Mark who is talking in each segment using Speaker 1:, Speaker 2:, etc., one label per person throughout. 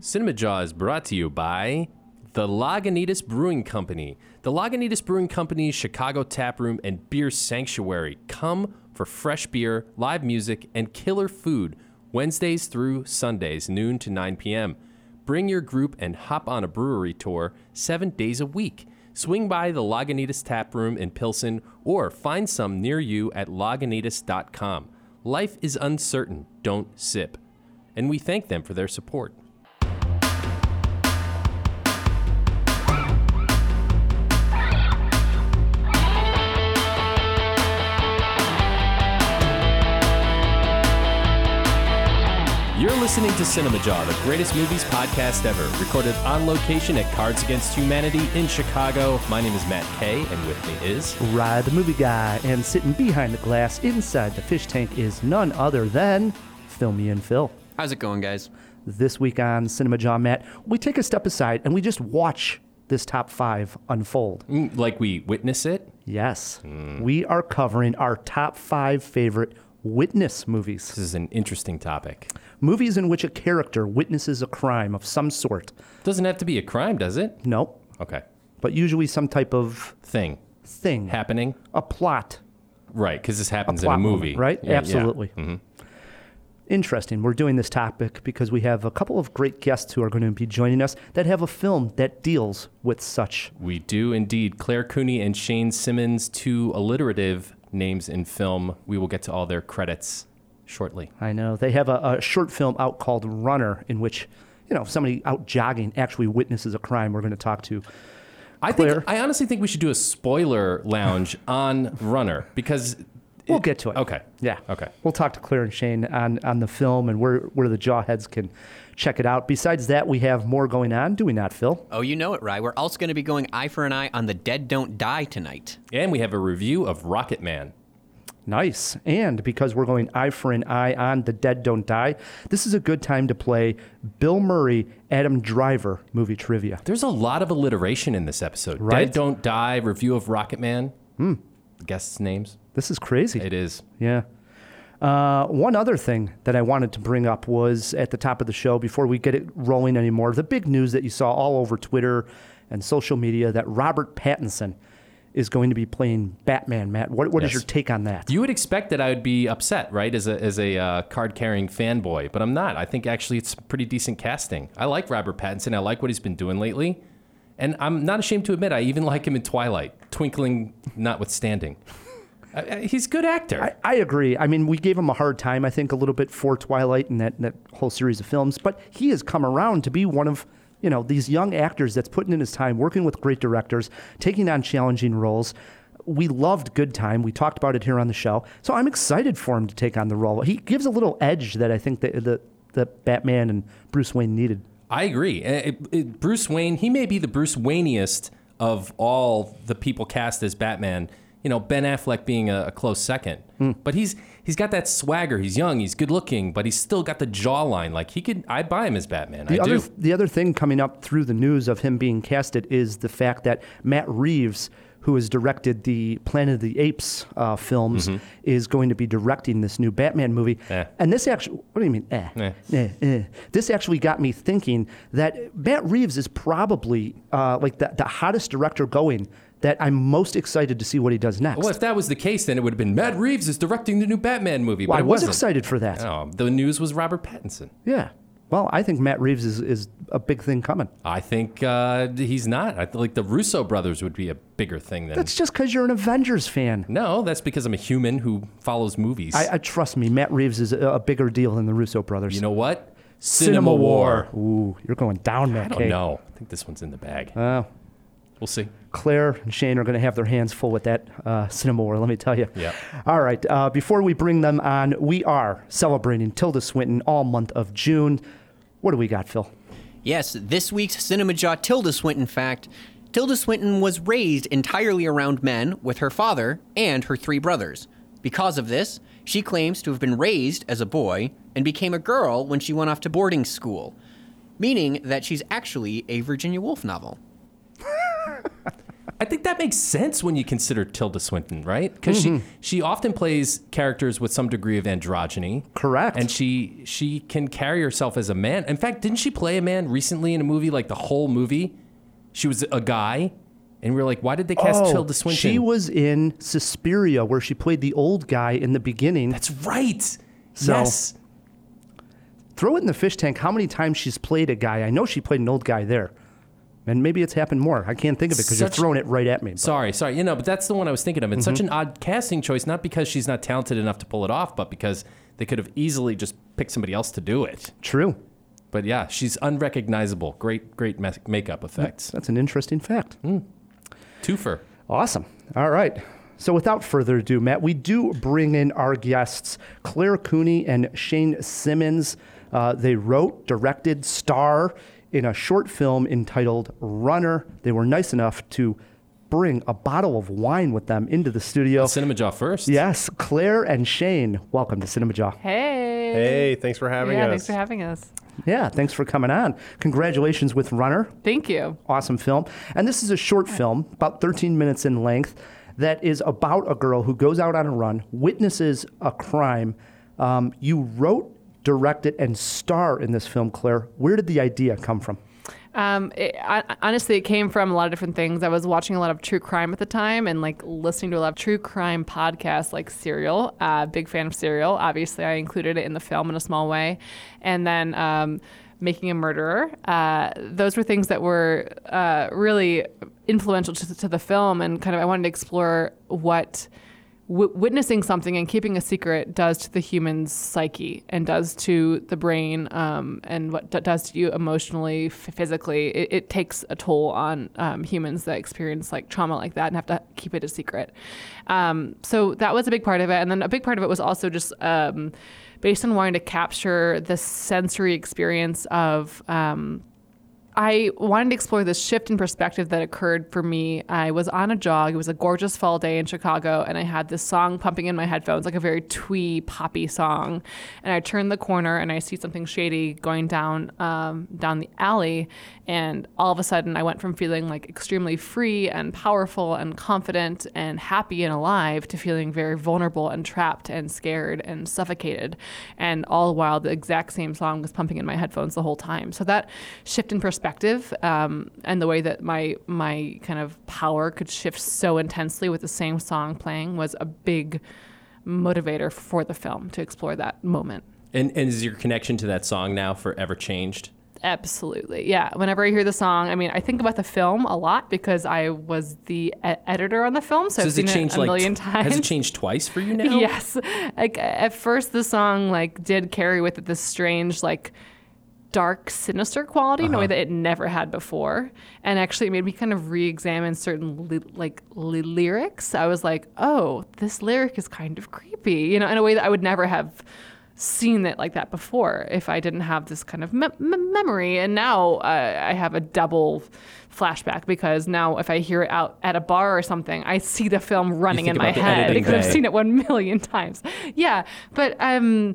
Speaker 1: Cinema Jaw is brought to you by the Lagunitas Brewing Company. The Lagunitas Brewing Company's Chicago Tap Room and Beer Sanctuary. Come for fresh beer, live music, and killer food Wednesdays through Sundays, noon to 9 p.m. Bring your group and hop on a brewery tour seven days a week. Swing by the Lagunitas Tap Room in Pilsen or find some near you at lagunitas.com. Life is uncertain. Don't sip. And we thank them for their support. You're listening to Cinema Jaw, the greatest movies podcast ever, recorded on location at Cards Against Humanity in Chicago. My name is Matt Kay, and with me is
Speaker 2: Rod, the movie guy, and sitting behind the glass inside the fish tank is none other than Filmy and Phil.
Speaker 3: How's it going, guys?
Speaker 2: This week on Cinema John Matt, we take a step aside and we just watch this top five unfold.
Speaker 1: Mm, like we witness it.
Speaker 2: Yes, we are covering our top five favorite witness movies.
Speaker 1: This is an interesting topic.
Speaker 2: Movies in which a character witnesses a crime of some sort.
Speaker 1: Doesn't have to be a crime, does it?
Speaker 2: No,
Speaker 1: Okay.
Speaker 2: but usually some type of
Speaker 1: Thing
Speaker 2: thing,
Speaker 1: happening.
Speaker 2: a plot,
Speaker 1: Right, because this happens in
Speaker 2: plot
Speaker 1: a
Speaker 2: moment,
Speaker 1: movie,
Speaker 2: right?
Speaker 1: Yeah, Mm-hmm. yeah.
Speaker 2: Absolutely. Interesting. We're doing this topic because we have a couple of great guests who are going to be joining us that have a film that deals with such.
Speaker 1: We do indeed. Claire Cooney and Shane Simmons, two alliterative names in film. We will get to all their credits shortly.
Speaker 2: I know they have a, a short film out called Runner, in which, you know, somebody out jogging actually witnesses a crime. We're going to talk to.
Speaker 1: I
Speaker 2: Claire?
Speaker 1: think I honestly think we should do a spoiler lounge on Runner because
Speaker 2: We'll get to it.
Speaker 1: Okay.
Speaker 2: Yeah.
Speaker 1: Okay.
Speaker 2: We'll talk to Claire and Shane on, on the film and where, where the jawheads can check it out. Besides that, we have more going on, do we not, Phil?
Speaker 3: Oh, you know it, Rye. We're also going to be going eye for an eye on The Dead Don't Die tonight.
Speaker 1: And we have a review of Rocket Man.
Speaker 2: Nice. And because we're going eye for an eye on The Dead Don't Die, this is a good time to play Bill Murray, Adam Driver movie trivia.
Speaker 1: There's a lot of alliteration in this episode.
Speaker 2: Right?
Speaker 1: Dead Don't Die, review of Rocket Man. Hmm. Guests' names.
Speaker 2: This is crazy.
Speaker 1: It is.
Speaker 2: Yeah. Uh, one other thing that I wanted to bring up was at the top of the show, before we get it rolling anymore, the big news that you saw all over Twitter and social media that Robert Pattinson is going to be playing Batman, Matt. What, what is
Speaker 1: Yes.
Speaker 2: your take on that?
Speaker 1: You would expect that I would be upset, right, as a as a uh, card carrying fanboy, but I'm not. I think actually it's pretty decent casting. I like Robert Pattinson. I like what he's been doing lately, and I'm not ashamed to admit I even like him in Twilight, twinkling notwithstanding. I, I- he's a good actor.
Speaker 2: I, I agree. I mean, we gave him a hard time, I think, a little bit for Twilight and that, that whole series of films, but he has come around to be one of, you know, these young actors that's putting in his time, working with great directors, taking on challenging roles. We loved Good Time. We talked about it here on the show. So I'm excited for him to take on the role. He gives a little edge that I think that, that, that Batman and Bruce Wayne needed.
Speaker 1: I agree. Eh, it- it- Bruce Wayne, he may be the Bruce Wayneiest of all the people cast as Batman. You know, Ben Affleck being a, a close second,
Speaker 2: Hmm.
Speaker 1: but he's he's got that swagger. He's young, he's good looking, but he's still got the jawline. Like he could, I buy him as Batman.
Speaker 2: The
Speaker 1: I
Speaker 2: other
Speaker 1: do.
Speaker 2: the other thing coming up through the news of him being casted is the fact that Matt Reeves, who has directed the Planet of the Apes uh, films, is going to be directing this new Batman movie.
Speaker 1: Mm-hmm. Eh.
Speaker 2: And this actually, what do you mean? Eh.
Speaker 1: Eh.
Speaker 2: Eh, eh. This actually got me thinking that Matt Reeves is probably uh, like the, the hottest director going. That I'm most excited to see what he does next.
Speaker 1: Well, if that was the case, then it would have been Matt Reeves is directing the new Batman movie.
Speaker 2: Well,
Speaker 1: but it
Speaker 2: I was
Speaker 1: wasn't.
Speaker 2: excited for that.
Speaker 1: No, the news was Robert Pattinson.
Speaker 2: Yeah. Well, I think Matt Reeves is, is a big thing coming.
Speaker 1: I think uh, he's not. I th- like the Russo brothers would be a bigger thing than.
Speaker 2: That's just because you're an Avengers fan.
Speaker 1: no, that's because I'm a human who follows movies.
Speaker 2: I, I trust me, Matt Reeves is a, a bigger deal than the Russo brothers.
Speaker 1: you know what?
Speaker 2: Ooh, you're going down, Matt.
Speaker 1: I don't know. I think this one's in the bag.
Speaker 2: Oh.
Speaker 1: We'll see.
Speaker 2: Claire and Shane are going to have their hands full with that uh, cinema war, let me tell you.
Speaker 1: Yeah.
Speaker 2: All right. Uh, before we bring them on, we are celebrating Tilda Swinton all month of June. What do we got, Phil?
Speaker 3: Yes, this week's Cinema Jaw Tilda Swinton fact Tilda Swinton was raised entirely around men with her father and her three brothers. Because of this, she claims to have been raised as a boy and became a girl when she went off to boarding school, meaning that she's actually a Virginia Woolf novel.
Speaker 1: I think that makes sense when you consider Tilda Swinton, right? Because
Speaker 2: Mm-hmm.
Speaker 1: she she often plays characters with some degree of androgyny.
Speaker 2: Correct.
Speaker 1: And she she can carry herself as a man. In fact, didn't she play a man recently in a movie? Like the whole movie, she was a guy, and we were like, why did they cast
Speaker 2: Oh,
Speaker 1: Tilda Swinton?
Speaker 2: She was in Suspiria, where she played the old guy in the beginning.
Speaker 1: That's right.
Speaker 2: So-
Speaker 1: yes.
Speaker 2: Throw it in the fish tank how many times she's played a guy. I know she played an old guy there. And maybe it's happened more. I can't think of it because you're
Speaker 1: Such-
Speaker 2: throwing it right at me. but-
Speaker 1: Sorry, sorry. You know, but that's the one I was thinking of. It's such an odd casting choice, not because she's not talented enough to pull it off, but because they could have easily just picked somebody else to do it.
Speaker 2: True.
Speaker 1: But yeah, she's unrecognizable. Great, great ma- makeup effects.
Speaker 2: That's an interesting fact.
Speaker 1: Twofer.
Speaker 2: Awesome. All right. So without further ado, Matt, we do bring in our guests, Claire Cooney and Shane Simmons. Uh, they wrote, directed, star in a short film entitled Runner. They were nice enough to bring a bottle of wine with them into the studio.
Speaker 1: Cinema Jaw first.
Speaker 2: Yes, Claire and Shane, welcome to Cinema Jaw.
Speaker 4: Hey.
Speaker 5: Hey, thanks for having
Speaker 4: yeah,
Speaker 5: us.
Speaker 4: thanks for having us.
Speaker 2: Yeah, thanks for coming on. Congratulations with Runner.
Speaker 4: Thank you.
Speaker 2: awesome film. And this is a short film, about 13 minutes in length, that is about a girl who goes out on a run, witnesses a crime. Um, you wrote, directed, and star in this film, Claire. Where did the idea come from?
Speaker 4: Um, it, I, honestly, it came from a lot of different things. I was watching a lot of true crime at the time and like listening to a lot of true crime podcasts like Serial. Uh, big fan of Serial. Obviously, I included it in the film in a small way. And then um, Making a Murderer. Uh, those were things that were uh, really influential to, to the film. And kind of, I wanted to explore what. w- witnessing something and keeping a secret does to the human psyche and does to the brain um, and what d- does to you emotionally f- physically it, it takes a toll on um, humans that experience like trauma like that and have to keep it a secret um, so that was a big part of it and then a big part of it was also just um, based on wanting to capture the sensory experience of um, I wanted to explore this shift in perspective that occurred for me. I was on a jog. It was a gorgeous fall day in Chicago, and I had this song pumping in my headphones, like a very twee poppy song. And I turned the corner, and I see something shady going down um, down the alley. And all of a sudden, I went from feeling like extremely free and powerful and confident and happy and alive to feeling very vulnerable and trapped and scared and suffocated. And all the while, the exact same song was pumping in my headphones the whole time. So that shift in perspective um, and the way that my my kind of power could shift so intensely with the same song playing was a big motivator for the film to explore that moment.
Speaker 1: And, and is your connection to that song now forever changed?
Speaker 4: Absolutely. Yeah. Whenever I hear the song, I mean, I think about the film a lot because I was the e- editor on the film, so, I've
Speaker 1: has it
Speaker 4: seen it
Speaker 1: changed
Speaker 4: a
Speaker 1: like
Speaker 4: million
Speaker 1: tw-
Speaker 4: times.
Speaker 1: Has it changed twice for you now?
Speaker 4: Yes. Like at first the song like did carry with it this strange like dark sinister quality
Speaker 1: Uh-huh.
Speaker 4: in a way that it never had before and actually it made me kind of re-examine certain li- like li- lyrics i was like oh this lyric is kind of creepy you know in a way that i would never have seen it like that before if i didn't have this kind of me- me- memory and now uh, i have a double flashback because now if i hear it out at a bar or something i see the film running
Speaker 1: think
Speaker 4: in my
Speaker 1: about the
Speaker 4: head
Speaker 1: editing
Speaker 4: because i've
Speaker 1: bay.
Speaker 4: seen it one million times yeah but um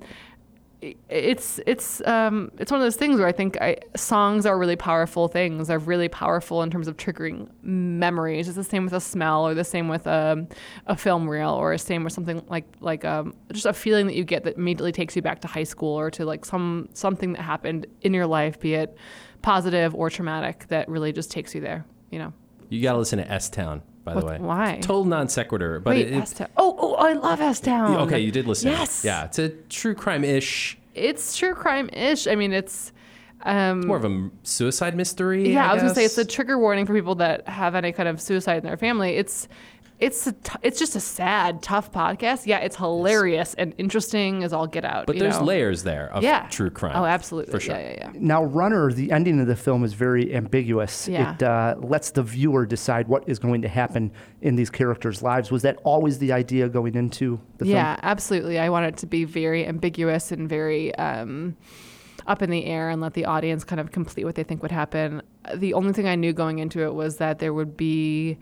Speaker 4: it's it's um it's one of those things where I think I, songs are really powerful things. They're really powerful in terms of triggering memories. It's the same with a smell, or the same with a, a film reel, or the same with something like like um just a feeling that you get that immediately takes you back to high school or to like some something that happened in your life, be it positive or traumatic, that really just takes you there. You know.
Speaker 1: You got to listen to S Town, by the
Speaker 4: What-
Speaker 1: way.
Speaker 4: why?
Speaker 1: Total non sequitur. But
Speaker 4: Wait,
Speaker 1: it, it-
Speaker 4: S Town. Oh, oh, I love S Town.
Speaker 1: okay, you did listen.
Speaker 4: Yes.
Speaker 1: Yeah, it's a true crime ish.
Speaker 4: It's true crime ish. I mean, it's. Um,
Speaker 1: More of a m- suicide mystery.
Speaker 4: Yeah, I, was gonna say it's
Speaker 1: guess.
Speaker 4: a trigger warning for people that have any kind of suicide in their family. It's it's a t- it's just a sad, tough podcast. Yeah, it's hilarious and interesting as all get out.
Speaker 1: But
Speaker 4: you
Speaker 1: there's
Speaker 4: know?
Speaker 1: layers there of
Speaker 4: Yeah,
Speaker 1: true crime.
Speaker 4: Oh, absolutely.
Speaker 1: For sure.
Speaker 4: Yeah, yeah, yeah.
Speaker 2: Now, Runner, the ending of the film is very ambiguous.
Speaker 4: Yeah.
Speaker 2: It uh, lets the viewer decide what is going to happen in these characters' lives. Was that always the idea going into the
Speaker 4: yeah,
Speaker 2: film?
Speaker 4: absolutely. I want it to be very ambiguous and very um, up in the air and let the audience kind of complete what they think would happen. The only thing I knew going into it was that there would be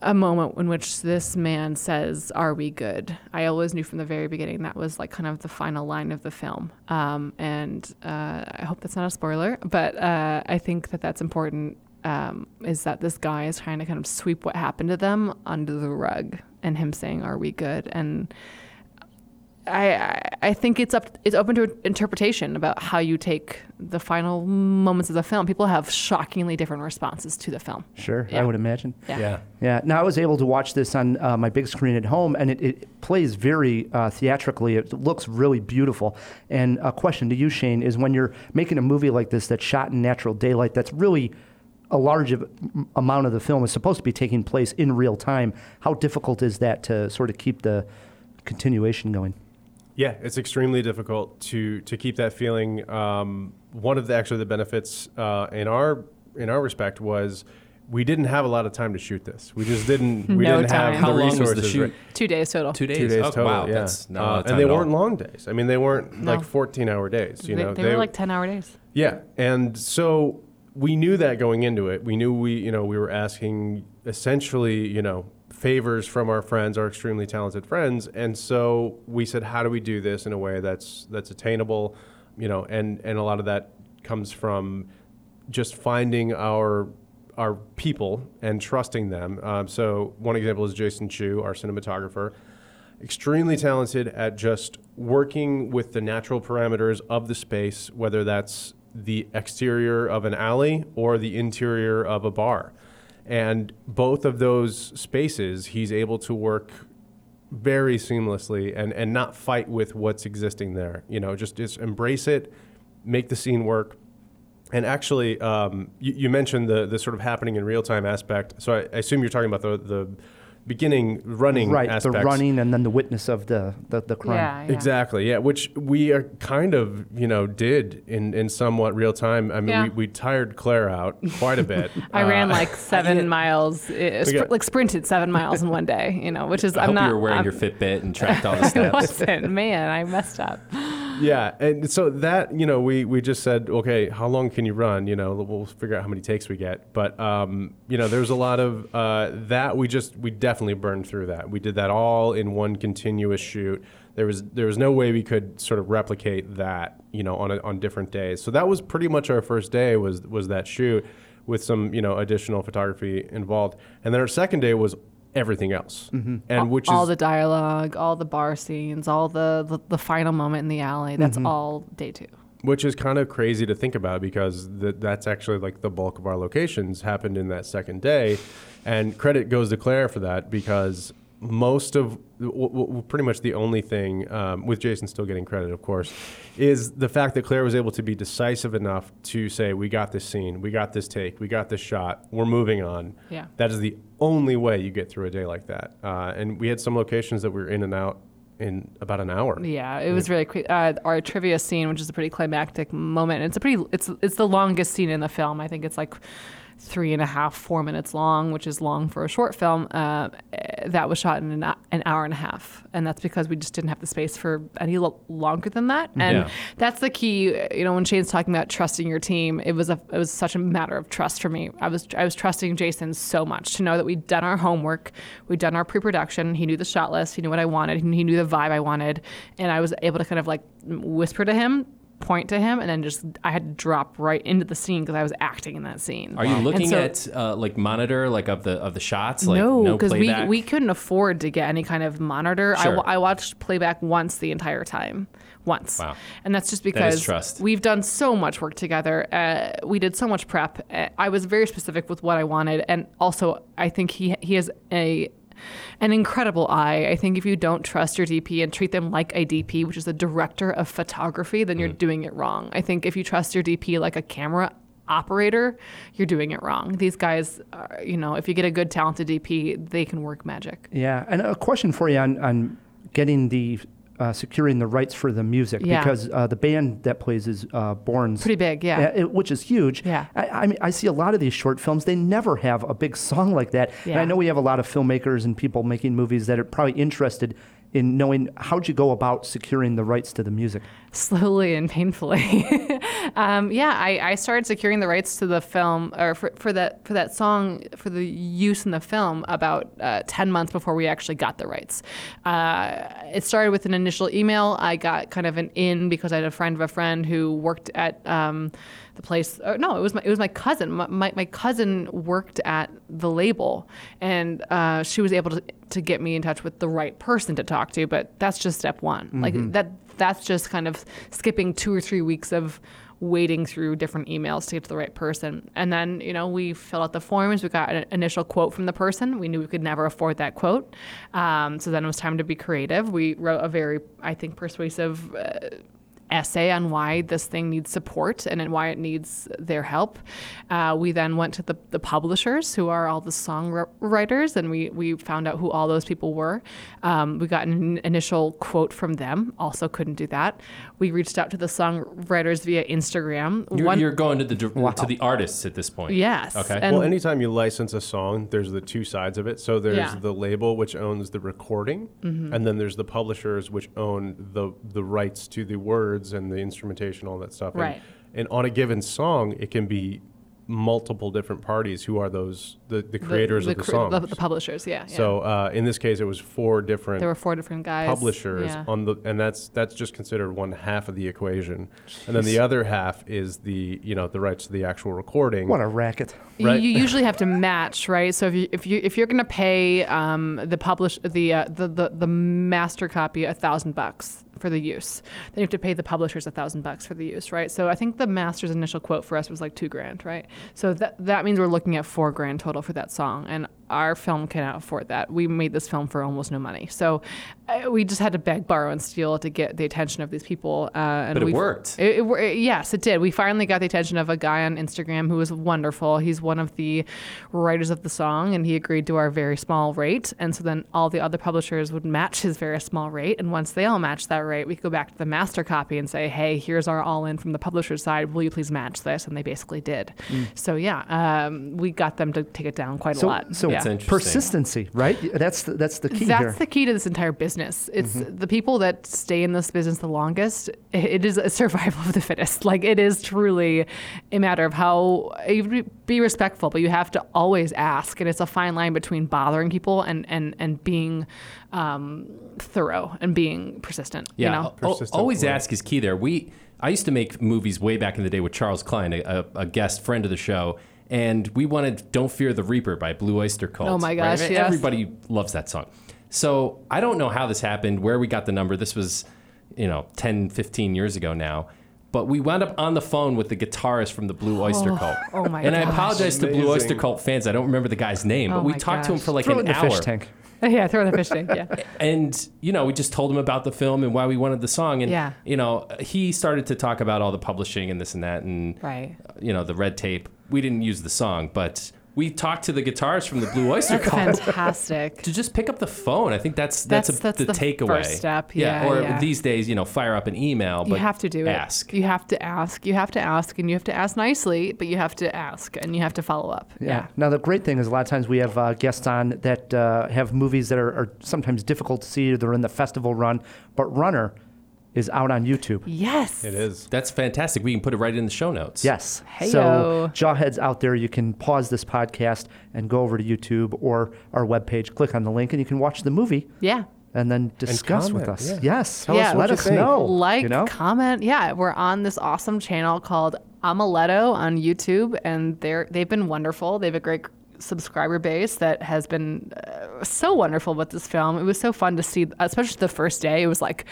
Speaker 4: a moment in which this man says, Are we good? I always knew from the very beginning that was like kind of the final line of the film. Um, and uh, I hope that's not a spoiler, but uh, I think that that's important. um, is that this guy is trying to kind of sweep what happened to them under the rug, and him saying, "Are we good?" and I, I- I think it's up it's open to interpretation about how you take the final moments of the film. People have shockingly different responses to the film.
Speaker 2: Sure, I
Speaker 4: Yeah.
Speaker 2: would imagine.
Speaker 4: Yeah.
Speaker 2: Yeah. Now I was able to watch this on uh, my big screen at home, and it, it plays very uh, theatrically. It looks really beautiful. And a question to you, Shane, is when you're making a movie like this that's shot in natural daylight, that's really a large of, m- amount of the film is supposed to be taking place in real time. How difficult is that to sort of keep the continuation going?
Speaker 5: Yeah, it's extremely difficult to to keep that feeling. Um, one of the actually the benefits uh, in our in our respect was we didn't have a lot of time to shoot this. We just didn't. We
Speaker 4: No
Speaker 5: didn't
Speaker 4: time.
Speaker 5: have
Speaker 1: How
Speaker 5: the
Speaker 1: long was the
Speaker 5: resources.
Speaker 1: shoot?
Speaker 5: right?
Speaker 4: Two days total.
Speaker 1: Two days.
Speaker 5: Two days
Speaker 1: oh,
Speaker 5: total.
Speaker 1: Wow,
Speaker 5: yeah.
Speaker 1: that's not a
Speaker 5: Uh,
Speaker 1: lot of time
Speaker 5: and they
Speaker 1: at all.
Speaker 5: weren't long days. I mean, they weren't
Speaker 4: No.
Speaker 5: like fourteen hour days. You
Speaker 4: they,
Speaker 5: know,
Speaker 4: they were like ten hour days.
Speaker 5: yeah, and so we knew that going into it. We knew we, you know, we were asking essentially, you know, favors from our friends, our extremely talented friends, and so we said, how do we do this in a way that's that's attainable, you know, and and a lot of that comes from just finding our our people and trusting them. Um, so one example is Jason Chu, our cinematographer extremely talented at just working with the natural parameters of the space, whether that's the exterior of an alley or the interior of a bar. And both of those spaces, he's able to work very seamlessly and, and not fight with what's existing there. You know, just, just embrace it, make the scene work. And actually, um, you, you mentioned the, the sort of happening in real time aspect. So I, I assume you're talking about the, the beginning running
Speaker 2: Right, the
Speaker 5: aspects.
Speaker 2: running and then the witness of the the, the crime.
Speaker 5: Exactly. Yeah, which we are kind of, you know, did in, in somewhat real time. I mean,
Speaker 4: Yeah.
Speaker 5: we, we tired Claire out quite a bit.
Speaker 4: I ran
Speaker 5: Uh,
Speaker 4: like seven miles, eh,
Speaker 5: We
Speaker 4: spr-
Speaker 5: got-
Speaker 4: like sprinted seven miles in one day, you know, which is
Speaker 1: I
Speaker 4: I'm
Speaker 1: hope
Speaker 4: not.
Speaker 1: you were wearing
Speaker 4: I'm,
Speaker 1: your Fitbit and tracked all the
Speaker 4: I
Speaker 1: steps.
Speaker 4: wasn't, man. I messed up.
Speaker 5: yeah, and so that you know, we we just said, okay, how long can you run? You know, we'll figure out how many takes we get. But um, you know, there's a lot of uh, that. We just we definitely burned through that. We did that all in one continuous shoot. There was there was no way we could sort of replicate that. You know, on a, on different days. So that was pretty much our first day was was that shoot with some you know additional photography involved, and then our second day was everything else, and which
Speaker 4: all
Speaker 5: is
Speaker 4: the dialogue, all the bar scenes, all the the, the final moment in the alley. That's all day two.
Speaker 5: which is kind of crazy to think about because th- that's actually like the bulk of our locations happened in that second day and credit goes to claire for that because most of w- w- pretty much the only thing um, with jason still getting credit of course is the fact that claire was able to be decisive enough to say we got this scene we got this take we got this shot we're moving on
Speaker 4: Yeah.
Speaker 5: that is the only way you get through a day like that uh, and we had some locations that we were in and out in about an hour
Speaker 4: Yeah, it was really quick. Uh, our trivia scene, which is a pretty climactic moment. It's a pretty. It's it's the longest scene in the film. I think it's like three and a half, four minutes long, which is long for a short film. Uh, eh, that was shot in an, hou- an hour and a half, and that's because we just didn't have the space for any lo- longer than that. And
Speaker 1: Yeah.
Speaker 4: that's the key. You know, when Shane's talking about trusting your team, it was a it was such a matter of trust for me. I was I was trusting Jason so much to know that we'd done our homework, we'd done our pre-production. He knew the shot list, he knew what I wanted, and he knew the vibe I wanted, and I was able to kind of like whisper to him, point to him, and then just I had to drop right into the scene because I was acting in that scene.
Speaker 1: Are you
Speaker 4: And
Speaker 1: looking
Speaker 4: so-
Speaker 1: at uh, like monitor like of the of the shots? Like
Speaker 4: no, because we,
Speaker 1: playback?
Speaker 4: we couldn't afford to get any kind of monitor. I
Speaker 1: Sure.
Speaker 4: wa- I, watched playback once the entire time, once.
Speaker 1: Wow.
Speaker 4: And that's just
Speaker 1: is
Speaker 4: because
Speaker 1: trust.
Speaker 4: we've done so much work together. Uh, we did so much prep. Uh, I was very specific with what I wanted, and also I think he he has a an incredible eye. I think if you don't trust your DP and treat them like a DP, which is the director of photography, then
Speaker 1: Mm.
Speaker 4: you're doing it wrong. I think if you trust your DP like a camera operator, you're doing it wrong. These guys, are, you know, if you get a good talented DP, they can work magic.
Speaker 2: Yeah, and a question for you on, on getting the uh, securing the rights for the music
Speaker 4: Yeah.
Speaker 2: because uh, the band that plays is uh, Borns.
Speaker 4: Pretty big, yeah.
Speaker 2: uh, it- which is huge.
Speaker 4: Yeah.
Speaker 2: I, I mean, I see a lot of these short films. They never have a big song like that. And I
Speaker 4: Yeah.
Speaker 2: know we have a lot of filmmakers and people making movies that are probably interested in knowing how'd you go about securing the rights to the music.
Speaker 4: slowly and painfully. um, yeah, I, I started securing the rights to the film or for, for that for that song for the use in the film about uh, ten months before we actually got the rights. Uh, it started with an initial email. I got kind of an in because I had a friend of a friend who worked at. Um, the place. Or no, it was my it was my cousin. My my, my cousin worked at the label, and uh, she was able to to get me in touch with the right person to talk to. But that's just step one. Like that that's just kind of skipping two or three weeks of wading through different emails to get to the right person. And then, you know, we filled out the forms. We got an initial quote from the person. We knew we could never afford that quote. Um, so then it was time to be creative. We wrote a very, I think, persuasive uh, essay on why this thing needs support and then why it needs their help. Uh, we then went to the, the publishers, who are all the songwriters, and we, we found out who all those people were. Um, we got an initial quote from them, also couldn't do that. We reached out to the songwriters via Instagram.
Speaker 1: You're,
Speaker 4: One-
Speaker 1: you're going to the dir- to the artists at this point.
Speaker 4: Yes.
Speaker 1: Okay.
Speaker 4: And
Speaker 5: well, anytime you license a song, there's the two sides of it. So there's
Speaker 4: Yeah. Mm-hmm.
Speaker 5: the label which owns the recording, and then there's the publishers which own the the rights to the words and the instrumentation, all that stuff. And-
Speaker 4: Right.
Speaker 5: And, on a given song, it can be multiple different parties who are those the, the creators of the,
Speaker 4: cr-
Speaker 5: song.
Speaker 4: The, the publishers, yeah. yeah.
Speaker 5: so uh, in this case, it was four different
Speaker 4: there were four different guys.
Speaker 5: publishers
Speaker 4: yeah.
Speaker 5: on the and that's that's just considered one half of the equation and then the other half is the you know the rights to the actual recording
Speaker 2: What a racket.
Speaker 5: right?
Speaker 4: You usually have to match, right? So if you if you if you're gonna pay um, the publish the, uh, the the the master copy a thousand bucks for the use, then you have to pay the publishers a thousand bucks for the use, right? So I think the master's initial quote for us was like two grand, right? So that that means we're looking at four grand total for that song, and our film cannot afford that. We made this film for almost no money, so uh, we just had to beg, borrow, and steal to get the attention of these people. Uh, and
Speaker 1: But it
Speaker 4: we've-
Speaker 1: worked.
Speaker 4: it, it, wor- it- yes, it did. We finally got the attention of a guy on Instagram who was wonderful. He's one of the writers of the song, and he agreed to our very small rate. And so then all the other publishers would match his very small rate. And once they all match that rate, we could go back to the master copy and say, "Hey, here's our all-in from the publisher's side. Will you please match this?" And they basically did. So yeah, um, we got them to take it down quite
Speaker 2: Mm. So,
Speaker 4: a lot.
Speaker 2: so
Speaker 4: yeah.
Speaker 1: interesting.
Speaker 2: persistency, right? That's the, that's the key
Speaker 4: That's
Speaker 2: here.
Speaker 4: the key to this entire business. It's the people that stay in this business the longest. i- It is a survival of the fittest. Like it is truly a matter of how you re- be respectful, but you have to always ask, and it's a fine line between bothering people and and and being um, thorough and being persistent.
Speaker 1: Yeah, Oh,
Speaker 4: You know?
Speaker 1: al- al-
Speaker 5: Persistent
Speaker 1: always
Speaker 5: work.
Speaker 1: ask is key there. We I used to make movies way back in the day with Charles Klein, a, a, a guest friend of the show, and we wanted "Don't Fear the Reaper" by Blue Oyster Cult.
Speaker 4: Oh my gosh,
Speaker 1: right?
Speaker 4: yes.
Speaker 1: Everybody loves that song. So I don't know how this happened, where we got the number. This was, you know, 10, 15 years ago now. But we wound up on the phone with the guitarist from the Blue Oyster Cult.
Speaker 4: oh my
Speaker 1: And I
Speaker 4: gosh.
Speaker 1: apologize to Blue Oyster
Speaker 5: Amazing.
Speaker 1: Cult fans. I don't remember the guy's name,
Speaker 4: Oh
Speaker 1: but we
Speaker 4: my
Speaker 1: talked to him
Speaker 4: gosh.
Speaker 1: for like
Speaker 2: Throw it
Speaker 1: an
Speaker 2: in the
Speaker 1: hour
Speaker 2: fish tank.
Speaker 4: yeah, throw in the fish tank. Yeah.
Speaker 1: and you know we just told him about the film and why we wanted the song and
Speaker 4: Yeah.
Speaker 1: you know he started to talk about all the publishing and this and that and
Speaker 4: Right.
Speaker 1: you know the red tape we didn't use the song but we talked to the guitarist from the blue oyster cult
Speaker 4: Fantastic.
Speaker 1: to just pick up the phone i think that's that's,
Speaker 4: That's-
Speaker 1: a,
Speaker 4: that's
Speaker 1: the,
Speaker 4: the
Speaker 1: takeaway
Speaker 4: first step. Yeah,
Speaker 1: or
Speaker 4: yeah.
Speaker 1: these days you know fire up an email but
Speaker 4: you have to do it.
Speaker 1: ask
Speaker 4: You have to ask. You have to ask, and you have to ask nicely, but you have to ask, and you have to follow up.
Speaker 2: Yeah. Now the great thing is a lot of times we have uh, guests on that uh, have movies that are, are sometimes difficult to see. or They're in the festival run, but Runner is out on YouTube.
Speaker 4: Yes.
Speaker 5: it is
Speaker 1: that's fantastic we can put it right in the show notes
Speaker 2: Yes.
Speaker 4: Heyo.
Speaker 2: So Jawheads out there, you can pause this podcast and go over to YouTube or our webpage, click on the link, and you can watch the movie
Speaker 4: Yeah.
Speaker 2: and then discuss with
Speaker 5: comment,
Speaker 2: us.
Speaker 5: yeah.
Speaker 2: Yes.
Speaker 5: Tell us
Speaker 4: Yeah.
Speaker 5: what
Speaker 2: Let
Speaker 5: you
Speaker 2: us
Speaker 5: think.
Speaker 2: know.
Speaker 4: Like,
Speaker 2: you know?
Speaker 4: comment. Yeah, we're on this awesome channel called Amaletto on YouTube, and they're they've been wonderful. They have a great subscriber base that has been uh, so wonderful with this film. It was so fun to see, especially the first day. It was like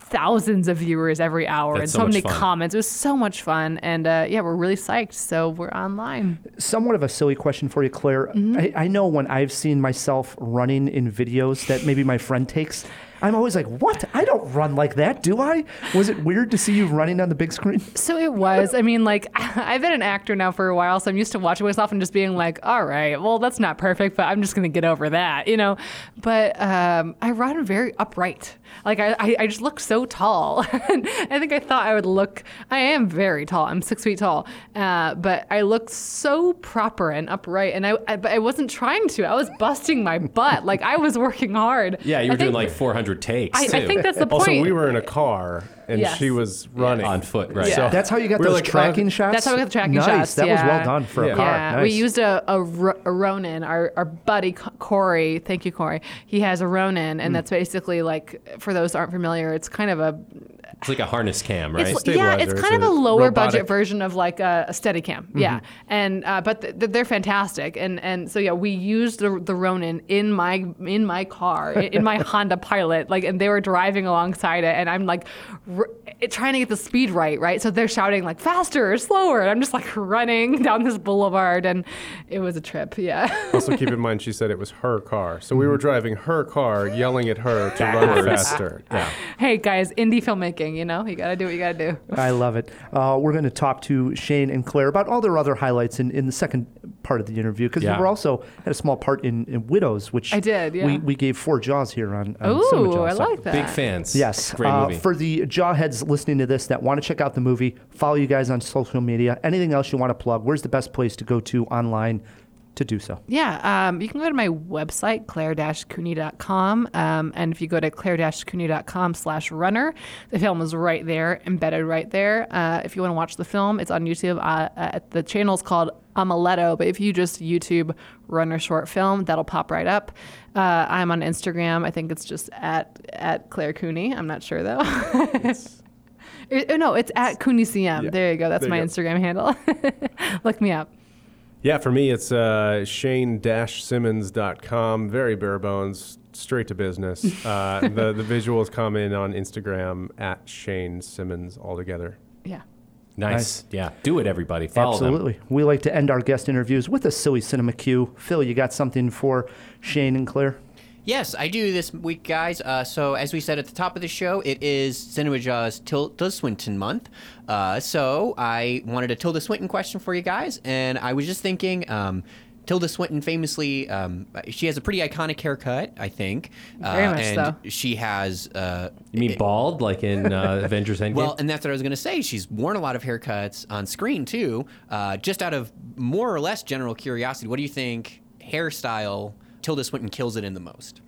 Speaker 4: thousands of viewers every hour
Speaker 1: That's
Speaker 4: and
Speaker 1: so
Speaker 4: so,
Speaker 1: much
Speaker 4: many
Speaker 1: fun.
Speaker 4: comments. It was so much fun, and uh, yeah, we're really psyched. So we're online.
Speaker 2: somewhat of a silly question for you, Claire.
Speaker 4: Mm-hmm.
Speaker 2: I, I know when I've seen myself running in videos that maybe my friend takes, I'm always like, "What? I don't run like that, do I?" Was it weird to see you running on the big screen?
Speaker 4: So it was. I mean, like, I've been an actor now for a while, so I'm used to watching myself and just being like, all right, well, that's not perfect, but I'm just going to get over that, you know? But um, I run very upright. Like, I, I, I just look so tall. And I think I thought I would look, I am very tall. I'm six feet tall. Uh, but I looked so proper and upright. And I, I, but I wasn't trying to, I was busting my butt. Like, I was working hard.
Speaker 1: yeah you were
Speaker 4: I
Speaker 1: doing like
Speaker 4: think-
Speaker 1: 400 takes
Speaker 4: I,
Speaker 1: too.
Speaker 4: I think that's the point.
Speaker 5: also we were in a car and
Speaker 4: Yes.
Speaker 5: she was running
Speaker 1: on foot right
Speaker 4: Yeah.
Speaker 2: That's how you got
Speaker 5: We're
Speaker 2: those
Speaker 5: like,
Speaker 2: tracking
Speaker 5: uh,
Speaker 2: shots.
Speaker 4: That's how we got the tracking
Speaker 2: nice.
Speaker 4: shots.
Speaker 2: That was
Speaker 4: yeah.
Speaker 2: well done for
Speaker 5: Yeah.
Speaker 2: a car.
Speaker 4: Yeah,
Speaker 2: Nice.
Speaker 4: we used a, a, Ro- a Ronin. Our, our buddy C- Corey, thank
Speaker 2: Mm.
Speaker 4: you, Corey. He has a Ronin, and that's basically like, for those who aren't familiar, it's kind of a
Speaker 1: It's like a harness cam, right?
Speaker 4: It's,
Speaker 5: Right.
Speaker 4: yeah, it's
Speaker 5: Stabilizer,
Speaker 4: kind of a
Speaker 5: it's a
Speaker 4: lower
Speaker 5: robotic-
Speaker 4: budget version of like a, a Steadicam. Yeah, and uh, but th- th- they're fantastic, and and so yeah, we used the, the Ronin in my in my car in, in my Honda Pilot, like, and they were driving alongside it, and I'm like r- trying to get the speed right, right? So they're shouting like faster, slower, and I'm just like running down this boulevard, and it was a trip. Yeah,
Speaker 5: Also, keep in mind, she said it was her car. So we were driving her car, yelling at her to run faster. Yeah.
Speaker 4: hey guys, indie filmmaking, you know, you gotta do what you gotta do.
Speaker 2: I love it. Uh, we're going to talk to Shane and Claire about all their other highlights in, in the second part of the interview because
Speaker 1: Yeah.
Speaker 2: we were also had a small part in, in Widows, which
Speaker 4: I did, yeah.
Speaker 2: We, we gave four jaws here on. on Cinema
Speaker 4: Ooh,
Speaker 2: Jaws.
Speaker 4: I
Speaker 2: So-
Speaker 4: like that.
Speaker 1: Big fans.
Speaker 2: Yes.
Speaker 1: Great
Speaker 2: uh,
Speaker 1: movie.
Speaker 2: For the jawheads listening to this that want to check out the movie, follow you guys on social media. Anything else you want to plug? Where's the best place to go to online to do so?
Speaker 4: Yeah, um, you can go to my website, claire-cooney.com. Um, and if you go to claire-cooney.com slash runner, the film is right there, embedded right there. Uh, if you want to watch the film, it's on YouTube. Uh, at the channel's called Amaletto, but if you just YouTube runner short film, that'll pop right up. Uh, I'm on Instagram. I think it's just at, at Claire Cooney. I'm not sure, though. Eh, no, it's at Cooney CM.
Speaker 5: Yeah,
Speaker 4: There you go. That's
Speaker 5: there you
Speaker 4: my
Speaker 5: go.
Speaker 4: Instagram handle. Look me up.
Speaker 5: Yeah, for me, it's uh, shane-simmons.com. Very bare bones, straight to business. Uh, the, the visuals come in on Instagram at Shane Simmons altogether.
Speaker 4: Yeah.
Speaker 1: nice. Yeah. Do it, everybody. Follow them.
Speaker 2: Absolutely. We like to end our guest interviews with a silly cinema cue. Phil, you got something for Shane and Claire?
Speaker 3: Yes, I do this week, guys. Uh, so, as we said at the top of the show, it is Cinema Jaws Tilda Swinton month. Uh, so, I wanted a Tilda Swinton question for you guys, and I was just thinking. Um, Tilda Swinton famously, um, she has a pretty iconic haircut, I think. Uh,
Speaker 4: Very much
Speaker 3: and
Speaker 4: so.
Speaker 3: She has uh,
Speaker 1: You mean bald, like in uh, Avengers Endgame?
Speaker 3: Well, and that's what I was going to say. She's worn a lot of haircuts on screen too. Uh, just out of more or less general curiosity, what do you think hairstyle Tilda Swinton kills it in the most?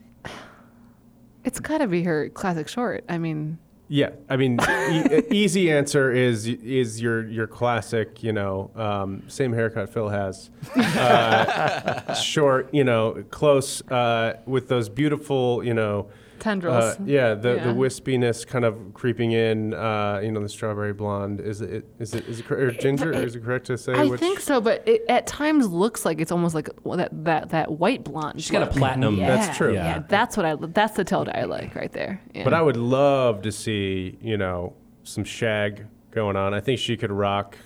Speaker 4: It's got to be her classic short. I mean,
Speaker 5: Yeah, I mean, e- easy answer is is your your classic, you know, um, same haircut Phil has, uh, short, you know, close uh, with those beautiful, you know,
Speaker 4: Tendrils.
Speaker 5: Uh, yeah, the the
Speaker 4: Yeah.
Speaker 5: wispiness kind of creeping in, uh, you know, the strawberry blonde. Is it is it is it cor- or ginger? or is it correct to say?
Speaker 4: I
Speaker 5: which,
Speaker 4: think so, but it at times looks like it's almost like that that, that white blonde.
Speaker 1: She's got a platinum.
Speaker 4: yeah,
Speaker 5: That's true.
Speaker 4: Yeah.
Speaker 1: Yeah.
Speaker 4: that's what I. That's the tilde I like right there. Yeah.
Speaker 5: But I would love to see, you know, some shag going on. I think she could rock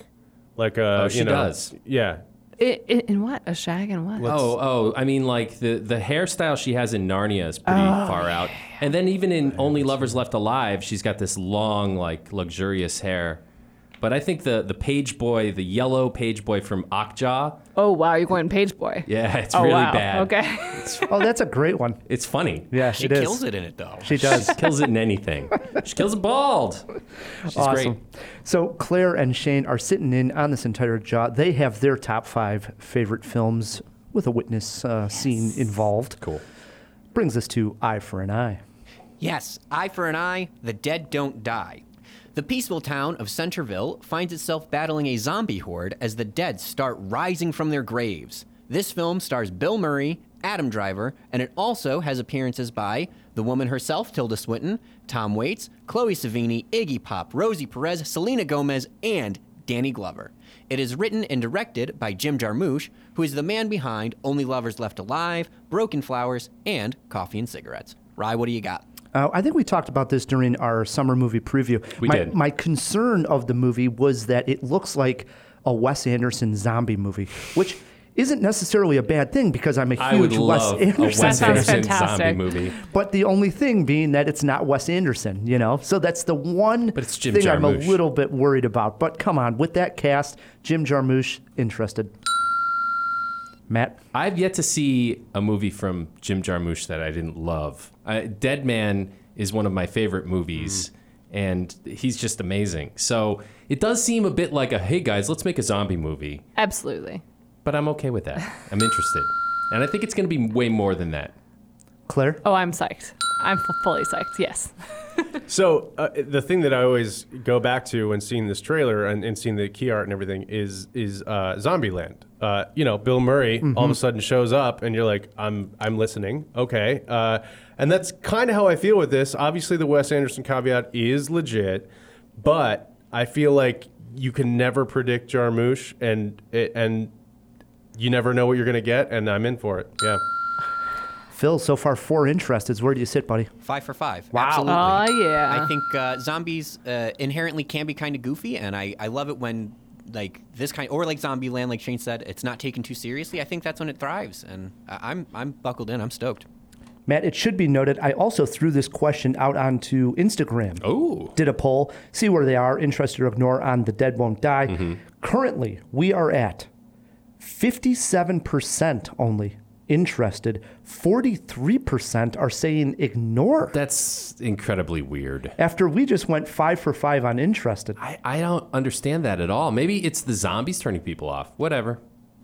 Speaker 5: like a.
Speaker 1: Oh,
Speaker 5: you
Speaker 1: she
Speaker 5: know,
Speaker 1: does.
Speaker 5: Yeah.
Speaker 4: I- I- in what a shag and what?
Speaker 1: Oh, oh! I mean, like the the hairstyle she has in Narnia is pretty far out, and then even in Only Lovers Left Alive, she's got this long, like luxurious hair. But I think the the page boy, the yellow page boy from Okja,
Speaker 4: Oh wow, you're going page boy.
Speaker 1: yeah, it's
Speaker 4: oh
Speaker 1: really
Speaker 4: wow.
Speaker 1: bad.
Speaker 4: Okay.
Speaker 2: Oh, that's a great one.
Speaker 1: It's funny.
Speaker 2: Yeah,
Speaker 3: She
Speaker 2: it is.
Speaker 3: kills it in it though.
Speaker 2: She does.
Speaker 1: She kills it in anything. She kills it bald. She's
Speaker 2: awesome.
Speaker 1: great.
Speaker 2: So Claire and Shane are sitting in on this entire job. They have their top five favorite films with a witness uh, scene involved.
Speaker 1: Cool.
Speaker 2: Brings us to Eye for an Eye.
Speaker 3: Yes, eye for an eye, the dead don't die. The peaceful town of Centerville finds itself battling a zombie horde as the dead start rising from their graves. This film stars Bill Murray, Adam Driver, and it also has appearances by the woman herself, Tilda Swinton, Tom Waits, Chloe Savini, Iggy Pop, Rosie Perez, Selena Gomez, and Danny Glover. It is written and directed by Jim Jarmusch, who is the man behind Only Lovers Left Alive, Broken Flowers, and Coffee and Cigarettes. Rye, what do you got?
Speaker 2: Uh, I think we talked about this during our summer movie preview.
Speaker 1: We
Speaker 2: my,
Speaker 1: did.
Speaker 2: my concern of the movie was that it looks like a Wes Anderson zombie movie, which isn't necessarily a bad thing because I'm a
Speaker 1: I would
Speaker 2: huge Wes
Speaker 1: love a
Speaker 2: Anderson
Speaker 1: Wes
Speaker 4: That sounds
Speaker 1: Anderson zombie
Speaker 4: fantastic.
Speaker 1: movie.
Speaker 2: But the only thing being that it's not Wes Anderson, you know? So that's the one
Speaker 1: But it's Jim
Speaker 2: thing I'm a
Speaker 1: Jarmusch.
Speaker 2: little bit worried about. But come on, with that cast, Jim Jarmusch, interested. Matt?
Speaker 1: I've yet to see a movie from Jim Jarmusch that I didn't love. Uh, Dead Man is one of my favorite movies, and he's just amazing. So it does seem a bit like a hey guys, let's make a zombie movie,
Speaker 4: Absolutely.
Speaker 1: but I'm okay with that. I'm interested, and I think it's going to be way more than that.
Speaker 2: Claire?
Speaker 4: Oh, I'm psyched. I'm f- fully psyched. Yes.
Speaker 5: So uh, the thing that I always go back to when seeing this trailer and, and seeing the key art and everything is is uh, Zombieland. Uh, you know, Bill Murray all
Speaker 2: Mm-hmm.
Speaker 5: of a sudden shows up, and you're like, "I'm I'm listening, okay." Uh, and that's kind of how I feel with this. Obviously, the Wes Anderson caveat is legit, but I feel like you can never predict Jarmusch, and and you never know what you're going to get, and I'm in for it. Yeah.
Speaker 2: Phil, so far four interested. Where do you sit, buddy?
Speaker 3: Five for five. Wow. Absolutely.
Speaker 4: Aw, yeah.
Speaker 3: I think uh, zombies uh, inherently can be kind of goofy, and I, I love it when like this kind or like Zombie Land, like Shane said, it's not taken too seriously. I think that's when it thrives, and I, I'm I'm buckled in. I'm stoked.
Speaker 2: Matt, it should be noted I also threw this question out onto Instagram.
Speaker 1: Oh.
Speaker 2: Did a poll, see where they are, interested or ignore on The Dead Won't Die. Currently, we are at 57% only interested, 43% are saying ignore.
Speaker 1: That's incredibly weird.
Speaker 2: After we just went five for five on interested.
Speaker 1: I, I don't understand that at all. Maybe it's the zombies turning people off. Whatever.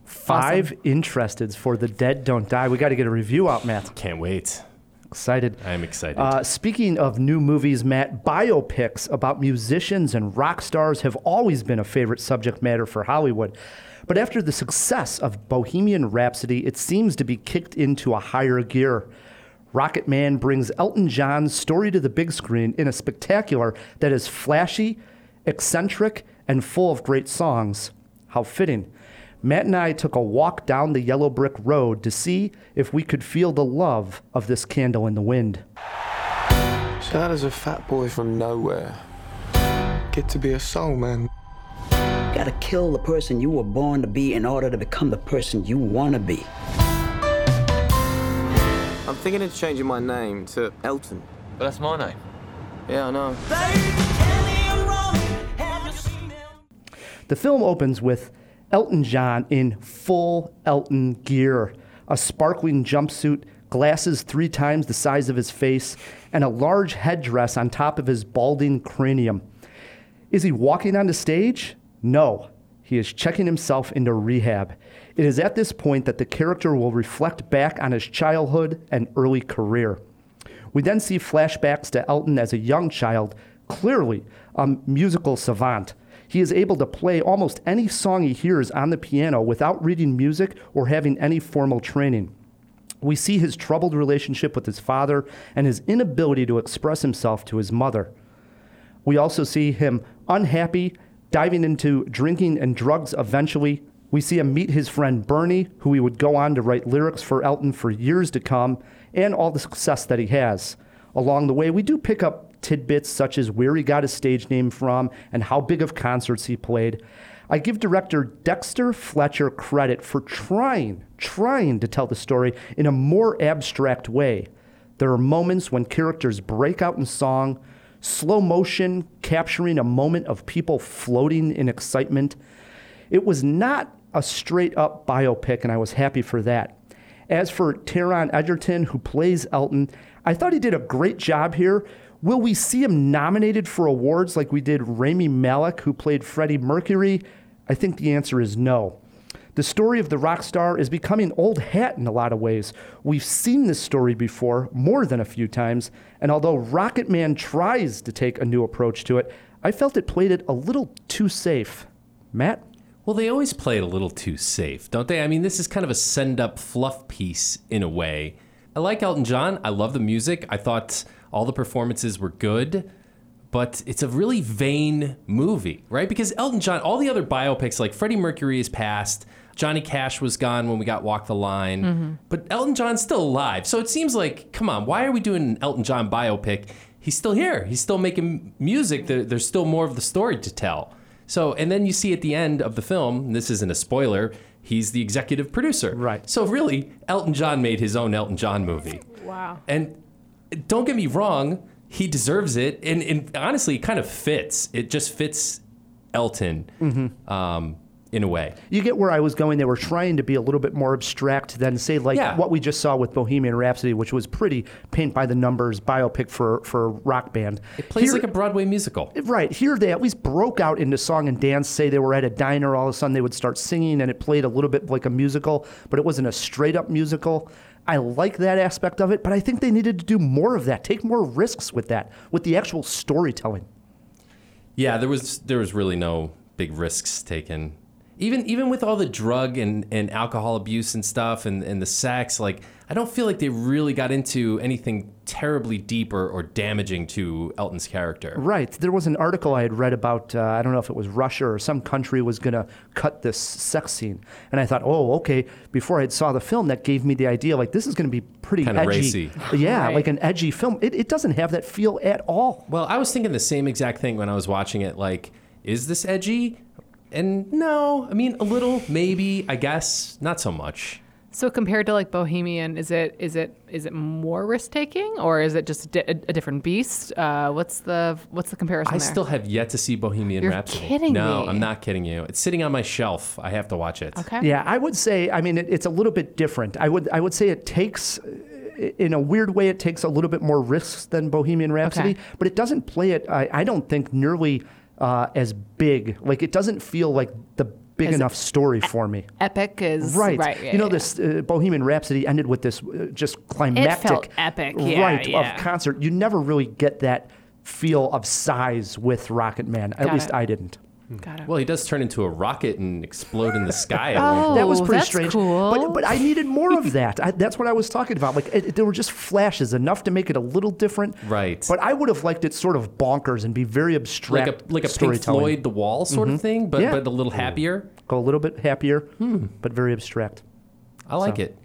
Speaker 2: Five interesteds for The Dead Don't Die. We got to get a review out, Matt.
Speaker 1: Can't wait.
Speaker 2: Excited.
Speaker 1: I'm excited.
Speaker 2: Uh, speaking of new movies, Matt, biopics about musicians and rock stars have always been a favorite subject matter for Hollywood. But after the success of Bohemian Rhapsody, it seems to be kicked into a higher gear. Rocket Man brings Elton John's story to the big screen in a spectacular that is flashy, eccentric, and full of great songs. How fitting. Matt and I took a walk down the yellow brick road to see if we could feel the love of this candle in the wind.
Speaker 6: So how does a fat boy from nowhere get to be a soul man?
Speaker 7: gotta kill the person you were born to be in order to become the person you wanna be.
Speaker 8: I'm thinking of changing my name to Elton.
Speaker 9: But that's my name.
Speaker 8: Yeah, I know.
Speaker 2: The film opens with Elton John in full Elton gear, a sparkling jumpsuit, glasses three times the size of his face, and a large headdress on top of his balding cranium. Is he walking onto stage? No. He is checking himself into rehab. It is at this point that the character will reflect back on his childhood and early career. We then see flashbacks to Elton as a young child, clearly a musical savant. He is able to play almost any song he hears on the piano without reading music or having any formal training. We see his troubled relationship with his father and his inability to express himself to his mother. We also see him unhappy, diving into drinking and drugs eventually. We see him meet his friend Bernie, who he would go on to write lyrics for Elton for years to come, and all the success that he has. Along the way, we do pick up tidbits such as where he got his stage name from and how big of concerts he played. I give director Dexter Fletcher credit for trying, trying to tell the story in a more abstract way. There are moments when characters break out in song, slow motion capturing a moment of people floating in excitement. It was not a straight up biopic, and I was happy for that. As for Teron Edgerton, who plays Elton, I thought he did a great job here. Will we see him nominated for awards like we did Rami Malek, who played Freddie Mercury? I think the answer is no. The story of the rock star is becoming old hat in a lot of ways. We've seen this story before more than a few times, and although Rocket Man tries to take a new approach to it, I felt it played it a little too safe. Matt?
Speaker 1: Well, they always play it a little too safe, don't they? I mean, this is kind of a send up fluff piece in a way. I like Elton John. I love the music. I thought all the performances were good, but it's a really vain movie, right? Because Elton John, all the other biopics, like Freddie Mercury is passed, Johnny Cash was gone when we got Walk the Line, but Elton John's still alive. So it seems like, come on, why are we doing an Elton John biopic? He's still here. He's still making music. There, there's still more of the story to tell. So, and then you see at the end of the film, and this isn't a spoiler, he's the executive producer.
Speaker 2: Right.
Speaker 1: So, really, Elton John made his own Elton John movie.
Speaker 4: Wow.
Speaker 1: And don't get me wrong, he deserves it. And, and honestly, it kind of fits. It just fits Elton
Speaker 2: Mm-hmm.
Speaker 1: um, in a way.
Speaker 2: You get where I was going. They were trying to be a little bit more abstract than, say, like
Speaker 1: Yeah.
Speaker 2: what we just saw with Bohemian Rhapsody, which was pretty paint by the numbers biopic for, for a rock band.
Speaker 1: It plays
Speaker 2: Here-
Speaker 1: like a Broadway musical.
Speaker 2: Right. Here they at least broke out into song and dance. Say they were at a diner, all of a sudden they would start singing and it played a little bit like a musical, but it wasn't a straight up musical. I like that aspect of it, but I think they needed to do more of that, take more risks with that, with the actual storytelling.
Speaker 1: Yeah, there was there was really no big risks taken. Even even with all the drug and, and alcohol abuse and stuff and, and the sex, like I don't feel like they really got into anything terribly deep or, or damaging to Elton's character.
Speaker 2: Right. There was an article I had read about, uh, I don't know if it was Russia or some country was going to cut this sex scene. And I thought, oh, okay, before I saw the film, that gave me the idea like, this is going to be pretty
Speaker 1: Kinda
Speaker 2: edgy.
Speaker 1: racy.
Speaker 2: Yeah,
Speaker 4: Right.
Speaker 2: like an edgy film. It, it doesn't have that feel at all.
Speaker 1: Well, I was thinking the same exact thing when I was watching it, like, is this edgy? And no, I mean a little, maybe, I guess, not so much.
Speaker 4: So compared to like Bohemian, is it is it is it more risk taking or is it just a, di- a different beast? Uh, what's the what's the comparison?
Speaker 1: I
Speaker 4: there?
Speaker 1: still have yet to see Bohemian
Speaker 4: You're
Speaker 1: Rhapsody.
Speaker 4: kidding
Speaker 1: no,
Speaker 4: me.
Speaker 1: I'm not kidding you. It's sitting on my shelf. I have to watch it.
Speaker 4: okay.
Speaker 2: Yeah, I would say. I mean, it, it's a little bit different. I would I would say it takes, uh, in a weird way, it takes a little bit more risks than Bohemian Rhapsody,
Speaker 4: Okay.
Speaker 2: but it doesn't play it. I, I don't think nearly uh, as big. Like it doesn't feel like the big
Speaker 4: As-
Speaker 2: enough story for me.
Speaker 4: Epic is
Speaker 2: Right.
Speaker 4: Right. yeah,
Speaker 2: you know,
Speaker 4: yeah.
Speaker 2: this uh, Bohemian Rhapsody ended with this uh, just climactic,
Speaker 4: epic, yeah,
Speaker 2: right
Speaker 4: yeah.
Speaker 2: of concert. You never really get that feel of size with Rocket Man. At
Speaker 4: Got
Speaker 2: least
Speaker 4: it.
Speaker 2: I didn't.
Speaker 4: Got it.
Speaker 1: Well, he does turn into a rocket and explode in the sky. at one
Speaker 4: Oh.
Speaker 2: that was pretty
Speaker 4: that's
Speaker 2: strange.
Speaker 4: cool.
Speaker 2: But but I needed more of that. I, that's what I was talking about. Like it, there were just flashes enough to make it a little different.
Speaker 1: Right.
Speaker 2: But I would have liked it sort of bonkers and be very abstract.
Speaker 1: like a like a Pink
Speaker 2: storytelling. Mm-hmm.
Speaker 1: Floyd The Wall sort of thing, but
Speaker 2: Yeah.
Speaker 1: but a little happier.
Speaker 2: Go a little bit happier,
Speaker 1: Hmm.
Speaker 2: but very abstract.
Speaker 1: I like it.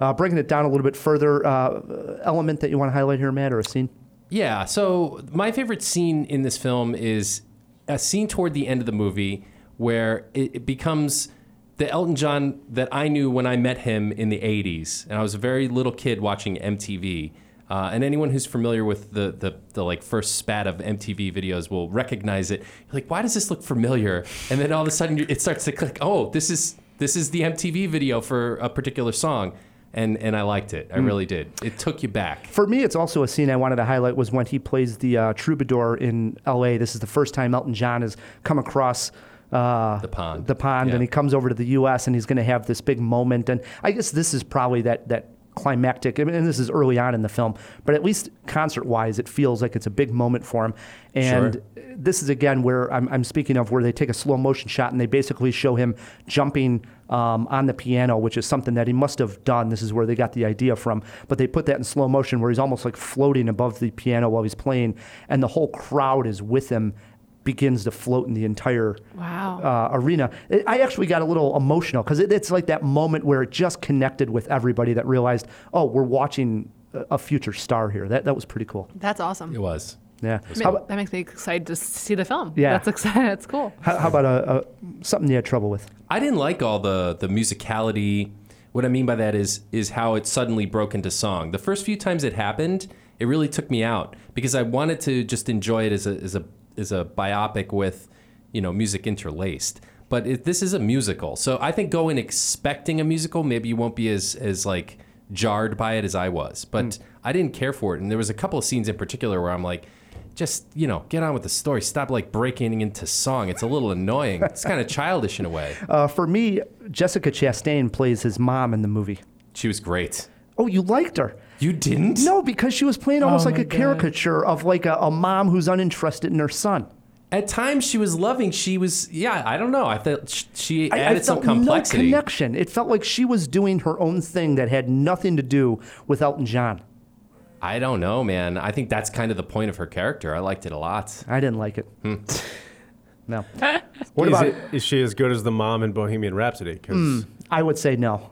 Speaker 2: Uh, breaking it down a little bit further, uh, element that you want to highlight here, Matt, or a scene?
Speaker 1: Yeah. So my favorite scene in this film is a scene toward the end of the movie where it, it becomes the Elton John that I knew when I met him in the '80s, and I was a very little kid watching MTV. Uh, and anyone who's familiar with the, the the like first spat of MTV videos will recognize it. You're like, why does this look familiar? And then all of a sudden, you- it starts to click. Oh, this is this is the MTV video for a particular song, and and I liked it. I really did. It took you back.
Speaker 2: For me, it's also a scene I wanted to highlight was when he plays the uh, troubadour in L.A. This is the first time Elton John has come across uh,
Speaker 1: The pond.
Speaker 2: The pond,
Speaker 1: Yeah.
Speaker 2: and he comes over to the U.S. and he's going to have this big moment. And I guess this is probably that that climactic. I mean, and this is early on in the film, but at least concert-wise, it feels like it's a big moment for him. And
Speaker 1: Sure.
Speaker 2: this is again where I'm, I'm speaking of where they take a slow motion shot and they basically show him jumping um, on the piano, which is something that he must have done. This is where they got the idea from. But they put that in slow motion where he's almost like floating above the piano while he's playing, and the whole crowd is with him. Begins to float in the entire
Speaker 4: Wow.
Speaker 2: uh, arena. It, I actually got a little emotional because it, it's like that moment where it just connected with everybody that realized, oh, we're watching a, a future star here. That that was pretty cool.
Speaker 4: That's awesome.
Speaker 1: It was.
Speaker 2: Yeah.
Speaker 4: Ma-
Speaker 2: How, about-
Speaker 4: that makes me excited to see the film.
Speaker 2: Yeah.
Speaker 4: That's exciting. That's cool.
Speaker 2: how, how about a, a something you had trouble with?
Speaker 1: I didn't like all the the musicality. What I mean by that is is how it suddenly broke into song. The first few times it happened, it really took me out because I wanted to just enjoy it as a as a as a biopic with, you know, music interlaced. But it, this is a musical, so I think go in expecting a musical. Maybe you won't be as as like jarred by it as I was. But I didn't care for it, and there was a couple of scenes in particular where I'm like, just you know, get on with the story. Stop like breaking into song. It's a little annoying. It's kind of childish in a way.
Speaker 2: Uh, for me, Jessica Chastain plays his mom in the movie.
Speaker 1: She was great.
Speaker 2: Oh, you liked her?
Speaker 1: You didn't?
Speaker 2: No, because she was playing almost like a caricature of like a, a mom who's uninterested in her son.
Speaker 1: At times she was loving. She was yeah. I don't know. I thought sh- she
Speaker 2: I- I
Speaker 1: added some
Speaker 2: felt
Speaker 1: complexity.
Speaker 2: No connection. It felt like she was doing her own thing that had nothing to do with Elton John.
Speaker 1: I don't know, man. I think that's kind of the point of her character. I liked it a lot.
Speaker 2: I didn't like it. no.
Speaker 5: What
Speaker 2: What
Speaker 5: is,
Speaker 2: about? Hmm.
Speaker 5: it, is she as good as the mom in Bohemian Rhapsody? Because
Speaker 2: I would say no.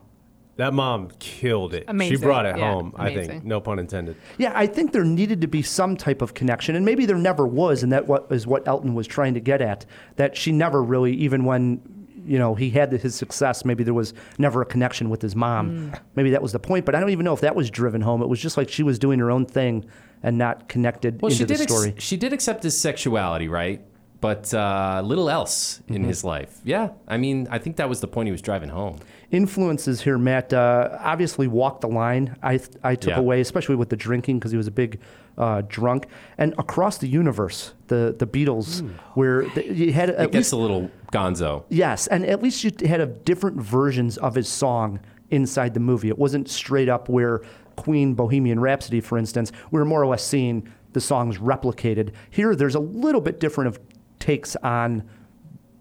Speaker 5: that mom killed it.
Speaker 4: Amazing,
Speaker 5: She brought it
Speaker 4: yeah,
Speaker 5: home. I think.
Speaker 4: amazing.
Speaker 5: No pun intended.
Speaker 2: Yeah, I think there needed to be some type of connection, and maybe there never was, and that what is what Elton was trying to get at. That she never really, even when you know he had his success, maybe there was never a connection with his mom.
Speaker 1: Hmm.
Speaker 2: Maybe that was the point, but I don't even know if that was driven home. It was just like she was doing her own thing and not connected
Speaker 1: Well,
Speaker 2: into
Speaker 1: she
Speaker 2: the
Speaker 1: did. ex-
Speaker 2: story.
Speaker 1: she did accept his sexuality, right? But uh, little else in
Speaker 2: Mm-hmm.
Speaker 1: his life. Yeah. I mean, I think that was the point he was driving home.
Speaker 2: influences here, Matt. Uh, obviously, walk the line. I I took
Speaker 1: Yeah.
Speaker 2: away, especially with the drinking, because he was a big uh, drunk. And across the universe, the the Beatles, where the, you had at
Speaker 1: Hmm. It gets
Speaker 2: least
Speaker 1: a little gonzo.
Speaker 2: yes, and at least you had a different versions of his song inside the movie. It wasn't straight up where Queen Bohemian Rhapsody, for instance, we were more or less seeing the songs replicated. Here, there's a little bit different of takes on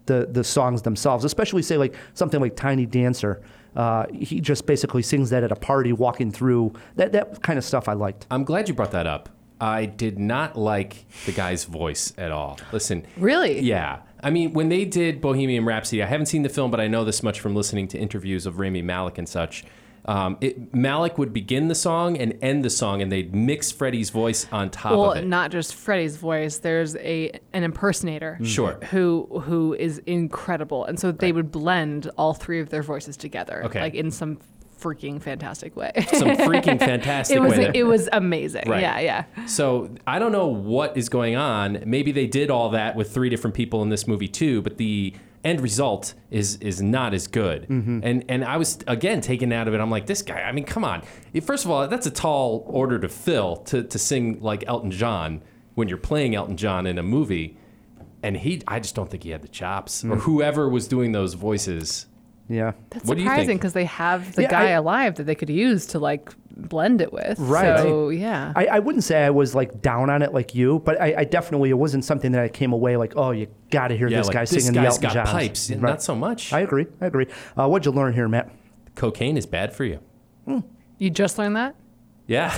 Speaker 2: the the songs themselves, especially say like something like Tiny Dancer. Uh, he just basically sings that at a party, walking through that that kind of stuff. I liked.
Speaker 1: I'm glad you brought that up. I did not like the guy's voice at all. Listen.
Speaker 4: Really?
Speaker 1: Yeah. I mean, when they did Bohemian Rhapsody, I haven't seen the film, but I know this much from listening to interviews of Rami Malik and such. Um, it, Malik would begin the song and end the song, and they'd mix Freddie's voice on top
Speaker 4: Well,
Speaker 1: of it.
Speaker 4: not just Freddie's voice. There's a an impersonator.
Speaker 1: Sure.
Speaker 4: Who who is incredible, and so they would blend all three of their voices together,
Speaker 1: Okay.
Speaker 4: like in some freaking fantastic way.
Speaker 1: Some freaking fantastic
Speaker 4: it was
Speaker 1: way. that-
Speaker 4: it was amazing.
Speaker 1: Right.
Speaker 4: Yeah, yeah.
Speaker 1: So I don't know what is going on. Maybe they did all that with three different people in this movie too, but the end result is is not as good.
Speaker 2: Mm-hmm.
Speaker 1: And and I was again taken out of it. I'm like, this guy. I mean, come on. First of all, that's a tall order to fill to to sing like Elton John when you're playing Elton John in a movie. And he, I just don't think he had the chops,
Speaker 2: Mm.
Speaker 1: or whoever was doing those voices.
Speaker 2: Yeah.
Speaker 4: That's
Speaker 1: What do you think?
Speaker 4: surprising because they have the
Speaker 2: Yeah,
Speaker 4: guy
Speaker 2: I-
Speaker 4: alive that they could use to like blend it with.
Speaker 2: Right.
Speaker 4: So yeah.
Speaker 2: I, I wouldn't say I was like down on it like you, but I, I definitely it wasn't something that I came away like, oh, you got to hear
Speaker 1: Yeah,
Speaker 2: this
Speaker 1: like,
Speaker 2: guy
Speaker 1: this
Speaker 2: singing the
Speaker 1: guy's
Speaker 2: Elton
Speaker 1: got
Speaker 2: Johns.
Speaker 1: pipes,
Speaker 2: Right.
Speaker 1: not so much.
Speaker 2: I agree. I agree. Uh, what'd you learn here, Matt?
Speaker 1: Cocaine is bad for you.
Speaker 4: you just learned that.
Speaker 1: Yeah.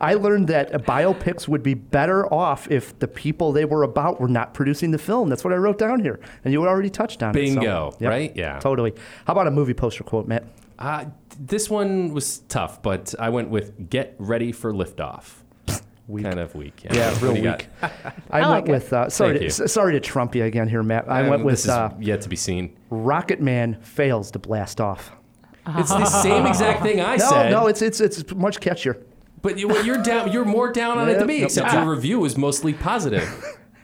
Speaker 2: I learned that uh, biopics would be better off if the people they were about were not producing the film. That's what I wrote down here, and you already touched on it. so-
Speaker 1: Bingo, right? Yeah.
Speaker 2: Totally. How about a movie poster quote, Matt?
Speaker 1: Uh, this one was tough, but I went with "Get ready for liftoff."
Speaker 2: Weak.
Speaker 1: Kind of weak.
Speaker 2: Yeah,
Speaker 1: What
Speaker 2: real
Speaker 1: do you got?
Speaker 2: weak. I,
Speaker 4: like
Speaker 2: went
Speaker 4: it.
Speaker 2: with uh, sorry,
Speaker 1: Thank
Speaker 2: to,
Speaker 1: you.
Speaker 2: s- sorry to trump you again here, Matt. I
Speaker 1: Um,
Speaker 2: went
Speaker 1: this
Speaker 2: with
Speaker 1: is
Speaker 2: uh,
Speaker 1: yet to be seen.
Speaker 2: Rocket Man fails to blast off.
Speaker 1: It's the same exact thing I
Speaker 2: No,
Speaker 1: said.
Speaker 2: no, it's it's it's much catchier.
Speaker 1: but you, well, you're down. You're more down on it
Speaker 2: Yeah,
Speaker 1: than me.
Speaker 2: no,
Speaker 1: Except your review was mostly positive.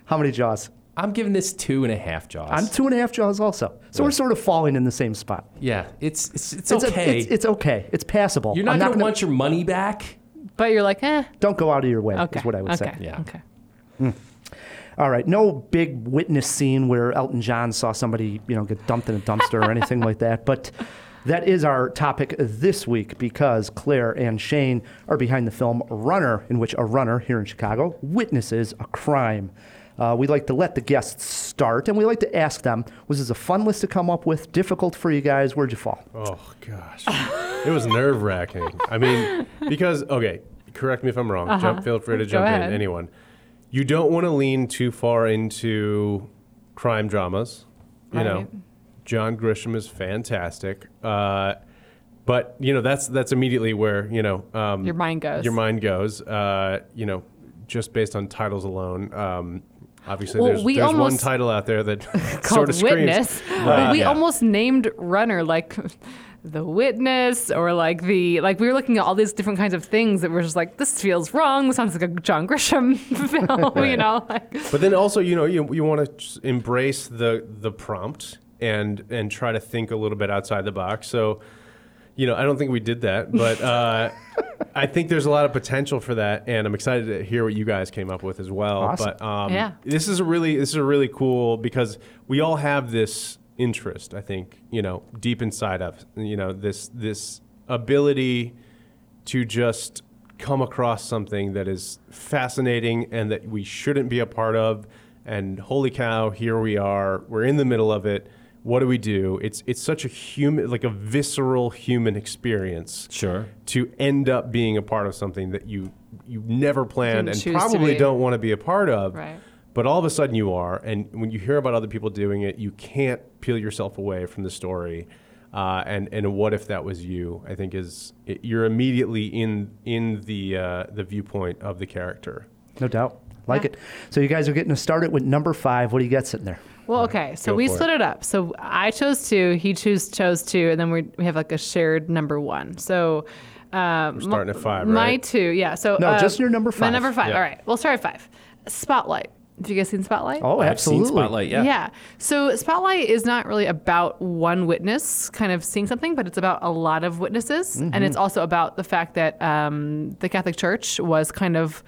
Speaker 2: How many jaws?
Speaker 1: I'm giving this two and a half jaws.
Speaker 2: I'm two and a half jaws also. So we're sort of falling in the same spot.
Speaker 1: yeah, it's it's, it's,
Speaker 2: a-
Speaker 1: okay.
Speaker 2: it's, it's okay. It's passable.
Speaker 1: you're not,
Speaker 2: I'm
Speaker 1: gonna,
Speaker 2: gonna-
Speaker 1: want your money back.
Speaker 4: But you're like, eh.
Speaker 2: Don't go out of your way.
Speaker 4: Okay.
Speaker 2: Is what I would say.
Speaker 4: okay.
Speaker 1: Yeah.
Speaker 4: Okay.
Speaker 2: All right. No big witness scene where Elton John saw somebody, you know, get dumped in a dumpster or anything like that. But that is our topic this week because Claire and Shane are behind the film Runner, in which a runner here in Chicago witnesses a crime. Uh, we like to let the guests start, and we like to ask them: Was this a fun list to come up with? Difficult for you guys? Where'd you fall?
Speaker 5: Oh gosh, it was nerve wracking. I mean, because okay, correct me if I'm wrong. Jump, feel free to
Speaker 4: Uh-huh. Go
Speaker 5: jump
Speaker 4: ahead.
Speaker 5: in. Anyone, you don't want to lean too far into crime dramas. You know,
Speaker 4: Right.
Speaker 5: John Grisham is fantastic, uh, but you know that's that's immediately where you know um,
Speaker 4: Your mind goes.
Speaker 5: Your mind goes. Uh, you know, just based on titles alone. Um, obviously,
Speaker 4: Well,
Speaker 5: there's,
Speaker 4: we
Speaker 5: there's one
Speaker 4: almost-
Speaker 5: title out there that
Speaker 4: called
Speaker 5: sort of screams.
Speaker 4: Witness.
Speaker 5: Right,
Speaker 4: we
Speaker 5: yeah.
Speaker 4: almost named Runner like the Witness or like the like we were looking at all these different kinds of things that were just like this feels wrong. This sounds like a John Grisham film, you know? Like
Speaker 5: But then also, you know, you, you want to embrace the the prompt and and try to think a little bit outside the box. So, you know, I don't think we did that, but uh, I think there's a lot of potential for that, and I'm excited to hear what you guys came up with as well.
Speaker 2: Awesome.
Speaker 5: But um,
Speaker 4: Yeah.
Speaker 5: this is a really this is a really cool because we all have this interest. I think you know deep inside of you know this this ability to just come across something that is fascinating and that we shouldn't be a part of and holy cow here we are we're in the middle of it what do we do it's it's such a human like a visceral human experience
Speaker 1: Sure.
Speaker 5: to end up being a part of something that you you never planned
Speaker 4: Didn't
Speaker 5: and
Speaker 4: choose to
Speaker 5: probably
Speaker 4: be.
Speaker 5: don't want to be a part of
Speaker 4: Right.
Speaker 5: but all of a sudden you are and when you hear about other people doing it you can't peel yourself away from the story uh, and and what if that was you i think is it, you're immediately in in the uh, the viewpoint of the character
Speaker 2: No doubt. Like it. So you guys are getting to start it with number five. What do you got sitting there?
Speaker 4: Well, okay. So
Speaker 5: Go
Speaker 4: we
Speaker 5: for it.
Speaker 4: split it. up. So I chose two, he choose chose two, and then we we have like a shared number one. So um, We're
Speaker 5: starting at five,
Speaker 4: My
Speaker 5: right?
Speaker 4: two, yeah. So
Speaker 2: No,
Speaker 4: uh,
Speaker 2: just your number
Speaker 4: My
Speaker 2: five.
Speaker 4: number five.
Speaker 5: Yeah.
Speaker 4: All right, we'll start at five. Spotlight. Have you guys seen Spotlight?
Speaker 2: Oh,
Speaker 1: I've seen
Speaker 2: absolutely.
Speaker 1: Spotlight. Yeah.
Speaker 4: So Spotlight is not really about one witness kind of seeing something, but it's about a lot of
Speaker 1: Mm-hmm.
Speaker 4: witnesses. And it's also about the fact that um, the Catholic Church was kind of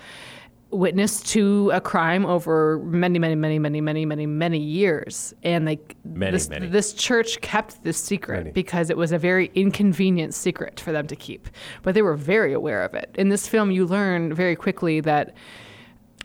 Speaker 4: witness to a crime over many, many, many, many, many, many, many years. And like
Speaker 1: Many,
Speaker 4: this,
Speaker 1: many.
Speaker 4: this church kept this secret because it was a very inconvenient secret for them to keep. But they were very aware of it. In this film, you learn very quickly that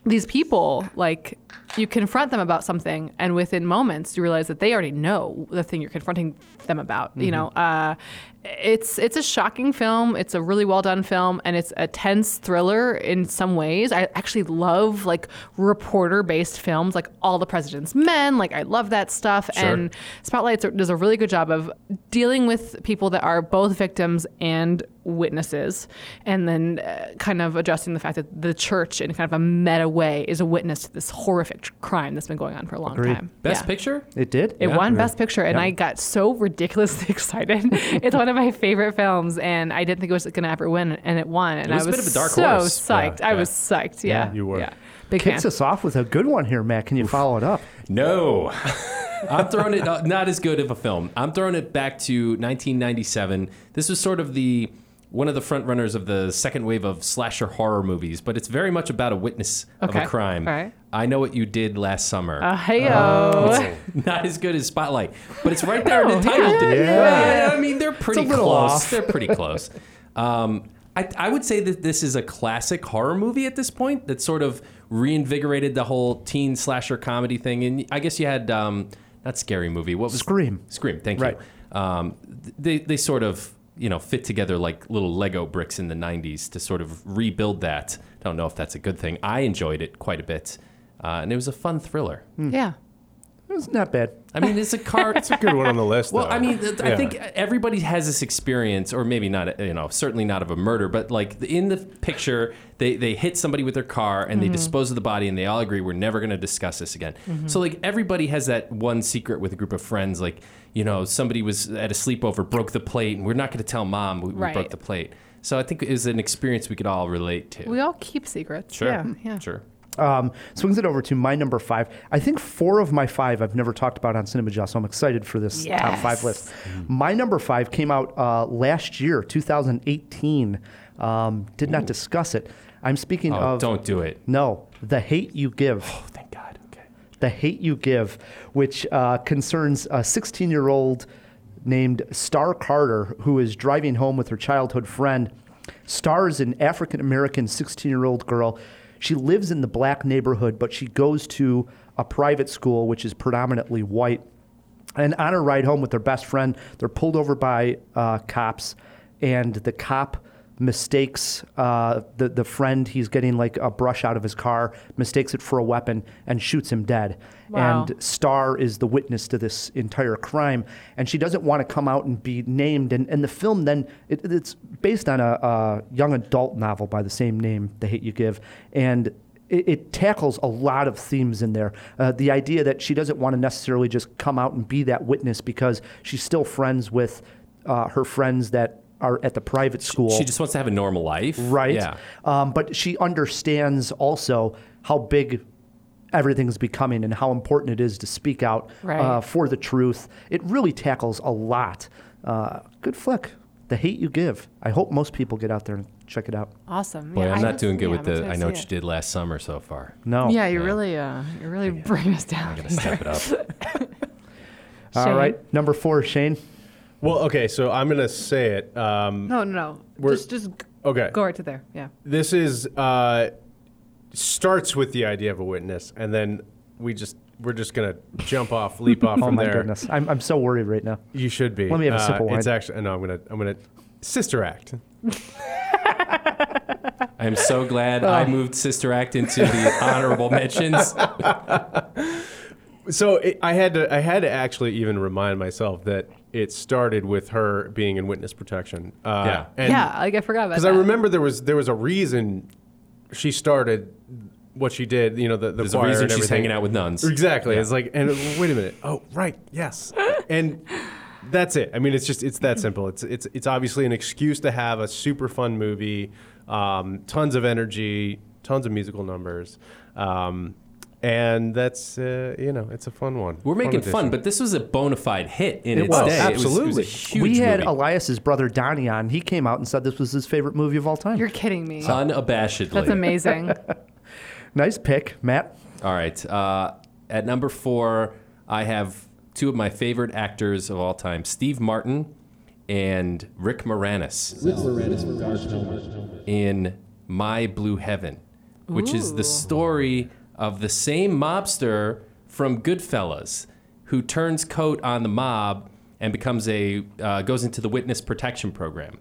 Speaker 4: these people, like, you confront them about something, and within moments, you realize that they already know the thing you're confronting them about. You know, uh, it's it's a shocking film. It's a really well done film, and it's a tense thriller in some ways. I actually love like reporter based films, like All the President's Men. Like, I love that stuff. And Spotlight does a really good job of dealing with people that are both victims and witnesses, and then uh, kind of addressing the fact that the church, in kind of a meta way, is a witness to this horrific crime that's been going on for a long time.
Speaker 1: Best
Speaker 4: Yeah.
Speaker 1: picture?
Speaker 2: It did.
Speaker 4: It won Best Picture, and I got so ridiculously excited. it's one of my favorite films, and I didn't think it was going to ever win, and it won. And
Speaker 1: It was
Speaker 4: I
Speaker 1: a
Speaker 4: was
Speaker 1: bit of a dark
Speaker 4: so
Speaker 1: horse.
Speaker 4: psyched.
Speaker 1: Yeah,
Speaker 4: I
Speaker 1: yeah.
Speaker 4: was psyched. Yeah,
Speaker 5: you were.
Speaker 4: Yeah. Big fan.
Speaker 2: Kicks us off with a good one here, Matt. Can you follow it up?
Speaker 1: No. I'm throwing it uh, not as good of a film. I'm throwing it back to 1997. This was sort of the one of the front runners of the second wave of slasher horror movies, but it's very much about a witness of
Speaker 4: Okay.
Speaker 1: a crime.
Speaker 4: All right. Uh-huh.
Speaker 1: I know what you did last summer.
Speaker 4: Uh, Heyo.
Speaker 1: Oh. not as good as Spotlight, but it's right there
Speaker 2: Oh,
Speaker 1: in the title. Yeah, I mean they're pretty
Speaker 2: little
Speaker 1: close.
Speaker 2: off.
Speaker 1: They're pretty close. Um, I, I would say that this is a classic horror movie at this point that sort of reinvigorated the whole teen slasher comedy thing. And I guess you had um, not scary movie. What was
Speaker 2: Scream.
Speaker 1: Scream. Thank
Speaker 2: Right.
Speaker 1: you. Um, th- they they sort of you know fit together like little Lego bricks in the '90s to sort of rebuild that. I don't know if that's a good thing. I enjoyed it quite a bit, uh, and it was a fun thriller.
Speaker 4: Yeah.
Speaker 2: It was not bad.
Speaker 1: I mean, it's a car. it's a
Speaker 5: Good one on the list.
Speaker 1: well,
Speaker 5: though.
Speaker 1: I mean, th- I
Speaker 5: Yeah.
Speaker 1: think everybody has this experience, or maybe not, you know, certainly not of a murder, but like in the picture, they, they hit somebody with their car and
Speaker 4: Mm-hmm.
Speaker 1: they dispose of the body and they all agree we're never going to discuss this again. So, like, everybody has that one secret with a group of friends. Like, you know, somebody was at a sleepover, broke the plate, and we're not going to tell mom we, we broke
Speaker 4: Right.
Speaker 1: the plate. So, I think it was an experience we could all relate to.
Speaker 4: We all keep secrets.
Speaker 1: sure.
Speaker 4: Yeah. Yeah.
Speaker 1: Sure.
Speaker 2: Um, swings it over to my number five. I think four of my five I've never talked about on Cinema Jaw, so I'm excited for this top
Speaker 4: Yes.
Speaker 2: five list.
Speaker 1: Mm-hmm.
Speaker 2: My number five came out uh, last year, 2018. Um, did not discuss it. I'm speaking
Speaker 1: Oh,
Speaker 2: of
Speaker 1: don't do it.
Speaker 2: no, the hate you give.
Speaker 1: Oh, thank God. Okay.
Speaker 2: The Hate You Give, which uh, concerns a 16 year old named Star Carter, who is driving home with her childhood friend. Star is an African American 16 year old girl. She lives in the black neighborhood, but she goes to a private school, which is predominantly white. And on her ride home with her best friend, they're pulled over by uh, cops, and the cop mistakes uh, the the friend. He's getting like a brush out of his car, mistakes it for a weapon, and shoots him dead.
Speaker 4: Wow.
Speaker 2: And Star is the witness to this entire crime, and she doesn't want to come out and be named. And, and the film then it, it's based on a, a young adult novel by the same name, The Hate You Give, and it, it tackles a lot of themes in there. Uh, the idea that she doesn't want to necessarily just come out and be that witness because she's still friends with uh, her friends that are at the private school
Speaker 1: She just wants to have a normal life.
Speaker 2: right?
Speaker 1: Yeah.
Speaker 2: Um, but she understands also how big everything's becoming and how important it is to speak out
Speaker 4: Right.
Speaker 2: uh, for the truth. It really tackles a lot. Uh, good flick. The Hate You Give. I hope most people get out there and check it out.
Speaker 4: Awesome.
Speaker 1: Boy,
Speaker 4: yeah,
Speaker 1: I'm
Speaker 4: I
Speaker 1: not
Speaker 4: haven't
Speaker 1: doing
Speaker 4: seen-
Speaker 1: good
Speaker 4: yeah,
Speaker 1: with
Speaker 4: I'm
Speaker 1: the
Speaker 4: excited
Speaker 1: I
Speaker 4: to
Speaker 1: know what
Speaker 4: see
Speaker 1: you did Oh, last summer so far.
Speaker 2: No.
Speaker 4: it. Yeah, you're really, uh, you're really bringing us down.
Speaker 1: Gotta step it up.
Speaker 2: All
Speaker 4: Shane?
Speaker 2: right. Number four, Shane.
Speaker 5: Well, okay, so I'm gonna say it. Um,
Speaker 4: No, no, no.
Speaker 5: We're-
Speaker 4: just, just
Speaker 5: okay,
Speaker 4: go right to there. Yeah.
Speaker 5: this is uh, starts with the idea of a witness, and then we just we're just gonna jump off, leap off
Speaker 2: Oh,
Speaker 5: from
Speaker 2: my
Speaker 5: there.
Speaker 2: goodness. I'm, I'm so worried right now.
Speaker 5: You should be.
Speaker 2: Let me have a
Speaker 5: Uh,
Speaker 2: sip of wine.
Speaker 5: It's actually no. I'm gonna I'm gonna sister act.
Speaker 1: I am so glad I moved Sister Act into the honorable mentions.
Speaker 5: So it, I had to I had to actually even remind myself that it started with her being in witness protection. Uh,
Speaker 1: Yeah.
Speaker 5: and-
Speaker 4: yeah, like I forgot about
Speaker 5: because
Speaker 4: that.
Speaker 5: I remember there was there was a reason she started what she did. You know, the, the
Speaker 1: There's a
Speaker 5: choir
Speaker 1: reason
Speaker 5: and
Speaker 1: she's
Speaker 5: everything.
Speaker 1: hanging out with nuns.
Speaker 5: Exactly. It's like, and wait a minute. Oh, right. Yes. And that's it. I mean, it's just it's that simple. It's it's it's obviously an excuse to have a super fun movie, um, tons of energy, tons of musical numbers. Um, and that's uh, you know it's a fun one.
Speaker 1: We're making fun,
Speaker 5: edition.
Speaker 1: but this was a bona fide hit in
Speaker 2: It
Speaker 1: its
Speaker 2: was.
Speaker 1: day. It It was,
Speaker 5: Absolutely.
Speaker 1: a huge
Speaker 2: we had
Speaker 1: movie.
Speaker 2: Elias's brother Donnie on. He came out and said this was his favorite movie of all time.
Speaker 4: You're kidding me.
Speaker 1: unabashedly.
Speaker 4: That's amazing.
Speaker 2: Nice pick, Matt.
Speaker 1: All right. Uh, at number four, I have two of my favorite actors of all time Steve Martin and Rick Moranis. In My Blue Heaven, which is the story of the same mobster from Goodfellas who turns coat on the mob and becomes a uh, goes into the witness protection program.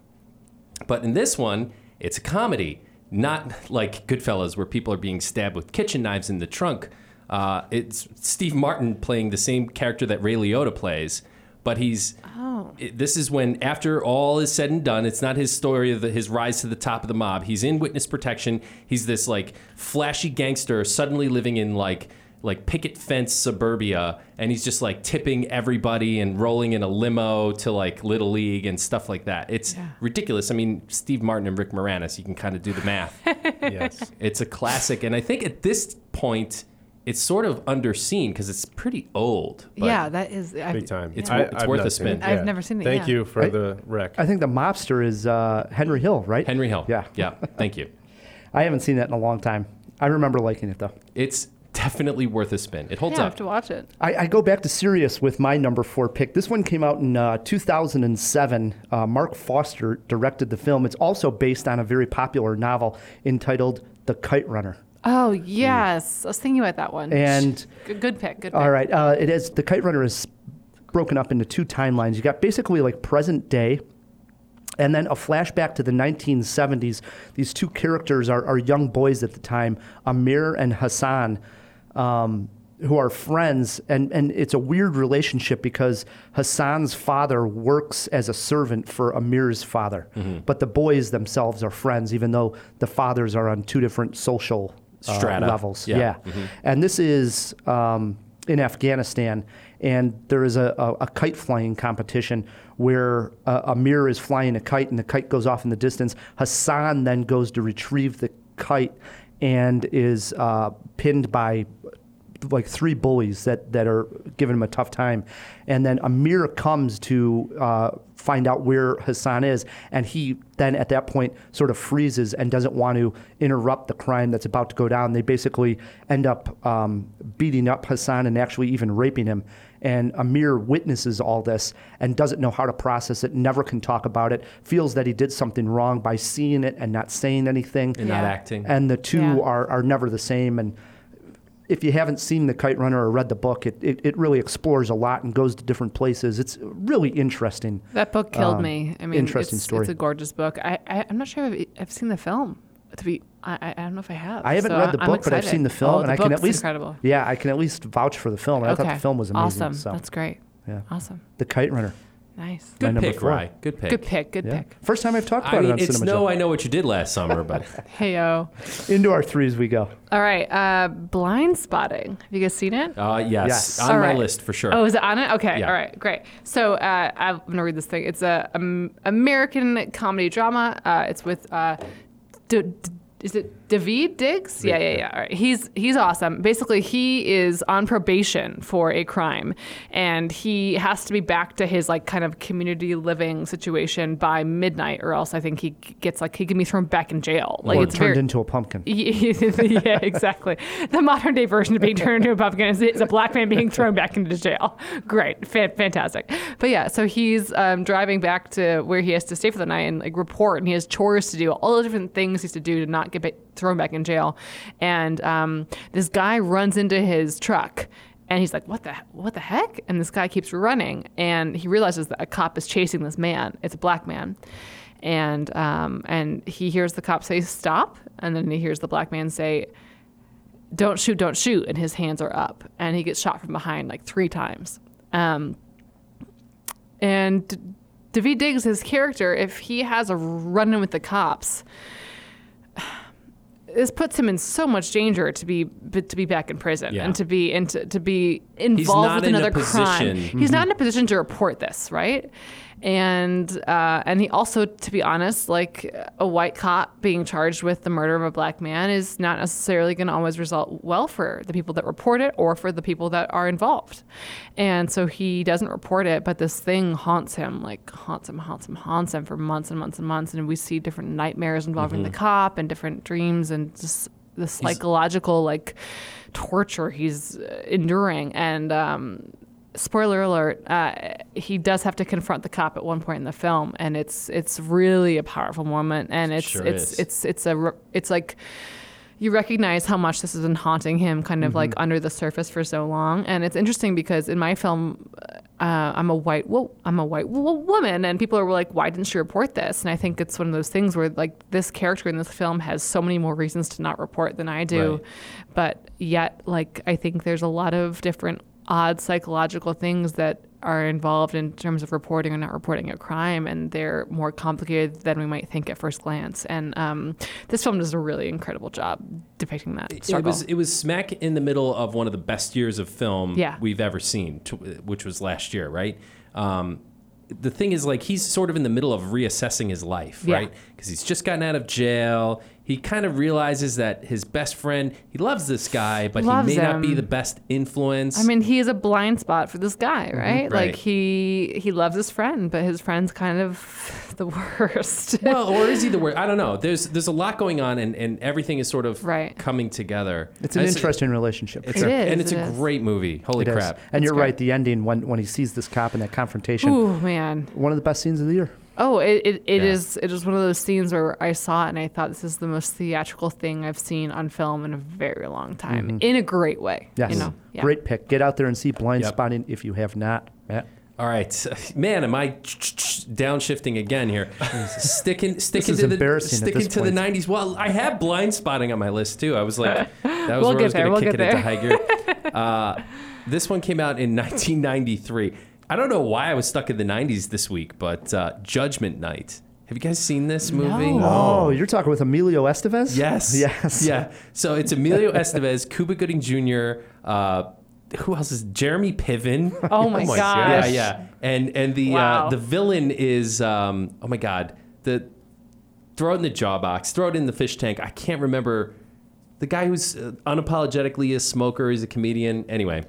Speaker 1: But in this one, it's a comedy, not like Goodfellas, where people are being stabbed with kitchen knives in the trunk. Uh, it's Steve Martin playing the same character that Ray Liotta plays, but he's. it- this is when, after all is said and done, it's not his story of the, his rise to the top of the mob. He's in witness protection. He's this like flashy gangster suddenly living in like like picket fence suburbia and he's just like tipping everybody and rolling in a limo to like little league and stuff like that it's ridiculous i mean steve martin and rick moranis you can kind of do the math
Speaker 5: yes.
Speaker 1: it's a classic and i think at this point it's sort of underseen because it's pretty old but
Speaker 4: yeah, that is. I,
Speaker 5: Big time.
Speaker 1: It's
Speaker 4: yeah.
Speaker 1: wo- it's
Speaker 5: I've
Speaker 1: worth
Speaker 5: not
Speaker 1: a
Speaker 5: seen it.
Speaker 1: spin.
Speaker 4: I've never seen it,
Speaker 5: Thank
Speaker 4: yeah.
Speaker 5: you for the rec.
Speaker 2: I think the mobster is uh, Henry Hill, right?
Speaker 1: henry hill
Speaker 2: Yeah.
Speaker 1: yeah thank you
Speaker 2: I haven't seen that in a long time. I remember liking it though.
Speaker 1: it's definitely worth a spin it
Speaker 4: yeah,
Speaker 1: holds
Speaker 4: I have
Speaker 1: up
Speaker 4: to watch it.
Speaker 2: I, I go back to Sirius with my number four pick. This one came out in uh, 2007. Uh, Mark Foster directed the film. It's also based on a very popular novel entitled The Kite Runner.
Speaker 4: Oh
Speaker 1: Hmm.
Speaker 4: yes, I was thinking about that one.
Speaker 2: And
Speaker 4: good, good pick. Good pick.
Speaker 2: All right. Uh, it is the Kite Runner is broken up into two timelines. You got basically like present day, and then a flashback to the 1970s. These two characters are, are young boys at the time, Amir and Hassan, um, who are friends, and and it's a weird relationship because Hassan's father works as a servant for Amir's father, but the boys themselves are friends, even though the fathers are on two different social uh,
Speaker 1: Strata.
Speaker 2: levels.
Speaker 1: Yeah.
Speaker 2: yeah. And this is um, in Afghanistan, and there is a, a, a kite flying competition where uh, Amir is flying a kite and the kite goes off in the distance. Hassan then goes to retrieve the kite and is uh, pinned by like three bullies that, that are giving him a tough time. And then Amir comes to uh, find out where Hassan is. And he then at that point sort of freezes and doesn't want to interrupt the crime that's about to go down. They basically end up um, beating up Hassan and actually even raping him. And Amir witnesses all this and doesn't know how to process it, never can talk about it, feels that he did something wrong by seeing it and not saying anything.
Speaker 1: and not
Speaker 4: Yeah.
Speaker 1: acting
Speaker 2: And the two
Speaker 4: Yeah.
Speaker 2: are, are never the same. And if you haven't seen The Kite Runner or read the book, it, it, it really explores a lot and goes to different places. It's really interesting.
Speaker 4: That book killed
Speaker 2: Um,
Speaker 4: me. I mean,
Speaker 2: interesting
Speaker 4: it's,
Speaker 2: story.
Speaker 4: It's a gorgeous book. I, I I'm not sure if I've seen the film. To be, I, I I don't know if I have.
Speaker 2: I haven't
Speaker 4: So
Speaker 2: read the
Speaker 4: I'm
Speaker 2: book, but I've
Speaker 4: excited.
Speaker 2: seen the film,
Speaker 4: Oh,
Speaker 2: and
Speaker 4: the
Speaker 2: I can at
Speaker 4: book's
Speaker 2: least
Speaker 4: incredible.
Speaker 2: yeah, I can at least vouch for the film. And I thought the film was amazing.
Speaker 4: Awesome.
Speaker 2: So
Speaker 4: That's great.
Speaker 2: Yeah.
Speaker 4: Awesome.
Speaker 2: The Kite Runner,
Speaker 4: Nice.
Speaker 2: my
Speaker 1: good
Speaker 2: number
Speaker 1: pick
Speaker 2: four.
Speaker 1: rye good pick
Speaker 4: Good pick. Good
Speaker 2: yeah.
Speaker 4: pick.
Speaker 2: First time I've talked about
Speaker 1: I
Speaker 2: it
Speaker 1: mean,
Speaker 2: on
Speaker 1: it's
Speaker 2: Cinema
Speaker 1: no, I know what you did last summer, but
Speaker 4: Heyo.
Speaker 2: Into our threes we go.
Speaker 4: All right. Uh, blind spotting. Have you guys seen it?
Speaker 1: uh, yes,
Speaker 2: Yes.
Speaker 1: on
Speaker 4: All
Speaker 1: my
Speaker 4: right.
Speaker 1: list for sure.
Speaker 4: Oh, is it on it? Okay,
Speaker 1: Yeah.
Speaker 4: all right, great. So uh, I'm gonna read this thing. It's a um, American comedy drama. Uh, it's with uh, D- D- is it David Diggs? Yeah, yeah, yeah. All right. He's he's awesome. Basically, he is on probation for a crime, and he has to be back to his like kind of community living situation by midnight, or else I think he g- gets like he can be thrown back in jail. Like
Speaker 2: or
Speaker 4: it's
Speaker 2: turned
Speaker 4: very,
Speaker 2: into a pumpkin.
Speaker 4: yeah, exactly. The modern day version of being turned into a pumpkin is, is a black man being thrown back into jail. Great, Fan fantastic. But yeah, so he's um, driving back to where he has to stay for the night and like report, and he has chores to do, all the different things he has to do to not get ba- thrown back in jail. And um, this guy runs into his truck. And he's like, "What the what the heck?" And this guy keeps running, and he realizes that a cop is chasing this man. It's a black man, and um, and he hears the cop say stop, and then he hears the black man say, "Don't shoot, don't shoot," and his hands are up, and he gets shot from behind like three times. Um, and D- David Diggs, his character, if he has a run-in with the cops, this puts him in so much danger to be to be back in prison
Speaker 1: Yeah.
Speaker 4: and to be and to, to be involved
Speaker 1: not
Speaker 4: with
Speaker 1: in a
Speaker 4: another crime.
Speaker 1: position-
Speaker 4: He's not in a position to report this, right? And uh, and he also, to be honest, like a white cop being charged with the murder of a black man is not necessarily going to always result well for the people that report it or for the people that are involved. And so he doesn't report it, but this thing haunts him, like haunts him, haunts him, haunts him for months and months and months. And we see different nightmares involving the cop and different dreams and just the psychological like torture he's uh, enduring. And um, spoiler alert, uh, he does have to confront the cop at one point in the film, and it's it's really a powerful moment, and it's
Speaker 1: Sure
Speaker 4: it's,
Speaker 1: is.
Speaker 4: it's it's a re- it's like you recognize how much this has been haunting him kind
Speaker 1: Mm-hmm.
Speaker 4: of like under the surface for so long and it's interesting because in my film uh, I'm a white wo- I'm a white wo- woman and people are like why didn't she report this and I think it's one of those things where like this character in this film has so many more reasons to not report than I do
Speaker 1: Right.
Speaker 4: but yet like I think there's a lot of different odd psychological things that are involved in terms of reporting or not reporting a crime, and they're more complicated than we might think at first glance. And um, this film does a really incredible job depicting that
Speaker 1: It
Speaker 4: struggle.
Speaker 1: was it was smack in the middle of one of the best years of film
Speaker 4: Yeah.
Speaker 1: we've ever seen, t- which was last year, right? Um, the thing is, like, he's sort of in the middle of reassessing his life,
Speaker 4: Yeah.
Speaker 1: right? Because he's just gotten out of jail. He kind of realizes that his best friend, he loves this guy, but
Speaker 4: Loves
Speaker 1: he may not be
Speaker 4: him.
Speaker 1: the best influence.
Speaker 4: I mean, he is a blind spot for this guy,
Speaker 2: Mm-hmm,
Speaker 4: right?
Speaker 1: Right.
Speaker 4: Like he he loves his friend, but his friend's kind of the worst.
Speaker 1: well, or is he the worst? I don't know. There's there's a lot going on, and, and everything is sort of
Speaker 4: Right.
Speaker 1: coming together.
Speaker 2: It's an
Speaker 1: And
Speaker 2: interesting relationship.
Speaker 1: It's
Speaker 4: It
Speaker 1: a-
Speaker 4: is,
Speaker 1: and it's
Speaker 4: it
Speaker 1: a
Speaker 4: is.
Speaker 1: great movie. Holy
Speaker 2: It is.
Speaker 1: crap!
Speaker 2: And you're
Speaker 4: great.
Speaker 2: right. The ending when when he sees this cop in that confrontation,
Speaker 4: Ooh man.
Speaker 2: one of the best scenes of the year.
Speaker 4: Oh, it it, it
Speaker 1: Yeah.
Speaker 4: is- it is one of those scenes where I saw it and I thought this is the most theatrical thing I've seen on film in a very long time. In a great way.
Speaker 2: Mm-hmm. Yes.
Speaker 4: You know? Yeah.
Speaker 2: Great pick. Get out there and see Blind
Speaker 1: Yep.
Speaker 2: Spotting if you have not. Matt.
Speaker 1: All right, man, am I downshifting again here? sticking, sticking
Speaker 2: is
Speaker 1: to the
Speaker 2: embarrassing at
Speaker 1: sticking
Speaker 2: this
Speaker 1: to the
Speaker 2: point.
Speaker 1: '90s. Well, I have blind spotting on my list too. I was like, that was
Speaker 4: We'll
Speaker 1: where I
Speaker 4: get
Speaker 1: was going
Speaker 4: there,
Speaker 1: to
Speaker 4: we'll
Speaker 1: kick it
Speaker 4: get
Speaker 1: into high gear. Uh, this one came out in 1993. I don't know why I was stuck in the '90s this week, but uh, Judgment Night. Have you guys seen this movie?
Speaker 2: Oh, you're talking with Emilio Estevez?
Speaker 1: Yes.
Speaker 2: Yes.
Speaker 1: Yeah. So it's Emilio Estevez, Cuba Gooding Jr. Uh, who else is Jeremy Piven?
Speaker 4: Oh my, gosh.
Speaker 5: my gosh.
Speaker 1: Yeah, yeah. And and the uh,
Speaker 4: Wow.
Speaker 1: the villain is um, oh my god the throw it in the jaw box, throw it in the fish tank. I can't remember the guy who's uh, unapologetically a smoker. He's a comedian. Anyway,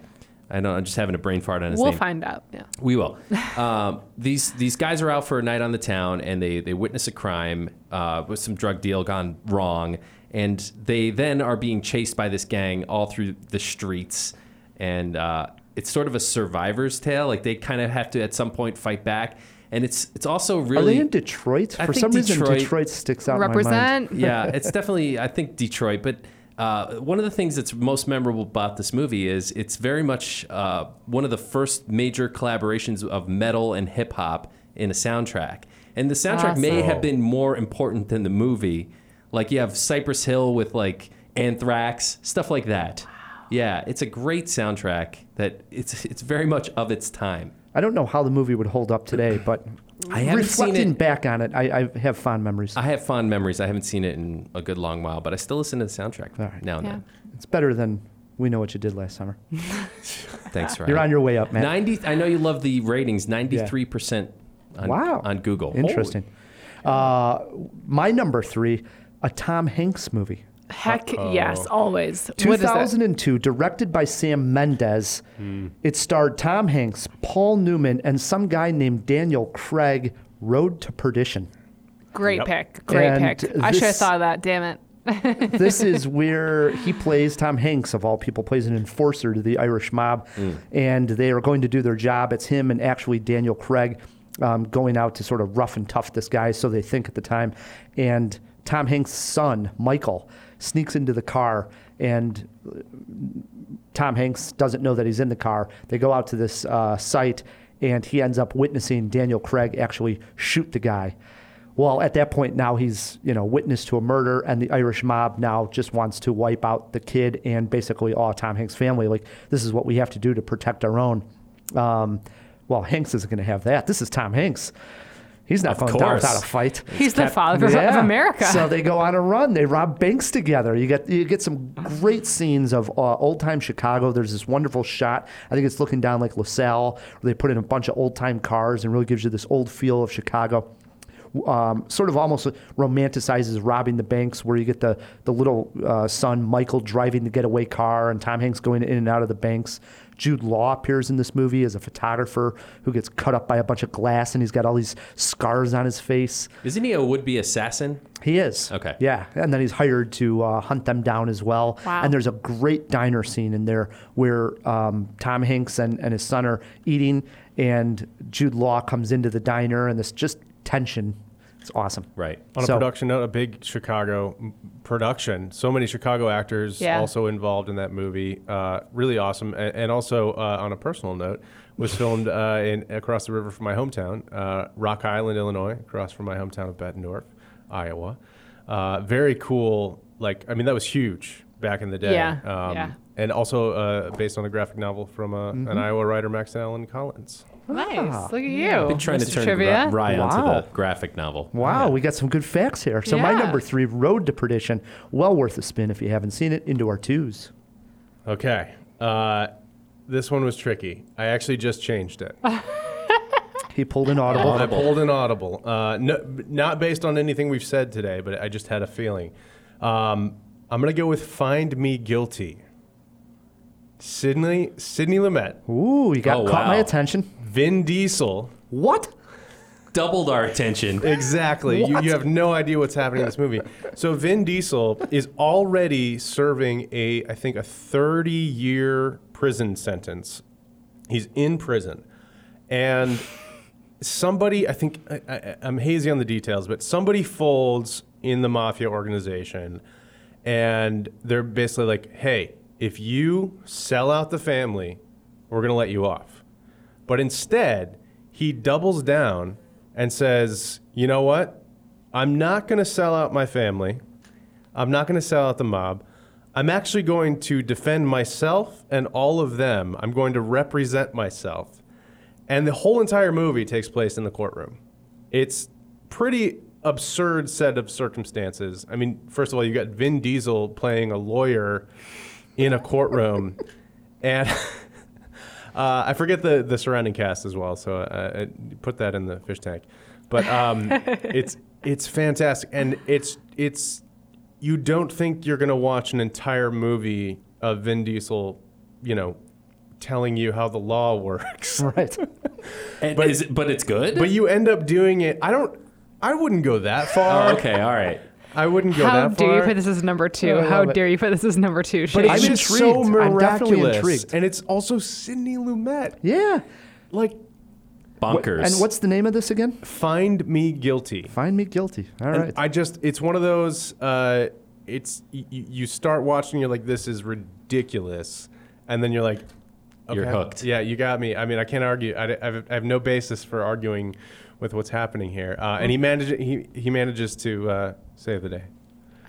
Speaker 1: I know I'm just having a brain fart on his
Speaker 4: We'll
Speaker 1: name.
Speaker 4: find out. Yeah.
Speaker 1: We will. Um, these these guys are out for a night on the town, and they they witness a crime uh, with some drug deal gone wrong, and they then are being chased by this gang all through the streets, and uh, it's sort of a survivor's tale. Like they kind of have to at some point fight back, and it's it's also
Speaker 2: Are
Speaker 1: really
Speaker 2: they in Detroit?
Speaker 1: I
Speaker 2: For
Speaker 1: think
Speaker 2: some reason,
Speaker 1: Detroit-
Speaker 2: Detroit sticks out in my mind.
Speaker 4: Represent.
Speaker 1: yeah, it's definitely I think Detroit. But uh, one of the things that's most memorable about this movie is it's very much uh, one of the first major collaborations of metal and hip hop in a soundtrack. And the soundtrack may have been more important than the movie. Like you have Cypress Hill with like Anthrax, stuff like that. Yeah, it's a great soundtrack that it's it's very much of its time.
Speaker 2: I don't know how the movie would hold up today, but
Speaker 1: I haven't seen
Speaker 2: reflecting
Speaker 1: it- Uh.
Speaker 2: back on it, I, I have fond memories.
Speaker 1: I have fond memories. I haven't seen it in a good long while, but I still listen to the soundtrack
Speaker 2: All right.
Speaker 1: now and
Speaker 4: Yeah.
Speaker 1: then.
Speaker 2: it's better than We Know What You Did Last Summer.
Speaker 1: Thanks, Ryan.
Speaker 2: You're on your way up, man.
Speaker 1: 90 I know you love the ratings 93% on,
Speaker 2: Wow.
Speaker 1: on Google.
Speaker 2: Interesting. Uh, my number three, a Tom Hanks movie.
Speaker 4: Heck yes, always. What is that?
Speaker 2: 2002, directed by Sam Mendes. It starred Tom Hanks, Paul Newman, and some guy named Daniel Craig. Road to Perdition.
Speaker 4: Great pick. Great
Speaker 2: And
Speaker 4: pick. I should have
Speaker 2: this-
Speaker 4: thought of that. Damn it.
Speaker 2: this is where he plays Tom Hanks, of all people, plays an enforcer to the Irish mob, and they are going to do their job. It's him and actually Daniel Craig um, going out to sort of rough and tough this guy, so they think at the time. And Tom Hanks' son, Michael, sneaks into the car and Tom Hanks doesn't know that he's in the car. They go out to this uh, site, and he ends up witnessing Daniel Craig actually shoot the guy. Well, at that point, now he's you know witness to a murder, and the Irish mob now just wants to wipe out the kid and basically all of Tom Hanks' family. Like this is what we have to do to protect our own. Um, well, Hanks isn't going to have that. This is Tom Hanks. He's not going down
Speaker 1: course.
Speaker 2: without a fight.
Speaker 4: He's the father of- of America.
Speaker 2: So they go on a run. They rob banks together. You get you get some great scenes of uh, old time Chicago. There's this wonderful shot. I think it's looking down like LaSalle. Where they put in a bunch of old time cars and really gives you this old feel of Chicago. Um, sort of almost romanticizes robbing the banks, where you get the the little uh, son Michael driving the getaway car and Tom Hanks going in and out of the banks, Jude Law appears in this movie as a photographer who gets cut up by a bunch of glass and he's got all these scars on his face.
Speaker 1: Isn't he a would-be assassin?
Speaker 2: He is.
Speaker 1: Okay.
Speaker 2: Yeah, and then he's hired to uh, hunt them down as well.
Speaker 4: Wow.
Speaker 2: And there's a great diner scene in there where um, Tom Hanks and, and his son are eating, and Jude Law comes into the diner, and this just tension. It's awesome.
Speaker 1: Right.
Speaker 5: on a
Speaker 2: So-
Speaker 5: production note, a big Chicago m- production. So many Chicago actors
Speaker 4: Yeah.
Speaker 5: also involved in that movie. Uh, really awesome. And, and also uh, on a personal note, was filmed uh, in across the river from my hometown, uh, Rock Island, Illinois, across from my hometown of Bettendorf, Iowa. Uh, very cool. Like I mean, that was huge back in the day. Um,
Speaker 4: Yeah, yeah.
Speaker 5: And also uh, based on a graphic novel from uh,
Speaker 1: Mm-hmm.
Speaker 5: an Iowa writer, Max Allen Collins.
Speaker 4: Nice. Look at you.
Speaker 1: Been trying to
Speaker 4: Mr.
Speaker 1: turn
Speaker 4: Ah. trivia.
Speaker 1: Ra- Rye onto
Speaker 2: Wow.
Speaker 1: the graphic novel.
Speaker 2: Wow, we got some good facts here. So my
Speaker 4: Yeah.
Speaker 2: number three, Road to Perdition, well worth a spin if you haven't seen it. Into our twos.
Speaker 5: Okay. Uh, this one was tricky. I actually just changed it.
Speaker 2: He pulled an audible.
Speaker 1: Oh,
Speaker 5: I pulled an audible. Uh, no, not based on anything we've said today, but I just had a feeling. Um, I'm gonna go with "Find Me Guilty." Sydney Sydney Lumet,
Speaker 2: Ooh, you got
Speaker 1: Oh,
Speaker 2: caught my
Speaker 1: wow.
Speaker 2: attention.
Speaker 5: Vin Diesel.
Speaker 2: What?
Speaker 1: Doubled our attention.
Speaker 5: Exactly. You, you have no idea what's happening in this movie. So Vin Diesel is already serving a, I think, a 30-year prison sentence. He's in prison, and somebody, I think, I, I, I'm hazy on the details, but somebody folds in the mafia organization, and they're basically like, "Hey, if you sell out the family, we're gonna let you off." But instead, he doubles down and says, you know what? I'm not going to sell out my family. I'm not going to sell out the mob. I'm actually going to defend myself and all of them. I'm going to represent myself. And the whole entire movie takes place in the courtroom. It's pretty absurd set of circumstances. I mean, first of all, you got Vin Diesel playing a lawyer in a courtroom. and uh, I forget the, the surrounding cast as well, so uh, I put that in the fish tank. But um, it's it's fantastic, and it's it's you don't think you're gonna watch an entire movie of Vin Diesel, you know, telling you how the law works,
Speaker 2: Right.
Speaker 1: And is it- but it's good?
Speaker 5: but you end up doing it. I don't. I wouldn't go that far.
Speaker 1: oh, okay, all right.
Speaker 5: I wouldn't go
Speaker 4: How
Speaker 5: that
Speaker 4: dare
Speaker 5: far.
Speaker 4: you put this as number two? How
Speaker 2: love it.
Speaker 4: dare you put this as number two?
Speaker 5: but
Speaker 4: Shane?
Speaker 5: it's
Speaker 2: I'm
Speaker 5: just so
Speaker 2: intrigued. I'm definitely
Speaker 5: miraculous,
Speaker 2: intrigued.
Speaker 5: and it's also Sidney Lumet.
Speaker 2: Yeah.
Speaker 5: Like,
Speaker 1: Bonkers.
Speaker 2: And what's the name of this again?
Speaker 5: find me guilty.
Speaker 2: Find me guilty. All right.
Speaker 5: And I just, it's one of those, uh, it's, y- y- you start watching, you're like, this is ridiculous. And then you're like,
Speaker 1: You're
Speaker 5: okay,
Speaker 1: hooked.
Speaker 5: Yeah, you got me. I mean, I can't argue. I, I have, I have no basis for arguing with what's happening here. Uh, and he, manage, he, he manages to uh, save the day.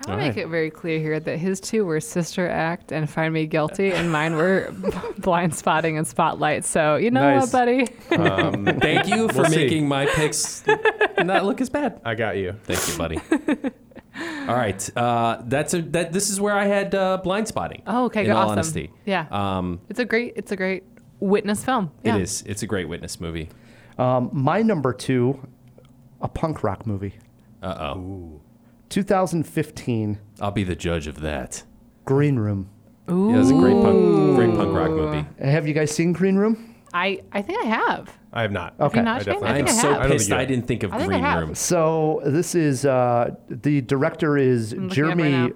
Speaker 4: I want to make it very clear here that his two were Sister Act and Find Me Guilty, and mine were Blind Spotting and Spotlight. So you know
Speaker 2: Nice.
Speaker 4: what, buddy?
Speaker 1: Thank you for
Speaker 5: We'll see.
Speaker 1: making my picks not look as bad.
Speaker 5: I got you.
Speaker 1: Thank you, buddy. All right, uh, that's a, that. This is where I had uh, blind spotting.
Speaker 4: Oh, okay,
Speaker 1: in
Speaker 4: good.
Speaker 1: all
Speaker 4: awesome.
Speaker 1: honesty,
Speaker 4: Yeah,
Speaker 1: um,
Speaker 4: it's a great, it's a great witness film. Yeah.
Speaker 1: it is. It's a great witness movie.
Speaker 2: My number two, a punk rock movie.
Speaker 1: Uh oh,
Speaker 2: 2015,
Speaker 1: I'll be the judge of that.
Speaker 2: Green Room.
Speaker 1: Yeah, it was a great punk, great punk rock movie.
Speaker 2: Have you guys seen Green Room?
Speaker 4: I, I think I have.
Speaker 5: I have not.
Speaker 2: Okay.
Speaker 4: Have you not,
Speaker 5: I
Speaker 4: Shane?
Speaker 5: definitely
Speaker 4: I
Speaker 1: I am
Speaker 4: think I
Speaker 1: so
Speaker 4: have.
Speaker 5: don't think
Speaker 1: pissed
Speaker 5: you-
Speaker 1: I didn't think of
Speaker 4: I think I
Speaker 1: Green
Speaker 4: have.
Speaker 1: Room.
Speaker 2: So this is uh, the director is
Speaker 4: looking it up right
Speaker 2: Jeremy
Speaker 4: now.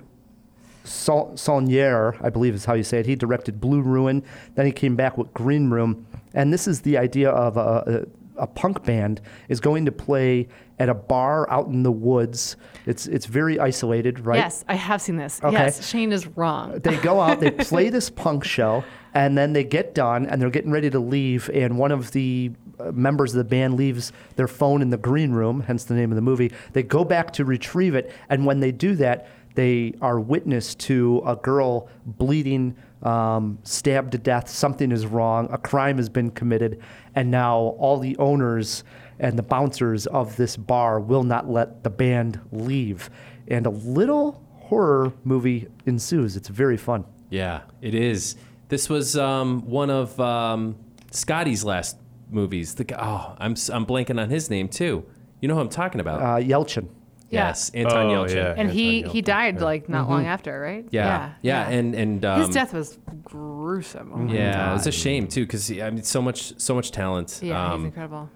Speaker 2: Sol- Saulnier, I believe is how you say it. He directed Blue Ruin, then he came back with Green Room, and this is the idea of a, a, a punk band is going to play at a bar out in the woods. It's it's very isolated, right?
Speaker 4: Yes, I have seen this.
Speaker 2: Okay.
Speaker 4: Yes, Shane is
Speaker 1: Uh,
Speaker 4: wrong.
Speaker 2: they go out, they play this punk show, and then they get done and they're getting ready to leave. And one of the uh, members of the band leaves their phone in the green room, hence the name of the movie. They go back to retrieve it, and when they do that, they are witness to a girl bleeding, um, stabbed to death. Something is wrong. A crime has been committed, and now all the owners and the bouncers of this bar will not let the band leave. And a little horror movie ensues. It's very fun.
Speaker 1: Yeah, it is. This was um, one of um, Scotty's last movies. The guy, oh, I'm s- I'm blanking on his name too. You know who I'm talking about?
Speaker 2: Uh, Yelchin.
Speaker 4: Yeah.
Speaker 1: Yes, Anton
Speaker 5: Oh,
Speaker 1: Yelchin.
Speaker 5: yeah.
Speaker 4: And he,
Speaker 5: Anton
Speaker 4: he
Speaker 5: Yelchin,
Speaker 4: died like not long after, right?
Speaker 1: Mm-hmm. Yeah. Yeah. And and um,
Speaker 4: his death was gruesome. Oh my
Speaker 1: Yeah, it
Speaker 4: God.
Speaker 1: was a shame too because I mean so much so much talent.
Speaker 4: yeah, he's
Speaker 1: um,
Speaker 4: incredible.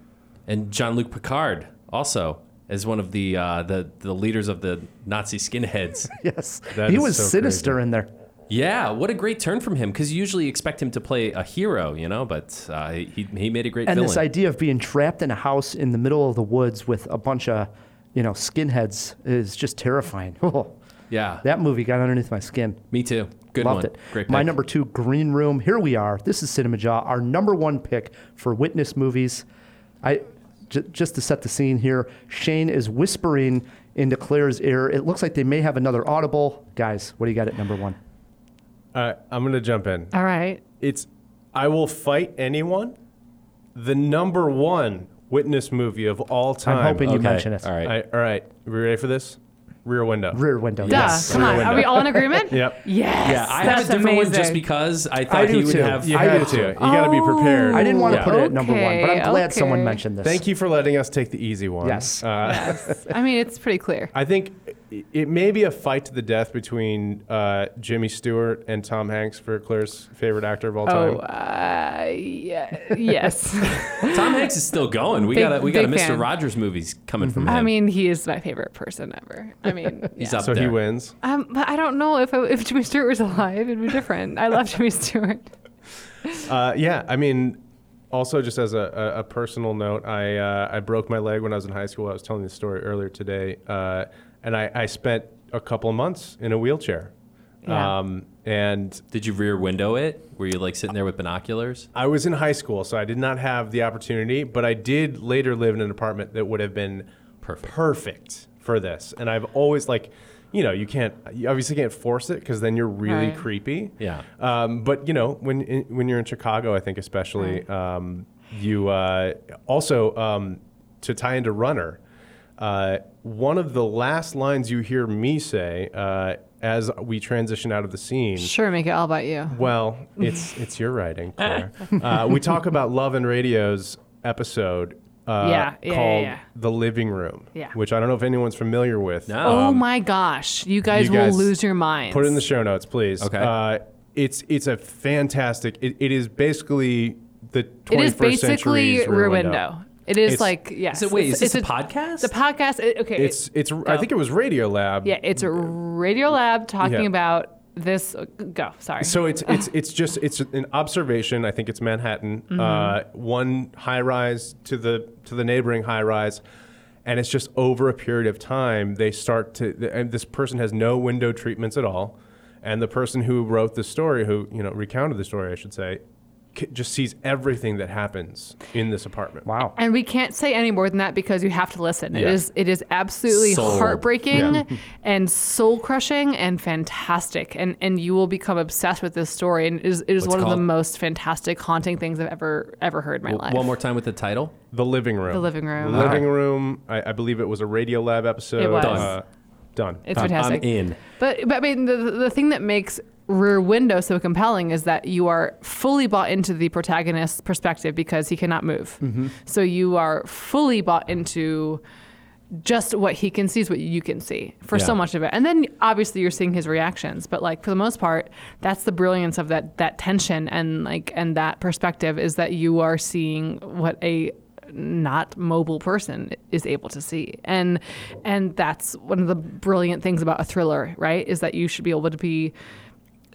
Speaker 1: and Jean Luc Picard also as one of the uh, the the leaders of the Nazi skinheads.
Speaker 2: Yes,
Speaker 5: That
Speaker 2: he
Speaker 5: is
Speaker 2: was
Speaker 5: so
Speaker 2: sinister in there.
Speaker 1: yeah, what a great turn from him because you usually expect him to play a hero, you know, but uh, he he made a great
Speaker 2: And
Speaker 1: villain.
Speaker 2: this idea of being trapped in a house in the middle of the woods with a bunch of, you know, skinheads is just terrifying. Oh,
Speaker 1: yeah,
Speaker 2: that movie got underneath my skin.
Speaker 1: me too. Good
Speaker 2: Loved
Speaker 1: one.
Speaker 2: it.
Speaker 1: Great.
Speaker 2: My
Speaker 1: pick.
Speaker 2: number two, Green Room. Here we are. This is Cinema Jaw, our number one pick for witness movies. I j- just to set the scene here. Shane is whispering into Claire's ear. It looks like they may have another audible. Guys, what do you got at number one?
Speaker 5: Uh, I'm going to jump in.
Speaker 4: All right.
Speaker 5: It's I will fight anyone. The number one witness movie of all time.
Speaker 2: I'm hoping you
Speaker 1: Okay,
Speaker 2: mention it.
Speaker 1: all right.
Speaker 5: I, all right. Are we ready for this? Rear window.
Speaker 2: Rear window.
Speaker 4: Duh.
Speaker 1: Yes.
Speaker 4: Come
Speaker 5: Rear
Speaker 4: on. Are
Speaker 5: window.
Speaker 4: we all in agreement?
Speaker 5: Yep.
Speaker 4: Yes.
Speaker 1: Yeah, I have
Speaker 4: that's
Speaker 1: a different
Speaker 4: amazing.
Speaker 1: one just because I Uh, thought
Speaker 2: do
Speaker 1: he would
Speaker 2: too.
Speaker 1: have.
Speaker 5: You
Speaker 2: I
Speaker 5: had
Speaker 2: do
Speaker 5: to.
Speaker 2: too.
Speaker 5: You got
Speaker 4: Oh.
Speaker 5: to be prepared.
Speaker 2: I didn't want to
Speaker 1: Yeah.
Speaker 2: put it at number one, but I'm
Speaker 4: Okay,
Speaker 2: glad someone
Speaker 4: okay.
Speaker 2: mentioned this.
Speaker 5: Thank you for letting us take the easy one.
Speaker 2: Yes.
Speaker 5: Uh,
Speaker 4: I mean, it's pretty clear.
Speaker 5: I think i- it may be a fight to the death between uh, Jimmy Stewart and Tom Hanks for Claire's favorite actor of all time.
Speaker 4: Oh, uh, yeah, yes.
Speaker 1: Tom Hanks is still going. We
Speaker 4: Big-
Speaker 1: got a, we got a
Speaker 4: big
Speaker 1: Mr.
Speaker 4: fan. Mm-hmm.
Speaker 1: Rogers movies coming from him.
Speaker 4: I mean, he is my favorite person ever. I mean,
Speaker 1: he's
Speaker 4: yeah.
Speaker 1: up
Speaker 5: so
Speaker 1: there.
Speaker 5: he wins.
Speaker 4: Um, but I don't know if I, if Jimmy Stewart was alive, it'd be different. I love Jimmy Stewart.
Speaker 5: Uh, yeah, I mean, also just as a, a, a personal note, I uh, I broke my leg when I was in high school. I was telling this story earlier today, uh, and I, I spent a couple of months in a wheelchair.
Speaker 4: Yeah.
Speaker 5: Um, and
Speaker 1: Did you rear window it? Were you like sitting there with binoculars?
Speaker 5: I was in high school, so I did not have the opportunity, but I did later live in an apartment that would have been
Speaker 1: Perfect.
Speaker 5: perfect for this. And I've always like, you know, you can't you obviously can't force it because then you're really
Speaker 4: Right.
Speaker 5: creepy.
Speaker 1: Yeah.
Speaker 5: Um, but you know, when in, when you're in Chicago, I think especially, um, you uh, also um, to tie into Runner. Uh, one of the last lines you hear me say uh, as we transition out of the scene
Speaker 4: Sure, make it all about you.
Speaker 5: well, it's it's your writing, Claire. uh, we talk about Love and Radio's episode uh,
Speaker 4: Yeah, yeah, yeah,
Speaker 5: called
Speaker 4: yeah.
Speaker 5: The Living Room,
Speaker 4: Yeah.
Speaker 5: which I don't know if anyone's familiar with.
Speaker 1: No.
Speaker 4: oh
Speaker 1: Um,
Speaker 4: my gosh, you guys,
Speaker 5: you guys
Speaker 4: will lose your minds.
Speaker 5: Put it in the show notes, please.
Speaker 1: Okay.
Speaker 5: Uh, it's it's a fantastic. It, it is basically the 21st
Speaker 4: It is basically
Speaker 5: century's
Speaker 4: Rear Window. It is
Speaker 5: It's-
Speaker 4: like yes.
Speaker 1: So wait,
Speaker 4: it's,
Speaker 1: is this
Speaker 4: it's
Speaker 1: a podcast?
Speaker 4: The podcast. It, okay. it-
Speaker 5: It's it's. I think it was Radio Lab.
Speaker 4: yeah, it's a Radio Lab talking
Speaker 5: Yeah.
Speaker 4: about this. uh, Go. Sorry.
Speaker 5: So it's it's it's just it's an observation. I think it's Manhattan,
Speaker 4: Mm-hmm.
Speaker 5: uh, one high rise to the to the neighboring high rise, and it's just over a period of time they start to. th- And this person has no window treatments at all, and the person who wrote the story, who you know recounted the story, I should say, c- just sees everything that happens in this apartment.
Speaker 2: Wow.
Speaker 4: And we can't say any more than that because you have to listen. It
Speaker 5: Yeah.
Speaker 4: is it is absolutely
Speaker 1: Sold.
Speaker 4: heartbreaking
Speaker 5: Yeah.
Speaker 4: and soul crushing and fantastic. And and you will become obsessed with this story. And it is, it is
Speaker 1: What's
Speaker 4: one of
Speaker 1: called-
Speaker 4: the most fantastic haunting things I've ever ever heard in my life.
Speaker 1: One more time with the title.
Speaker 5: The living room.
Speaker 4: The living room.
Speaker 5: The living room. I, I believe it was a Radio Lab episode.
Speaker 4: was.
Speaker 5: Uh, done.
Speaker 4: It's
Speaker 1: I'm-
Speaker 4: fantastic.
Speaker 1: I'm in.
Speaker 4: But, but I mean, the, the thing that makes Rear Window so compelling is that you are fully bought into the protagonist's perspective because he cannot move.
Speaker 1: Mm-hmm.
Speaker 4: So you are fully bought into just what he can see is what you can see for so
Speaker 1: Yeah.
Speaker 4: much of it. And then obviously you're seeing his reactions, but like for the most part, that's the brilliance of that that tension and like and that perspective is that you are seeing what a not mobile person is able to see. And and that's one of the brilliant things about a thriller, right? Is that you should be able to be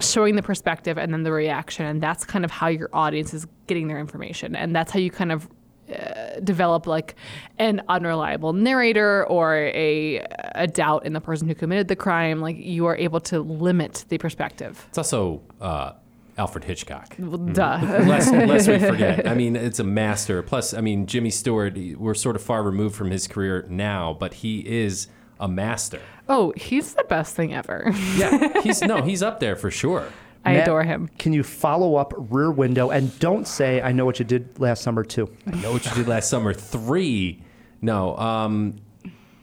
Speaker 4: showing the perspective and then the reaction and that's kind of how your audience is getting their information and that's how you kind of uh, develop like an unreliable narrator or a a doubt in the person who committed the crime like you are able to limit the perspective
Speaker 1: It's also uh, Alfred Hitchcock.
Speaker 4: well,
Speaker 2: Mm-hmm.
Speaker 4: duh
Speaker 1: Lest, lest we forget. I mean, it's a master. Plus, I mean, Jimmy Stewart. he- We're sort of far removed from his career now, but he is a master.
Speaker 4: oh he's the best thing ever
Speaker 1: Yeah, he's no, he's up there for sure.
Speaker 4: i
Speaker 2: Matt,
Speaker 4: adore him
Speaker 2: Can you follow up Rear Window and don't say I know what you did last summer too?
Speaker 1: I know what you did last summer. Three. No, um,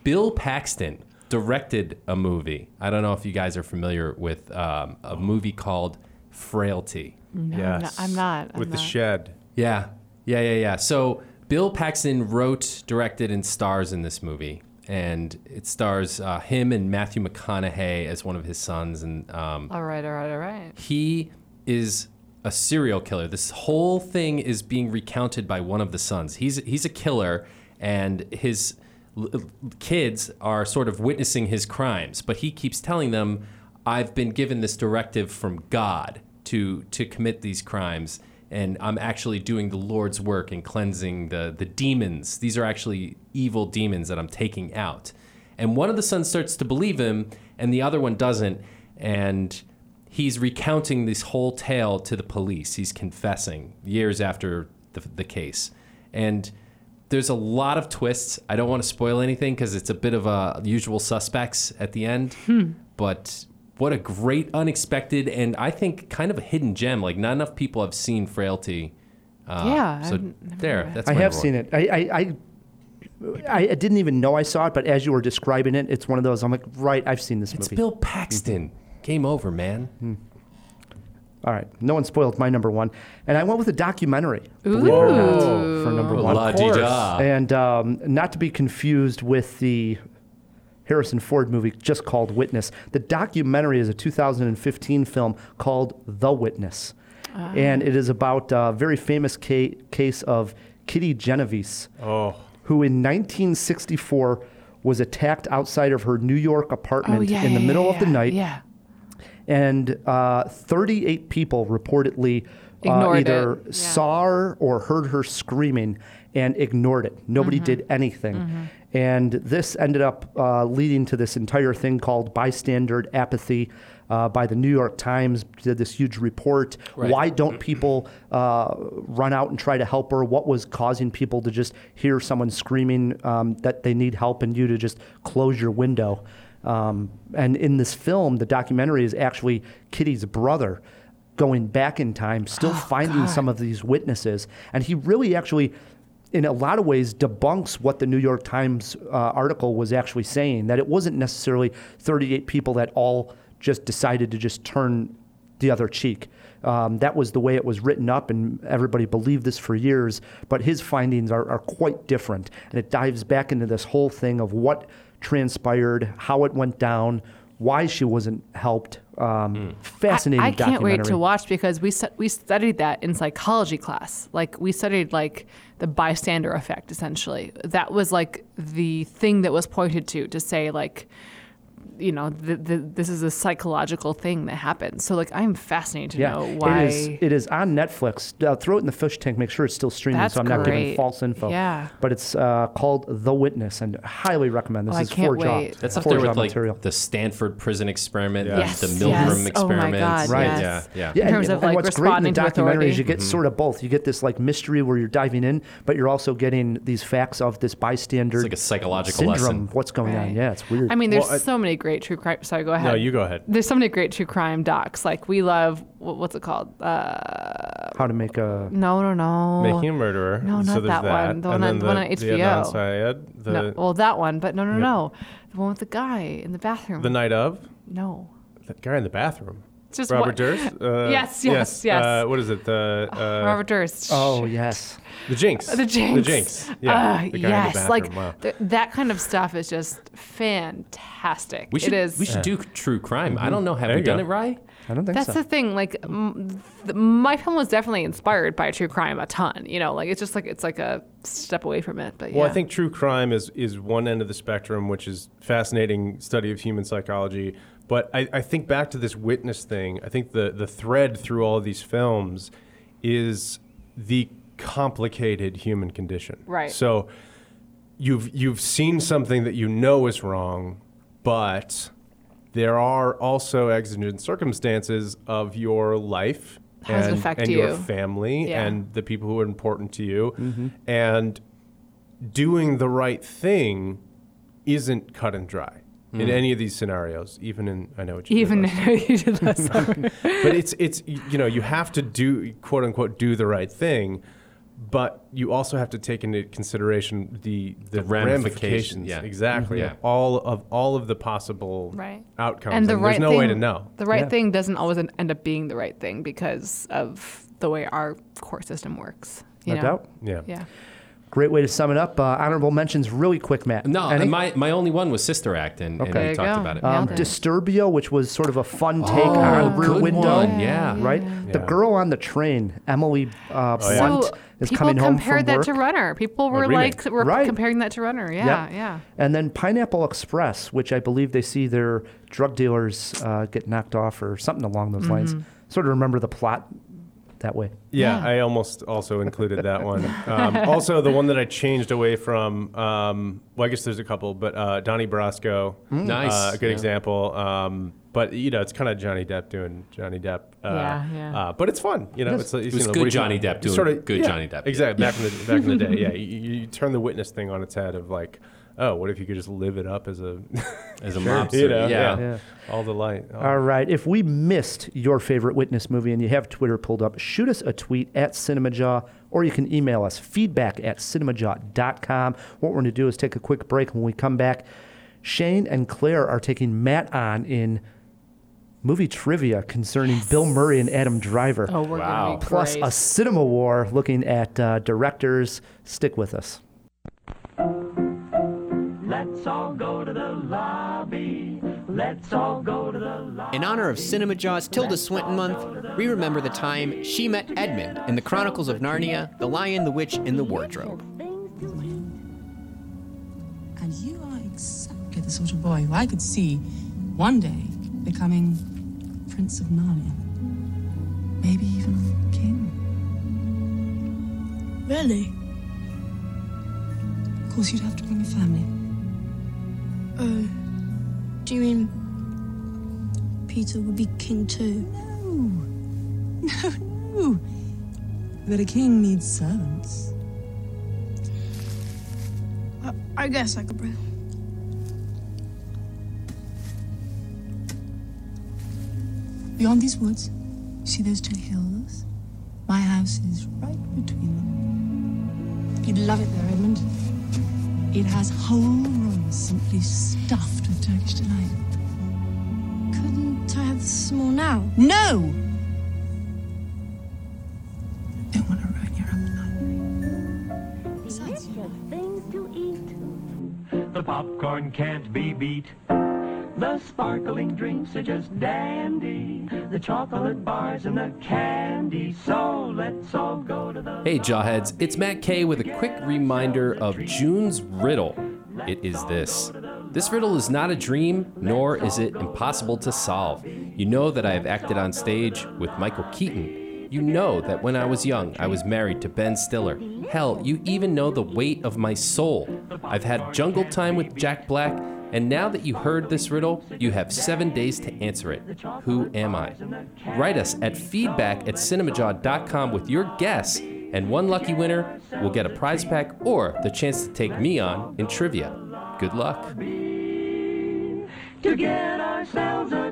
Speaker 1: Bill Paxton directed a movie. I don't know if you guys are familiar with um, a movie called Frailty.
Speaker 5: yes.
Speaker 4: I'm not- I'm
Speaker 5: with the
Speaker 4: not.
Speaker 5: shed.
Speaker 1: Yeah, yeah, yeah, yeah. So Bill Paxton wrote, directed, and stars in this movie, and it stars uh, him and Matthew McConaughey as one of his sons, and um,
Speaker 4: All right, all right, all right.
Speaker 1: he is a serial killer. This whole thing is being recounted by one of the sons. He's he's a killer, and his l- l- kids are sort of witnessing his crimes. But he keeps telling them, "I've been given this directive from God to to commit these crimes." And I'm actually doing the Lord's work and cleansing the, the demons. These are actually evil demons that I'm taking out. And one of the sons starts to believe him, and the other one doesn't. And he's recounting this whole tale to the police. He's confessing years after the, the case. And there's a lot of twists. I don't want to spoil anything because it's a bit of a usual suspects at the end.
Speaker 4: Hmm.
Speaker 1: But what a great, unexpected, and I think kind of a hidden gem. Like, not enough people have seen Frailty. Uh,
Speaker 4: Yeah,
Speaker 1: So
Speaker 4: I've Ah, never heard
Speaker 1: there,
Speaker 4: of it.
Speaker 1: that's
Speaker 2: I
Speaker 1: my
Speaker 2: have
Speaker 1: number one.
Speaker 2: seen it. I, I, I, I didn't even know I saw it, but as you were describing it, it's one of those. I'm like, right, I've seen this
Speaker 1: It's
Speaker 2: movie.
Speaker 1: Bill Paxton.
Speaker 2: Mm-hmm.
Speaker 1: Game over, man.
Speaker 2: All right, no one spoiled my number one, and I went with a documentary. believe it or not,
Speaker 4: Ooh.
Speaker 2: for number one.
Speaker 1: La di da.
Speaker 2: And um, not to be confused with the Harrison Ford movie just called Witness. The documentary is a 2015 film called The Witness.
Speaker 4: Ah.
Speaker 2: And it is about a very famous ca- case of Kitty Genovese, who in 1964 was attacked outside of her New York apartment in the middle of the
Speaker 4: Oh, yeah,
Speaker 2: night
Speaker 4: Yeah.
Speaker 2: and uh, 38 people reportedly uh,
Speaker 4: Ignored
Speaker 2: either
Speaker 4: it, yeah.
Speaker 2: saw her or heard her screaming and ignored it. Nobody did anything. And this ended up uh, leading to this entire thing called bystander apathy. Uh, by the New York Times, did this huge report. Why don't people uh, run out and try to help her? What was causing people to just hear someone screaming um, that they need help and you to just close your window? Um, and in this film, the documentary is actually Kitty's brother going back in time, still finding some of these witnesses. And he really actually, in a lot of ways, debunks what the New York Times uh, article was actually saying that it wasn't necessarily 38 people that all just decided to just turn the other cheek. Um, that was the way it was written up, and everybody believed this for years. But his findings are, are quite different, and it dives back into this whole thing of what transpired, how it went down, why she wasn't helped. Um, Fascinating.
Speaker 4: I, I can't wait
Speaker 2: documentary.
Speaker 4: to watch because we stu- we studied that in psychology class. Like we studied like the bystander effect essentially. That was like the thing that was pointed to to say like you know th th this is a psychological thing that happens. So like I'm fascinated to know why
Speaker 2: It is, it is on Netflix. Uh, throw it in the fish tank. Make sure it's still streaming,
Speaker 4: That's
Speaker 2: so I'm not giving
Speaker 4: great.
Speaker 2: false info.
Speaker 4: Yeah.
Speaker 2: But it's uh, called The Witness, and highly recommend. This
Speaker 4: Oh, I
Speaker 2: is
Speaker 4: can't
Speaker 2: four jaw.
Speaker 4: wait.
Speaker 1: That's up
Speaker 2: four
Speaker 1: there
Speaker 2: jaw
Speaker 1: with like
Speaker 2: material.
Speaker 1: the Stanford prison experiment,
Speaker 5: Yeah.
Speaker 1: the-
Speaker 4: Yes,
Speaker 1: the
Speaker 4: yes.
Speaker 1: Milgram
Speaker 4: Oh my
Speaker 1: experiment.
Speaker 4: God,
Speaker 2: Right.
Speaker 1: Yeah.
Speaker 4: yes.
Speaker 1: Yeah. Mm-hmm.
Speaker 4: In terms of, like,
Speaker 2: what's great in the
Speaker 4: responding to
Speaker 2: documentary
Speaker 4: authority.
Speaker 2: is you get sort of both. You get this like mystery where you're diving in, but you're also getting these facts of this bystander
Speaker 1: It's like a psychological
Speaker 2: syndrome.
Speaker 1: lesson.
Speaker 2: of What's going on?
Speaker 4: Right.
Speaker 2: Yeah, it's weird.
Speaker 4: I mean, there's
Speaker 5: Well, I-
Speaker 4: so many great true crime. Sorry, go ahead.
Speaker 5: No, you go ahead.
Speaker 4: There's so many great true crime docs. Like we love wh- what's it called? Uh,
Speaker 2: how to make a
Speaker 4: no, no, no.
Speaker 5: Making a murderer.
Speaker 4: Oh. No,
Speaker 5: so
Speaker 4: not
Speaker 5: there's
Speaker 4: that one. The one
Speaker 5: and
Speaker 4: on-
Speaker 5: then
Speaker 4: the one on
Speaker 5: The,
Speaker 4: HBO.
Speaker 5: Adnan Syed, the,
Speaker 4: no, well, that one, but no, no, no, the one with the guy in the bathroom.
Speaker 5: the night of.
Speaker 4: no,
Speaker 5: The guy in the bathroom.
Speaker 4: Just
Speaker 5: Robert
Speaker 4: what-
Speaker 5: Durst. Uh,
Speaker 4: Yes, yes, yes.
Speaker 5: Uh, what is it? The uh,
Speaker 4: Robert Durst.
Speaker 2: oh yes,
Speaker 5: The Jinx.
Speaker 4: the Jinx.
Speaker 5: The Jinx. Yeah.
Speaker 4: Uh,
Speaker 5: the guy
Speaker 4: yes,
Speaker 5: in the
Speaker 4: like
Speaker 5: bathroom. Wow.
Speaker 4: th- that kind of stuff is just fantastic.
Speaker 1: We should,
Speaker 4: it is.
Speaker 1: We should do true crime. I don't know. Have
Speaker 5: There
Speaker 1: we
Speaker 5: you
Speaker 1: done
Speaker 5: go.
Speaker 1: it right?
Speaker 2: I don't think
Speaker 4: That's
Speaker 2: so.
Speaker 4: the thing. Like, m- th- my film was definitely inspired by true crime a ton. You know, like it's just like it's like a step away from it. But
Speaker 5: Well,
Speaker 4: yeah.
Speaker 5: I think true crime is is one end of the spectrum, which is fascinating study of human psychology. But I, I think back to this witness thing. I think the the thread through all of these films is the complicated human condition.
Speaker 4: Right.
Speaker 5: So you've you've seen something that you know is wrong, but there are also exigent circumstances of your life
Speaker 4: How does it
Speaker 5: and,
Speaker 4: affect
Speaker 5: and your
Speaker 4: you?
Speaker 5: family
Speaker 4: Yeah. Mm-hmm.
Speaker 5: and the people who are important to you and doing the right thing isn't cut and dry in
Speaker 1: Hmm.
Speaker 5: any of these scenarios even in i know what you did
Speaker 4: even
Speaker 5: last-
Speaker 4: you did that summer.
Speaker 5: but it's it's you know you have to do quote unquote do the right thing but you also have to take into consideration the the,
Speaker 1: The ramifications,
Speaker 5: ramifications,
Speaker 1: yeah.
Speaker 5: exactly
Speaker 1: Mhm. Yeah.
Speaker 5: all of all of the possible
Speaker 4: Right.
Speaker 5: outcomes
Speaker 4: and the right
Speaker 5: there's no
Speaker 4: thing,
Speaker 5: way to know
Speaker 4: The right
Speaker 2: Yeah.
Speaker 4: thing doesn't always en- end up being the right thing because of the way our court system works. You
Speaker 2: no
Speaker 4: know?
Speaker 2: doubt.
Speaker 5: yeah
Speaker 4: Yeah.
Speaker 2: Great way to sum it up. Uh, honorable mentions, really quick, Matt.
Speaker 1: No,
Speaker 2: Any?
Speaker 1: my, my only one was Sister Act, and, and
Speaker 2: Okay.
Speaker 1: we
Speaker 4: There you
Speaker 1: talked
Speaker 4: go.
Speaker 1: about it.
Speaker 4: Um,
Speaker 2: um,
Speaker 4: Nailed it.
Speaker 2: Disturbia, which was sort of a fun take
Speaker 1: Oh,
Speaker 2: on Rear
Speaker 1: good
Speaker 2: Window.
Speaker 1: one, yeah.
Speaker 2: Right? The
Speaker 5: Yeah.
Speaker 2: girl on the train, Emily uh,
Speaker 5: Oh, yeah.
Speaker 2: Blunt,
Speaker 4: Oh, So
Speaker 2: is
Speaker 4: people
Speaker 2: coming home
Speaker 4: compared
Speaker 2: from
Speaker 4: that
Speaker 2: work.
Speaker 4: to Runner. People were
Speaker 5: remake.
Speaker 4: like, were
Speaker 2: Right.
Speaker 4: comparing that to Runner. Yeah,
Speaker 2: Yep.
Speaker 4: yeah.
Speaker 2: And then Pineapple Express, which I believe they see their drug dealers uh, get knocked off or something along those lines. Sort of remember the plot that way.
Speaker 5: Yeah, I almost also included that one. Um, also, the one that I changed away from, um, well, I guess there's a couple, but uh, Donnie Brasco.
Speaker 1: Mm. Nice,
Speaker 5: Uh, a good
Speaker 1: yeah.
Speaker 5: example. Um, but, you know, it's kind of Johnny Depp doing Johnny Depp. Uh,
Speaker 4: Yeah, yeah.
Speaker 5: Uh, but it's fun. You know, it's, like,
Speaker 1: It
Speaker 5: you
Speaker 1: was
Speaker 5: know,
Speaker 1: good
Speaker 5: what do you-
Speaker 1: Johnny Depp
Speaker 5: you
Speaker 1: doing
Speaker 5: sorta-
Speaker 1: good
Speaker 5: yeah,
Speaker 1: Johnny Depp.
Speaker 5: Exactly. Back, in the, back in the day, yeah. You, you turn the witness thing on its head of like, oh, what if you could just live it up as a,
Speaker 1: As a mobster,
Speaker 5: you know,
Speaker 1: yeah.
Speaker 5: All the light. all
Speaker 2: All right. If we missed your favorite witness movie and you have Twitter pulled up, shoot us a tweet at Cinemajaw or you can email us feedback at cinemajaw.com. What we're going to do is take a quick break. When we come back, Shane and Claire are taking Matt on in movie trivia concerning Bill Murray and Adam Driver.
Speaker 4: Oh, we're
Speaker 1: Wow.
Speaker 4: gonna be
Speaker 2: plus
Speaker 4: great.
Speaker 2: a cinema war looking at uh, directors. Stick with us.
Speaker 3: In honor of Cinema Jaws Tilda Swinton Month, we remember the time she met Edmund in the Chronicles of Narnia, The Lion, the Witch, and the Wardrobe.
Speaker 9: And you are exactly the sort of boy who I could see one day becoming Prince of Narnia. Maybe even King. Really? Of course, you'd have to bring your family.
Speaker 10: Oh, Do you mean Peter would be king too?
Speaker 9: Ooh, but a king needs servants.
Speaker 10: I, I guess I could bring.
Speaker 9: Beyond these woods, you see those two hills? My house is right between them. You'd love it there, Edmund. It has whole rooms simply stuffed with Turkish delight.
Speaker 10: Couldn't I have this small now?
Speaker 9: No! I don't want to ruin your other night. Besides, you know,
Speaker 11: The popcorn can't be beat. The sparkling drinks are just dandy. The chocolate bars and the candy. So let's all go to the.
Speaker 1: Hey, Jawheads, it's Matt Kay with a quick reminder of June's riddle. It is this This riddle is not a dream, nor is it impossible to solve. You know that I have acted on stage with Michael Keaton. You know that when I was young, I was married to Ben Stiller. Hell, you even know the weight of my soul. I've had jungle time with Jack Black, and now that you heard this riddle, you have seven days to answer it. Who am I? Write us at feedback at cinemajaw.com with your guess, and one lucky winner will get a prize pack or the chance to take me on in trivia. Good luck.
Speaker 11: To get ourselves a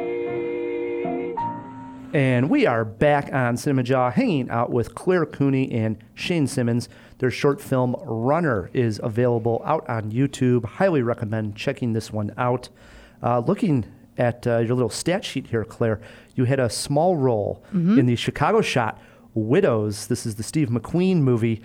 Speaker 11: treat.
Speaker 2: And we are back on Cinema Jaw hanging out with Claire Cooney and Shane Simmons. Their short film Runner is available out on YouTube. Highly recommend checking this one out. Uh, looking at uh, your little stat sheet here, Claire, you had a small role in the Chicago shot Widows. This is the Steve McQueen movie.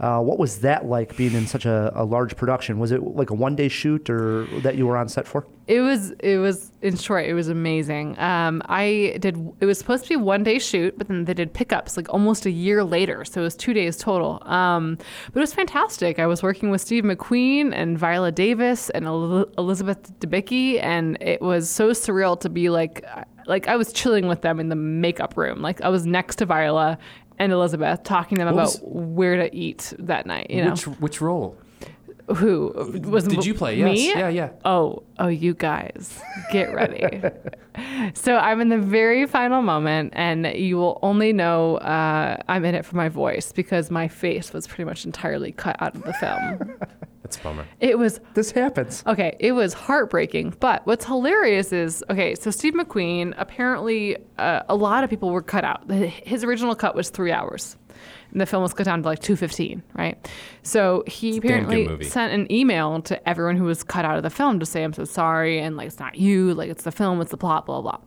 Speaker 2: Uh, what was that like being in such a, a large production? Was it like a one day shoot or that you were on set for?
Speaker 4: It was it was in short it was amazing. Um, I did it was supposed to be one day shoot, but then they did pickups like almost a year later, so it was two days total. Um, but it was fantastic. I was working with Steve McQueen and Viola Davis and El- Elizabeth Debicki, and it was so surreal to be like like I was chilling with them in the makeup room. Like I was next to Viola and Elizabeth talking to them about
Speaker 1: was-
Speaker 4: where to eat that night. You know
Speaker 1: Which which role?
Speaker 4: who was
Speaker 1: Did you play?
Speaker 4: Me?
Speaker 1: Yes. Yeah, yeah.
Speaker 4: Oh, oh, you guys, get ready. so I'm in the very final moment, and you will only know uh, I'm in it for my voice because my face was pretty much entirely cut out of the film.
Speaker 1: That's a bummer.
Speaker 4: it was
Speaker 2: This happens.
Speaker 4: Okay, it was heartbreaking. But what's hilarious is okay, so Steve McQueen, apparently, uh, a lot of people were cut out. His original cut was three hours, and the film was cut down to like 215, right? So he
Speaker 1: a damn good
Speaker 4: apparently
Speaker 1: movie.
Speaker 4: sent an email to everyone who was cut out of the film to say, I'm so sorry, and like, it's not you, like, it's the film,
Speaker 1: Mm.
Speaker 4: it's the plot, blah, blah.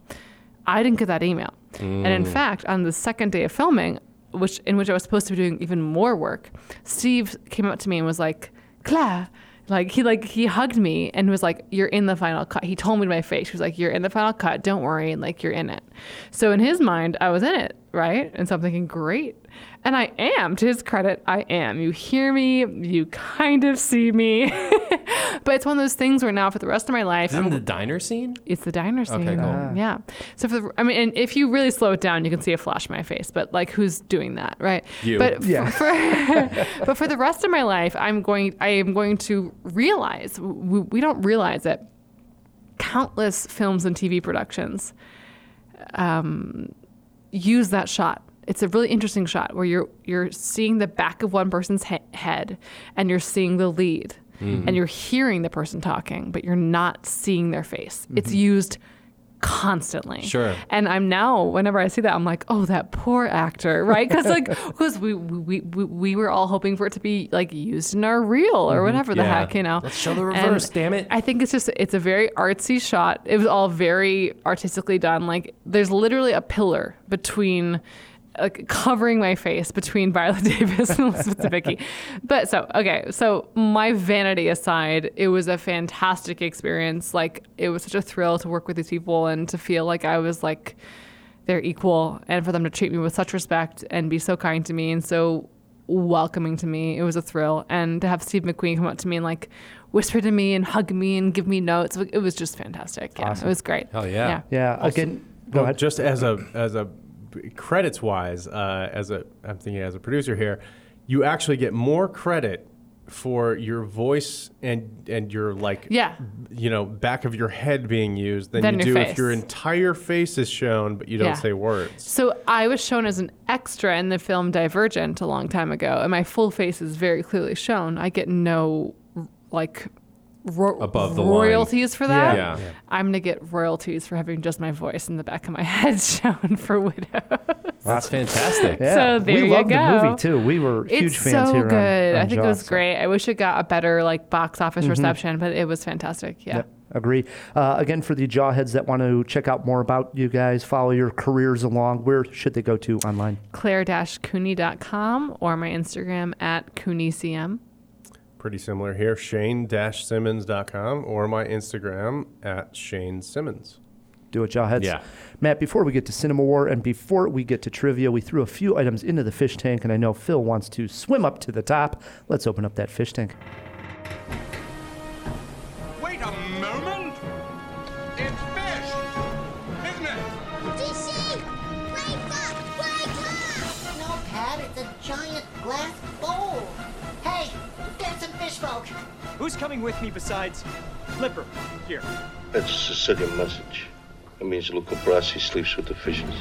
Speaker 4: I didn't get that email. And in fact, on the second day of filming, which in which I was supposed to be doing even more work, Steve came up to me and was like, "Claire." Like he like he hugged me and was like, "You're in the final cut." He told me to my face, he was like, "You're in the final cut. Don't worry, and like you're in it." So in his mind, I was in it, right? And so I'm thinking, "Great." And I am, to his credit, I am. You hear me, you kind of see me. but it's one of those things where now for the rest of my life,
Speaker 1: Is that in the diner scene?
Speaker 4: it's the diner scene.
Speaker 1: Okay, cool. Ah.
Speaker 4: Yeah. So for the, I mean, and if you really slow it down, you can see a flash in my face. But like, who's doing that, right?
Speaker 1: You.
Speaker 4: But f-
Speaker 1: Yeah.
Speaker 4: for, but for the rest of my life, I'm going. I am going to realize we, we don't realize it. Countless films and TV productions um, use that shot. It's a really interesting shot where you're you're seeing the back of one person's he- head, and you're seeing the lead,
Speaker 12: Mhm.
Speaker 4: and you're hearing the person talking, but you're not seeing their face. It's
Speaker 12: Mhm.
Speaker 4: used constantly.
Speaker 12: Sure.
Speaker 4: And I'm now whenever I see that, I'm like, oh, that poor actor, right? Because like because we, we we we were all hoping for it to be like used in our reel or
Speaker 1: Mhm.
Speaker 4: whatever the
Speaker 1: Yeah.
Speaker 4: heck, you know.
Speaker 1: Let's show the
Speaker 4: And
Speaker 1: reverse, damn it.
Speaker 4: I think it's just it's a very artsy shot. It was all very artistically done. Like there's literally a pillar between like covering my face between Viola Davis and Elizabeth Debicki. But so okay, so my vanity aside, it was a fantastic experience. Like it was such a thrill to work with these people and to feel like I was like their equal and for them to treat me with such respect and be so kind to me and so welcoming to me. It was a thrill. And to have Steve McQueen come up to me and like whisper to me and hug me and give me notes, it was just fantastic. Yeah,
Speaker 5: Awesome.
Speaker 4: it was great.
Speaker 5: Hell
Speaker 4: Yeah.
Speaker 5: Also- well, Just as a as a credits wise, uh, as a I'm thinking as a producer here, you actually get more credit for your voice and and your like
Speaker 4: Yeah.
Speaker 5: you know back of your head being used than,
Speaker 4: Than
Speaker 5: you do
Speaker 4: your
Speaker 5: if your
Speaker 4: face.
Speaker 5: entire face is shown but you don't
Speaker 4: Yeah.
Speaker 5: say words.
Speaker 4: So I was shown as an extra in the film Divergent a long time ago, and my full face is very clearly shown. I get no like ro-
Speaker 1: Above the line.
Speaker 4: royalties for that.
Speaker 1: Yeah. Yeah.
Speaker 4: I'm gonna get royalties for having just my voice in the back of my head shown for Widow.
Speaker 1: That's fantastic.
Speaker 4: So there
Speaker 2: we
Speaker 4: you
Speaker 2: loved
Speaker 4: go.
Speaker 2: the movie too. We were huge
Speaker 4: it's
Speaker 2: fans
Speaker 4: so
Speaker 2: here. on-
Speaker 4: good.
Speaker 2: on
Speaker 4: I think it
Speaker 2: Jaws.
Speaker 4: was great. I wish it got a better like box office
Speaker 2: Mhm.
Speaker 4: reception, but it was fantastic. Yeah.
Speaker 2: Yep, agree. Uh, again, for the jawheads that want to check out more about you guys, follow your careers along. Where should they go to online?
Speaker 4: Claire-Cooney.com or my Instagram at CooneyCM.
Speaker 5: Pretty similar here. Shane-Simmons.com or my Instagram at Shane Simmons.
Speaker 2: Do it, Jawheads.
Speaker 5: Yeah.
Speaker 2: Matt, before we get to Cinema War and before we get to trivia, we threw a few items into the fish tank, and I know Phil wants to swim up to the top. Let's open up that fish tank.
Speaker 11: Wait a moment! It's fish! Isn't it?
Speaker 13: Fishy! Wake up! Wake up! No, Pat, it's a giant glass bowl. Hey, there's some fish folk.
Speaker 14: Who's coming with me besides Flipper? Here.
Speaker 15: That's a Sicilian message. It means Luca Brasi sleeps with the fishes.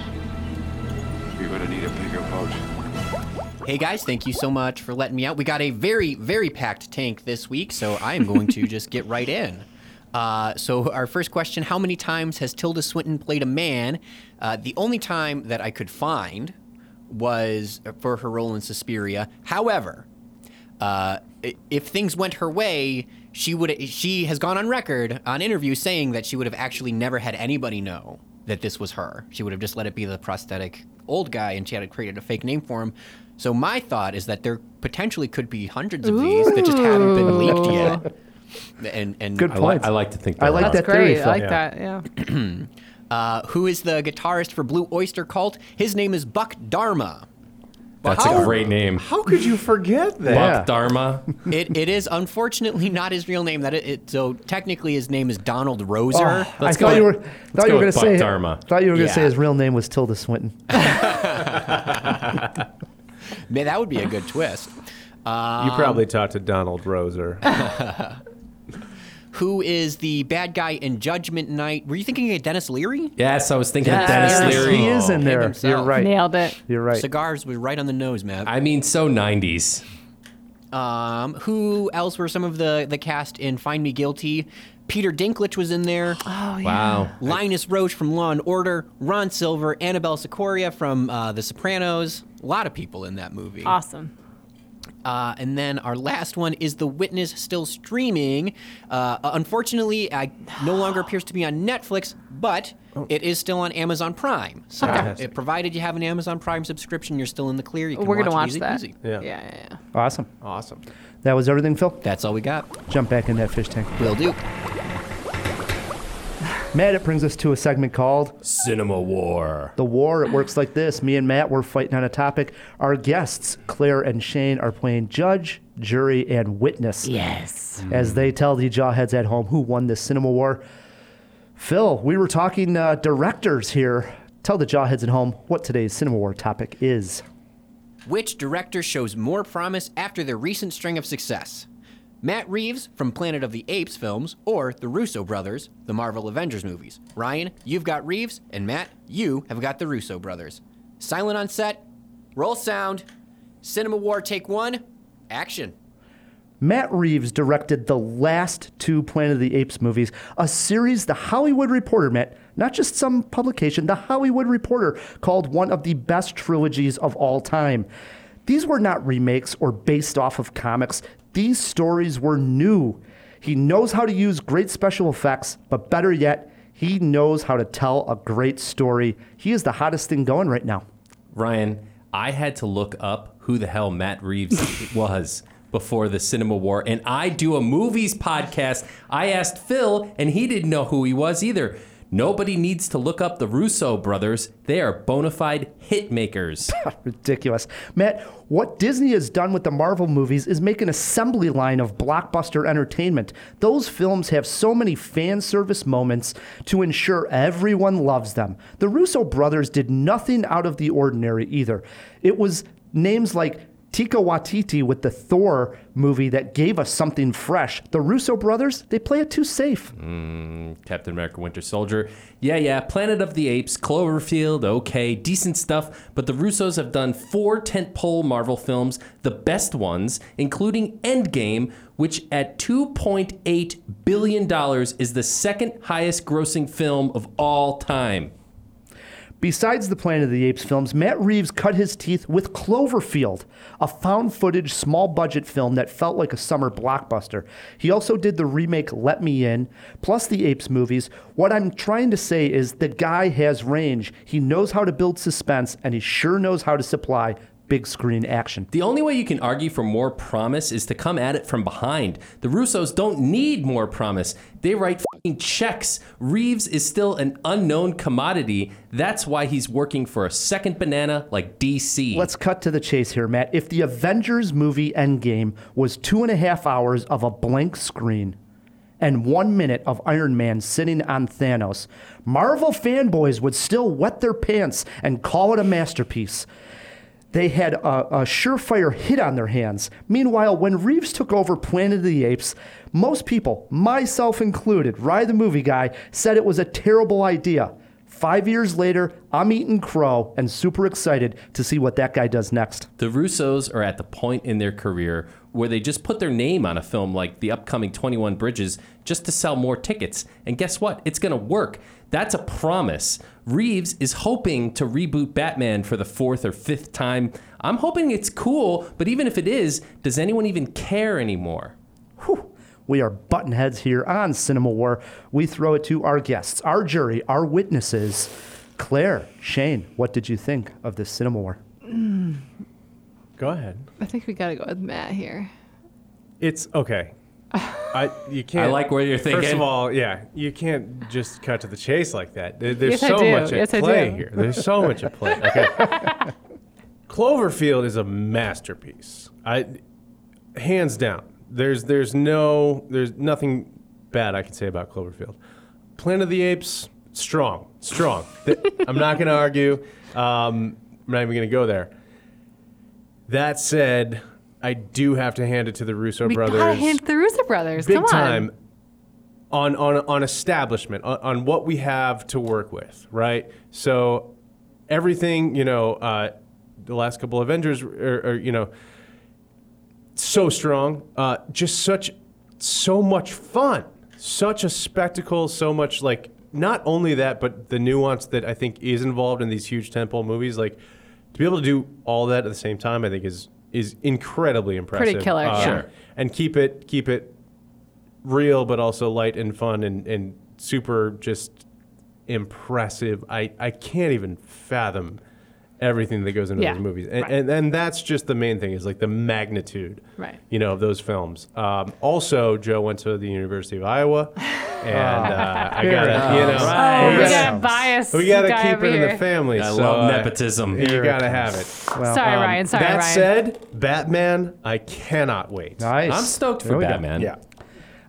Speaker 15: You're gonna need a bigger boat.
Speaker 3: Hey guys, thank you so much for letting me out. We got a very, very packed tank this week, so I am going to just get right in. Uh, so, our first question How many times has Tilda Swinton played a man? Uh, the only time that I could find was for her role in Suspiria. However, uh, i- if things went her way, she would. She has gone on record on interviews saying that she would have actually never had anybody know that this was her. She would have just let it be the prosthetic old guy, and she had created a fake name for him. So my thought is that there potentially could be hundreds of these that just haven't been leaked yet. And, and
Speaker 1: Good I li- point. I like to think I there like are. that
Speaker 4: That's great. I like that. Yeah.
Speaker 3: uh, who is the guitarist for Blue Oyster Cult? His name is Buck Dharma.
Speaker 1: That's a great name.
Speaker 5: How could you forget
Speaker 1: Buck Dharma.
Speaker 3: it, it is unfortunately not his real name. That it, it- so technically his name is Donald Roser.
Speaker 2: Oh, I thought you were thought you were going to say thought you were going to say
Speaker 3: Yeah.
Speaker 2: his real name was Tilda Swinton.
Speaker 3: Man, that would be a good twist. Um,
Speaker 5: You probably talked to Donald Roser.
Speaker 3: who is the bad guy in Judgment Night? Were you thinking of Dennis Leary?
Speaker 1: Yes, I was thinking of
Speaker 3: Yes,
Speaker 1: Dennis Leary.
Speaker 2: he is in
Speaker 3: Him
Speaker 2: there.
Speaker 3: himself.
Speaker 2: You're right.
Speaker 4: Nailed it.
Speaker 2: You're right.
Speaker 3: Cigars was right on the nose, man.
Speaker 1: I mean, so 90s.
Speaker 3: Um, who else were some of the the cast in Find Me Guilty? Peter Dinklage was in there. Oh
Speaker 1: yeah. Wow.
Speaker 3: Linus Roach from Law and Order. Ron Silver, Annabelle Secoria from uh, The Sopranos. A lot of people in that movie.
Speaker 4: Awesome.
Speaker 3: Uh, and then our last one is The Witness still streaming. Uh, unfortunately, I no longer appears to be on Netflix, but it is still on Amazon Prime. So,
Speaker 2: Fantastic.
Speaker 3: it- provided you have an Amazon Prime subscription, you're still in the clear. You can
Speaker 4: We're
Speaker 3: watch,
Speaker 4: gonna
Speaker 3: it
Speaker 4: watch
Speaker 3: easy
Speaker 4: that.
Speaker 3: peasy.
Speaker 4: Yeah. yeah, yeah.
Speaker 2: Awesome.
Speaker 5: Awesome.
Speaker 2: That was everything, Phil?
Speaker 3: That's all we got.
Speaker 2: Jump back in that fish tank.
Speaker 3: Will do.
Speaker 2: Matt, it brings us to a segment called
Speaker 1: Cinema War.
Speaker 2: The War. It works like this. Me and Matt, we're fighting on a topic. Our guests, Claire and Shane, are playing judge, jury, and witness.
Speaker 4: Yes.
Speaker 2: As they tell the jawheads at home who won this cinema war. Phil, we were talking uh, directors here. Tell the jawheads at home what today's cinema war topic is.
Speaker 3: Which director shows more promise after their recent string of success? Matt Reeves from Planet of the Apes films or the Russo brothers, the Marvel Avengers movies? Ryan, you've got Reeves, and Matt, you have got the Russo brothers. Silent on set, roll sound, Cinema War Take One, action.
Speaker 2: Matt Reeves directed the last two Planet of the Apes movies, a series The Hollywood Reporter, Matt, not just some publication, The Hollywood Reporter called one of the best trilogies of all time. These were not remakes or based off of comics, these stories were new. He knows how to use great special effects, but better yet, he knows how to tell a great story. He is the hottest thing going right now.
Speaker 1: Ryan, I had to look up who the hell Matt Reeves was before the cinema war, and I do a movies podcast. I asked Phil, and he didn't know who he was either. Nobody needs to look up the Russo brothers. They are bona fide hit makers.
Speaker 2: Ridiculous. Matt, what Disney has done with the Marvel movies is make an assembly line of blockbuster entertainment. Those films have so many fan service moments to ensure everyone loves them. The Russo brothers did nothing out of the ordinary either. It was names like Tika Watiti with the Thor movie that gave us something fresh. The Russo brothers, they play it too safe.
Speaker 1: Mm, Captain America Winter Soldier. Yeah, yeah, Planet of the Apes, Cloverfield, okay, decent stuff, but the Russos have done four tentpole Marvel films, the best ones, including Endgame, which at $2.8 billion is the second highest grossing film of all time.
Speaker 2: Besides the Planet of the Apes films, Matt Reeves cut his teeth with Cloverfield, a found footage, small budget film that felt like a summer blockbuster. He also did the remake Let Me In, plus the Apes movies. What I'm trying to say is the guy has range. He knows how to build suspense, and he sure knows how to supply big screen action.
Speaker 1: The only way you can argue for more promise is to come at it from behind. The Russos don't need more promise. They write fing checks. Reeves is still an unknown commodity. That's why he's working for a second banana like DC.
Speaker 2: Let's cut to the chase here, Matt. If the Avengers movie Endgame was two and a half hours of a blank screen and one minute of Iron Man sitting on Thanos, Marvel fanboys would still wet their pants and call it a masterpiece. They had a, a surefire hit on their hands. Meanwhile, when Reeves took over Planet of the Apes, most people, myself included, Rye the movie guy, said it was a terrible idea. Five years later, I'm eating crow and super excited to see what that guy does next.
Speaker 1: The Russos are at the point in their career where they just put their name on a film like the upcoming 21 Bridges just to sell more tickets. And guess what? It's going to work. That's a promise. Reeves is hoping to reboot Batman for the fourth or fifth time. I'm hoping it's cool, but even if it is, does anyone even care anymore?
Speaker 2: We are button heads here on Cinema War. We throw it to our guests, our jury, our witnesses. Claire, Shane, what did you think of this Cinema War?
Speaker 4: Mm,
Speaker 5: Go ahead.
Speaker 4: I think we gotta go with Matt here.
Speaker 5: It's okay. I you can't.
Speaker 1: I like where you're
Speaker 5: First
Speaker 1: thinking.
Speaker 5: of all, yeah, you can't just cut to the chase like that. There- There's
Speaker 4: Yes, I
Speaker 5: so
Speaker 4: do.
Speaker 5: much at
Speaker 4: Yes, I
Speaker 5: play
Speaker 4: do.
Speaker 5: here. There's so much at play. Okay. Cloverfield is a masterpiece. I hands down. There's there's no there's nothing bad I can say about Cloverfield. Planet of the Apes, strong, strong. Th- I'm not going to argue. Um, I'm not even going to go there. That said, I do have to hand it to the Russo
Speaker 4: we
Speaker 5: brothers
Speaker 4: gotta hand the Russo brothers.
Speaker 5: big
Speaker 4: Come on.
Speaker 5: time on on on establishment on, on what we have to work with right so everything you know uh, the last couple of avengers are, are you know so strong uh, just such so much fun such a spectacle so much like not only that but the nuance that i think is involved in these huge tentpole movies like to be able to do all that at the same time i think is is incredibly impressive. Um,
Speaker 4: killer, yeah. Sure.
Speaker 5: And keep it keep it real, but also light and fun and, and super just impressive. I, I can't even fathom everything that goes into
Speaker 4: Yeah,
Speaker 5: those movies, and,
Speaker 4: right.
Speaker 5: and and that's just the main thing is like the magnitude,
Speaker 4: Right.
Speaker 5: You know, of those films. Um, also, Joe went to the University of Iowa, and uh, I
Speaker 4: Here
Speaker 5: gotta
Speaker 4: it
Speaker 5: you know
Speaker 4: comes. Oh, we
Speaker 5: we gotta-
Speaker 4: got a biased
Speaker 5: we gotta
Speaker 4: guy
Speaker 5: keep
Speaker 4: over
Speaker 5: it in
Speaker 4: here.
Speaker 5: the family.
Speaker 1: I
Speaker 5: so,
Speaker 1: love
Speaker 5: uh,
Speaker 1: nepotism.
Speaker 5: you
Speaker 1: Here it
Speaker 5: gotta
Speaker 1: comes.
Speaker 5: have it.
Speaker 4: Well, Sorry, Ryan. Sorry,
Speaker 5: that
Speaker 4: Ryan.
Speaker 5: said, Batman, I cannot wait.
Speaker 2: Nice.
Speaker 1: I'm stoked
Speaker 2: There
Speaker 1: for
Speaker 2: we go.
Speaker 1: Batman.
Speaker 5: Yeah.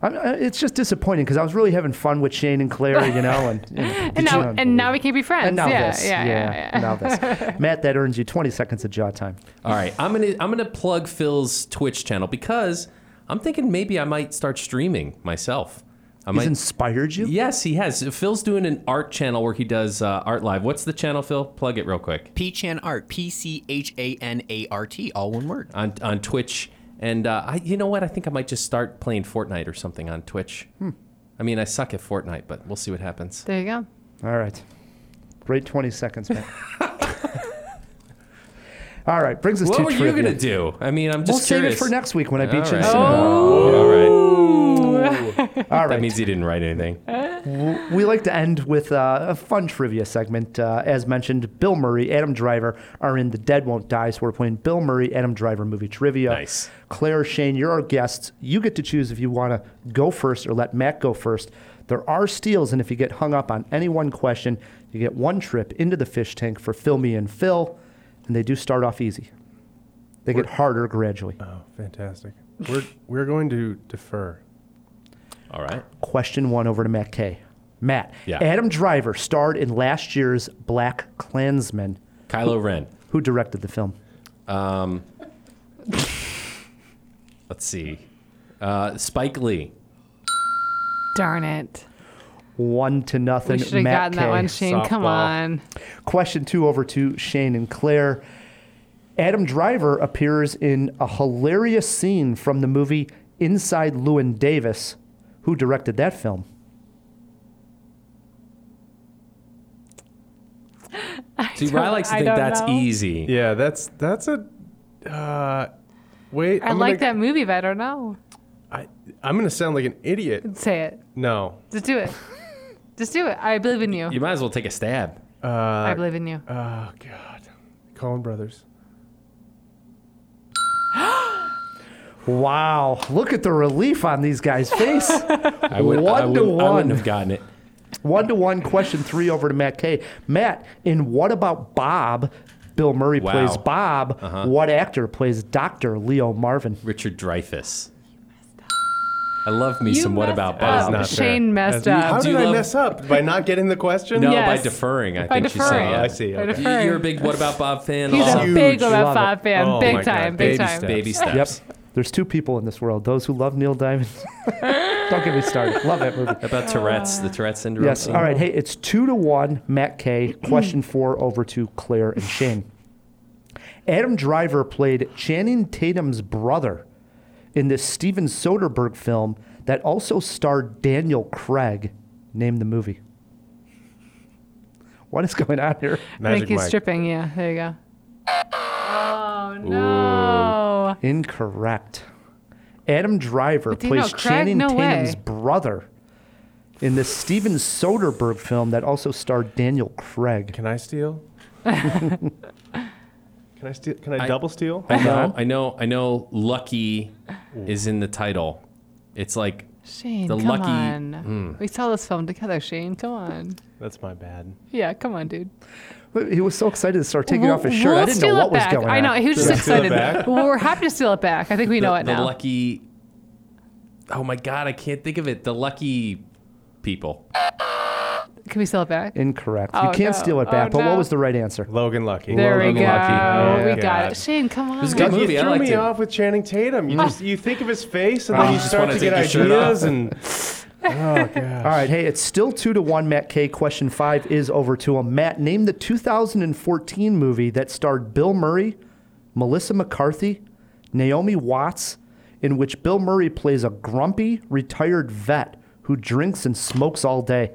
Speaker 2: I'm, I, it's just disappointing because I was really having fun with Shane and Claire, you know, and, and,
Speaker 4: And now, and now we can't be friends.
Speaker 2: and now
Speaker 4: yeah,
Speaker 2: this,
Speaker 4: yeah, yeah, yeah.
Speaker 2: now this. Matt, that earns you 20 seconds of jaw time.
Speaker 1: All right, I'm gonna I'm gonna plug Phil's Twitch channel because I'm thinking maybe I might start streaming myself. I
Speaker 2: He's
Speaker 1: might.
Speaker 2: inspired you.
Speaker 1: yes, he has. Phil's doing an art channel where he does uh, art live. What's the channel, Phil? Plug it real quick
Speaker 3: Peach and Art. P C H A N A R T. All one word.
Speaker 1: on on Twitch. And uh, I, you know what? I think I might just start playing Fortnite or something on Twitch.
Speaker 2: Hmm.
Speaker 1: I mean, I suck at Fortnite, but we'll see what happens.
Speaker 4: There you go.
Speaker 2: All right. Great 20 seconds, Matt. All right, brings us
Speaker 1: What
Speaker 2: to
Speaker 1: were you
Speaker 2: trivia.
Speaker 1: gonna do? I mean, I'm
Speaker 2: We'll
Speaker 1: just
Speaker 2: save it
Speaker 1: curious.
Speaker 2: for next week when I beat
Speaker 1: All
Speaker 2: you.
Speaker 1: right.
Speaker 2: in
Speaker 4: Oh,
Speaker 1: All right.
Speaker 2: Oh. All
Speaker 1: That
Speaker 2: right.
Speaker 1: means he didn't write anything.
Speaker 2: W- we like to end with uh, a fun trivia segment. Uh, as mentioned, Bill Murray, Adam Driver are in The Dead Won't Die, so we're playing Bill Murray, Adam Driver movie trivia.
Speaker 1: Nice.
Speaker 2: Claire, Shane, you're our guests. You get to choose if you want to go first or let Matt go first. There are steals, and if you get hung up on any one question, you get one trip into the fish tank for Phil, me, and Phil, and they do start off easy. They get harder gradually.
Speaker 1: Uh.
Speaker 5: Oh, fantastic. We're we're going to defer.
Speaker 1: All right.
Speaker 2: Question one over to Matt K. Matt,
Speaker 1: Yeah.
Speaker 2: Adam Driver starred in last year's Black Klansman.
Speaker 1: Kylo Ren.
Speaker 2: Who directed the film?
Speaker 1: Um, let's see. Uh, Spike Lee.
Speaker 4: Darn it.
Speaker 2: One to
Speaker 4: We
Speaker 2: nothing.
Speaker 4: should have
Speaker 2: Matt
Speaker 4: gotten that
Speaker 2: K.
Speaker 4: one, Shane. Come on.
Speaker 2: Question two over to Shane and Claire. Adam Driver appears in a hilarious scene from the movie Inside Lewin Davis. Who directed that film?
Speaker 1: See, Ryan likes to
Speaker 4: I
Speaker 1: think
Speaker 4: don't
Speaker 1: that's
Speaker 4: know.
Speaker 1: easy.
Speaker 5: Yeah, that's that's a. Uh, wait,
Speaker 4: I
Speaker 5: I'm
Speaker 4: like
Speaker 5: gonna,
Speaker 4: that movie, but I don't know.
Speaker 5: I, I'm gonna sound like an idiot.
Speaker 4: Say it.
Speaker 5: No.
Speaker 4: Just do it. Just do it. I believe in you.
Speaker 1: You might as well take a stab.
Speaker 5: Uh,
Speaker 4: I believe in you.
Speaker 5: Oh God, Coen Brothers.
Speaker 2: Wow. Look at the relief on these guys' face.
Speaker 1: I, would,
Speaker 2: One
Speaker 1: I,
Speaker 2: to
Speaker 1: wouldn't, I
Speaker 2: one.
Speaker 1: wouldn't have gotten it.
Speaker 2: One to one question three over to Matt K. Matt, in What About Bob? Bill Murray
Speaker 1: Wow.
Speaker 2: plays Bob.
Speaker 1: Uh-huh.
Speaker 2: What actor plays Dr. Leo Marvin?
Speaker 1: Richard Dreyfus. I love me
Speaker 4: You
Speaker 1: some What
Speaker 4: messed
Speaker 1: About
Speaker 4: That is
Speaker 1: Bob.
Speaker 4: not fair. Shane messed
Speaker 5: That's-
Speaker 4: up.
Speaker 5: How
Speaker 1: Do
Speaker 5: did
Speaker 1: you
Speaker 5: I
Speaker 1: love-
Speaker 5: mess up by not getting the question?
Speaker 1: No,
Speaker 4: Yes.
Speaker 1: by deferring, I
Speaker 4: By
Speaker 1: think she said.
Speaker 4: deferring.
Speaker 1: yeah.
Speaker 5: I see.
Speaker 4: By
Speaker 5: okay.
Speaker 1: You-
Speaker 4: deferring.
Speaker 1: You're a big What About Bob fan.
Speaker 4: He's
Speaker 1: also.
Speaker 4: a big
Speaker 5: Huge.
Speaker 4: Love
Speaker 2: Love
Speaker 4: Bob
Speaker 2: it.
Speaker 4: fan.
Speaker 5: Oh my
Speaker 4: big
Speaker 5: God.
Speaker 4: time. Big
Speaker 5: Baby
Speaker 4: time.
Speaker 5: steps.
Speaker 1: Baby steps.
Speaker 2: Yep. There's two people in this world those who love Neil Diamond. Don't get me started. Love that movie.
Speaker 1: About Tourette's, the Tourette syndrome.
Speaker 2: Yes. All right. Hey, it's two to one. Matt K. Question four over to Claire and Shane. Adam Driver played Channing Tatum's brother in this Steven Soderbergh film that also starred Daniel Craig. Name the movie. What is going on here?
Speaker 4: I think
Speaker 5: Magic
Speaker 4: he's
Speaker 5: Mike.
Speaker 4: stripping. Yeah. There you go. Oh no.
Speaker 2: Incorrect. Adam Driver
Speaker 4: But do you know
Speaker 2: plays
Speaker 4: Craig?
Speaker 2: Channing
Speaker 4: No
Speaker 2: Tatum's
Speaker 4: way.
Speaker 2: brother in this Steven Soderbergh film that also starred Daniel Craig.
Speaker 5: Can I steal? can I steal? Can I,
Speaker 1: I-
Speaker 5: double steal?
Speaker 1: I know, I know, I know. Lucky is in the title. It's like
Speaker 4: Shane,
Speaker 1: The
Speaker 4: come
Speaker 1: lucky-
Speaker 4: on. We saw this film together, Shane. Come on.
Speaker 5: That's my bad.
Speaker 4: Yeah, come on, dude.
Speaker 2: He was so excited to start taking
Speaker 4: We'll-
Speaker 2: off his shirt.
Speaker 4: we'll
Speaker 2: I didn't
Speaker 4: steal
Speaker 2: know
Speaker 4: it
Speaker 2: what was
Speaker 4: back.
Speaker 2: going on.
Speaker 4: I know. He was just
Speaker 5: Steal it
Speaker 4: excited.
Speaker 5: back?
Speaker 4: Well, we're happy to steal it back. I think we know
Speaker 1: the,
Speaker 4: it
Speaker 1: the
Speaker 4: now.
Speaker 1: lucky. Oh my God, I can't think of it. The lucky people.
Speaker 4: Can we steal it back?
Speaker 2: Incorrect.
Speaker 4: Oh,
Speaker 2: you can't
Speaker 4: no.
Speaker 2: steal it
Speaker 4: Oh,
Speaker 2: back. but
Speaker 4: no.
Speaker 2: what was the right answer?
Speaker 5: Logan Lucky.
Speaker 4: There we
Speaker 1: Logan
Speaker 4: go.
Speaker 1: Lucky.
Speaker 5: Yeah,
Speaker 4: we
Speaker 5: God.
Speaker 4: got it. Shane, come on.
Speaker 1: was a
Speaker 5: God,
Speaker 1: good movie.
Speaker 5: You
Speaker 1: I
Speaker 5: threw
Speaker 1: liked
Speaker 5: me
Speaker 1: it.
Speaker 5: off with Channing Tatum.
Speaker 2: Mm.
Speaker 5: You just you think of his face, and
Speaker 1: Oh,
Speaker 5: then
Speaker 1: you
Speaker 5: you
Speaker 1: just
Speaker 5: start
Speaker 1: wanna
Speaker 5: to get
Speaker 1: take your shirt
Speaker 5: ideas.
Speaker 1: off.
Speaker 5: And oh god,
Speaker 2: All right. Hey, it's still two to one. Matt K. Question five is over to him. Matt, name the 2014 movie that starred Bill Murray, Melissa McCarthy, Naomi Watts, in which Bill Murray plays a grumpy retired vet who drinks and smokes all day.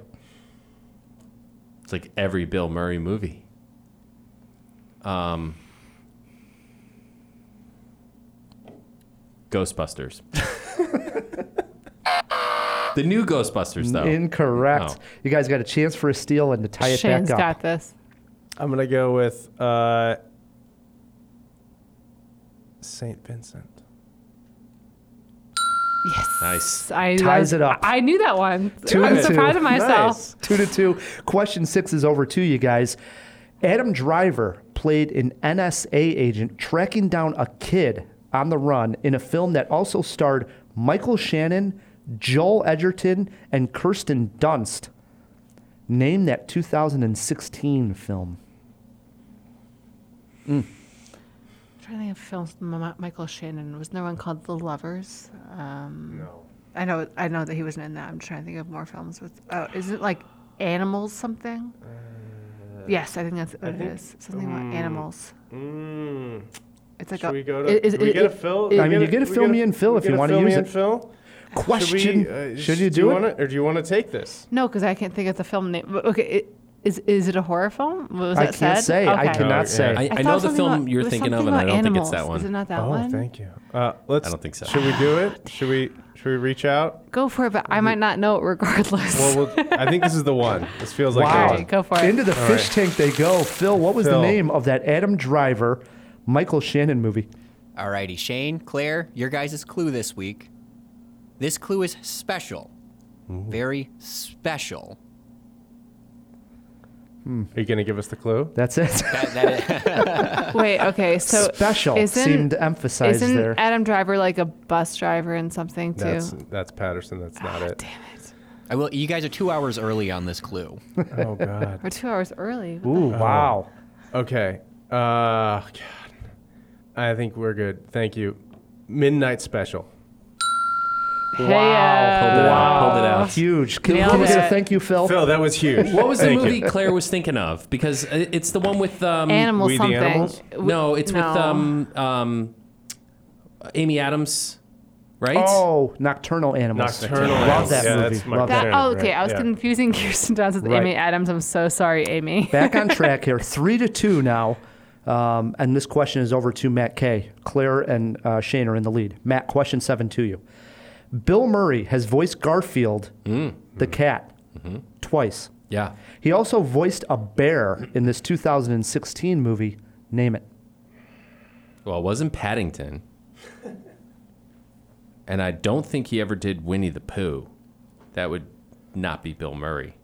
Speaker 1: It's like every Bill Murray movie. Um, Ghostbusters. the new Ghostbusters, though.
Speaker 2: Incorrect.
Speaker 1: Oh.
Speaker 2: You guys got a chance for a steal and to tie it
Speaker 4: Shane's
Speaker 2: back up.
Speaker 4: got this.
Speaker 5: I'm gonna go with uh, Saint Vincent.
Speaker 4: Yes.
Speaker 1: Nice.
Speaker 4: I,
Speaker 2: Ties it up.
Speaker 4: I knew that one.
Speaker 2: Two
Speaker 4: I'm
Speaker 2: to
Speaker 4: surprised
Speaker 2: two.
Speaker 4: at myself.
Speaker 2: Nice. Two to two. Question six is over to you guys. Adam Driver played an NSA agent tracking down a kid on the run in a film that also starred Michael Shannon, Joel Edgerton, and Kirsten Dunst. Name that 2016 film.
Speaker 4: I'm trying to think of films with Ma- Michael Shannon. Was no one called The Lovers? Um,
Speaker 5: no.
Speaker 4: I know. I know that he wasn't in that. I'm trying to think of more films with. Oh, is it like Animals something? yes, I think that's what it is. Something about animals.
Speaker 5: Mm.
Speaker 4: It's like
Speaker 5: Should
Speaker 4: a-
Speaker 5: we go to?
Speaker 4: it- it-
Speaker 5: do we
Speaker 4: it-
Speaker 5: get a fill?
Speaker 4: it- I mean,
Speaker 2: you get a fill me in fill if you wanna use it.
Speaker 5: Phil.
Speaker 2: Question. Should you do it?
Speaker 5: Wanna, or do uh, you want to take this?
Speaker 4: No, because I can't think of the film name. But, Okay, it, is is it a horror film? What was
Speaker 2: I
Speaker 4: that
Speaker 2: can't
Speaker 4: said?
Speaker 2: say. I
Speaker 4: Okay.
Speaker 2: cannot say.
Speaker 1: I, I,
Speaker 4: thought it
Speaker 1: know
Speaker 4: was
Speaker 1: the
Speaker 4: something
Speaker 1: film
Speaker 4: about-
Speaker 1: you're
Speaker 4: it was
Speaker 1: thinking of,
Speaker 4: something
Speaker 1: and I
Speaker 4: about
Speaker 1: don't think it's that
Speaker 4: animals.
Speaker 1: one.
Speaker 4: Is it not that
Speaker 5: Oh,
Speaker 4: one?
Speaker 5: thank you. Uh, let's.
Speaker 1: I don't think so.
Speaker 5: Should we do it? Should we? Should we reach out?
Speaker 4: Go for it, but I might not know it regardless.
Speaker 5: Well, we'll I think this is the one. This feels like
Speaker 2: Wow.
Speaker 5: the
Speaker 4: Alright, go for it.
Speaker 2: Into the
Speaker 5: All
Speaker 2: fish
Speaker 5: right.
Speaker 2: tank they go. Phil, what was
Speaker 5: Phil.
Speaker 2: the name of that Adam Driver, Michael Shannon movie?
Speaker 3: Alrighty, Shane, Claire, your guys' clue this week. This clue is special. Very special.
Speaker 5: one. Are you gonna give us the clue?
Speaker 2: That's it.
Speaker 3: That, that is-
Speaker 4: Wait, okay, so
Speaker 2: Special
Speaker 4: isn't-
Speaker 2: seemed emphasized
Speaker 4: isn't
Speaker 2: there.
Speaker 4: Adam Driver like a bus driver and something too?
Speaker 5: That's that's Patterson. That's not it.
Speaker 3: I will. You guys are two hours early on this clue.
Speaker 5: Oh God.
Speaker 4: We're two hours early. What the-
Speaker 5: Oh.
Speaker 2: Ooh, wow.
Speaker 5: Okay. Uh, God. I think we're good. Thank you. Midnight special.
Speaker 4: Hey, uh,
Speaker 1: Pulled it out. Pulled it out.
Speaker 2: Huge. Can
Speaker 4: Nailed
Speaker 2: can we get a
Speaker 4: it.
Speaker 2: thank you, Phil?
Speaker 5: Phil, that was huge.
Speaker 1: What was the
Speaker 5: Thank you.
Speaker 1: movie Claire was thinking of? Because i- it's the one with um,
Speaker 4: animal
Speaker 5: We the
Speaker 4: something.
Speaker 5: Animals?
Speaker 4: W-
Speaker 1: No, it's with
Speaker 4: no.
Speaker 1: um, um, Amy Adams, right?
Speaker 2: Oh, Nocturnal Animals.
Speaker 5: Nocturnal
Speaker 2: Love
Speaker 5: Animals.
Speaker 2: that
Speaker 5: Yeah,
Speaker 2: movie.
Speaker 5: that's my
Speaker 2: Love
Speaker 4: That,
Speaker 2: that.
Speaker 5: Karen,
Speaker 4: oh, okay.
Speaker 5: right?
Speaker 4: I was
Speaker 5: Yeah.
Speaker 4: confusing Kirsten Dunst with
Speaker 2: Right.
Speaker 4: Amy Adams. I'm so sorry, Amy.
Speaker 2: Back on track here. Three to two now. Um, and this question is over to Matt Kay. Claire and uh, Shane are in the lead. Matt, question seven to you. Bill Murray has voiced Garfield,
Speaker 5: Mm.
Speaker 2: the cat, twice.
Speaker 1: Yeah.
Speaker 2: He also voiced a bear in this 2016 movie. Name it.
Speaker 1: Well, it wasn't Paddington. and I don't think he ever did Winnie the Pooh. That would not be Bill Murray.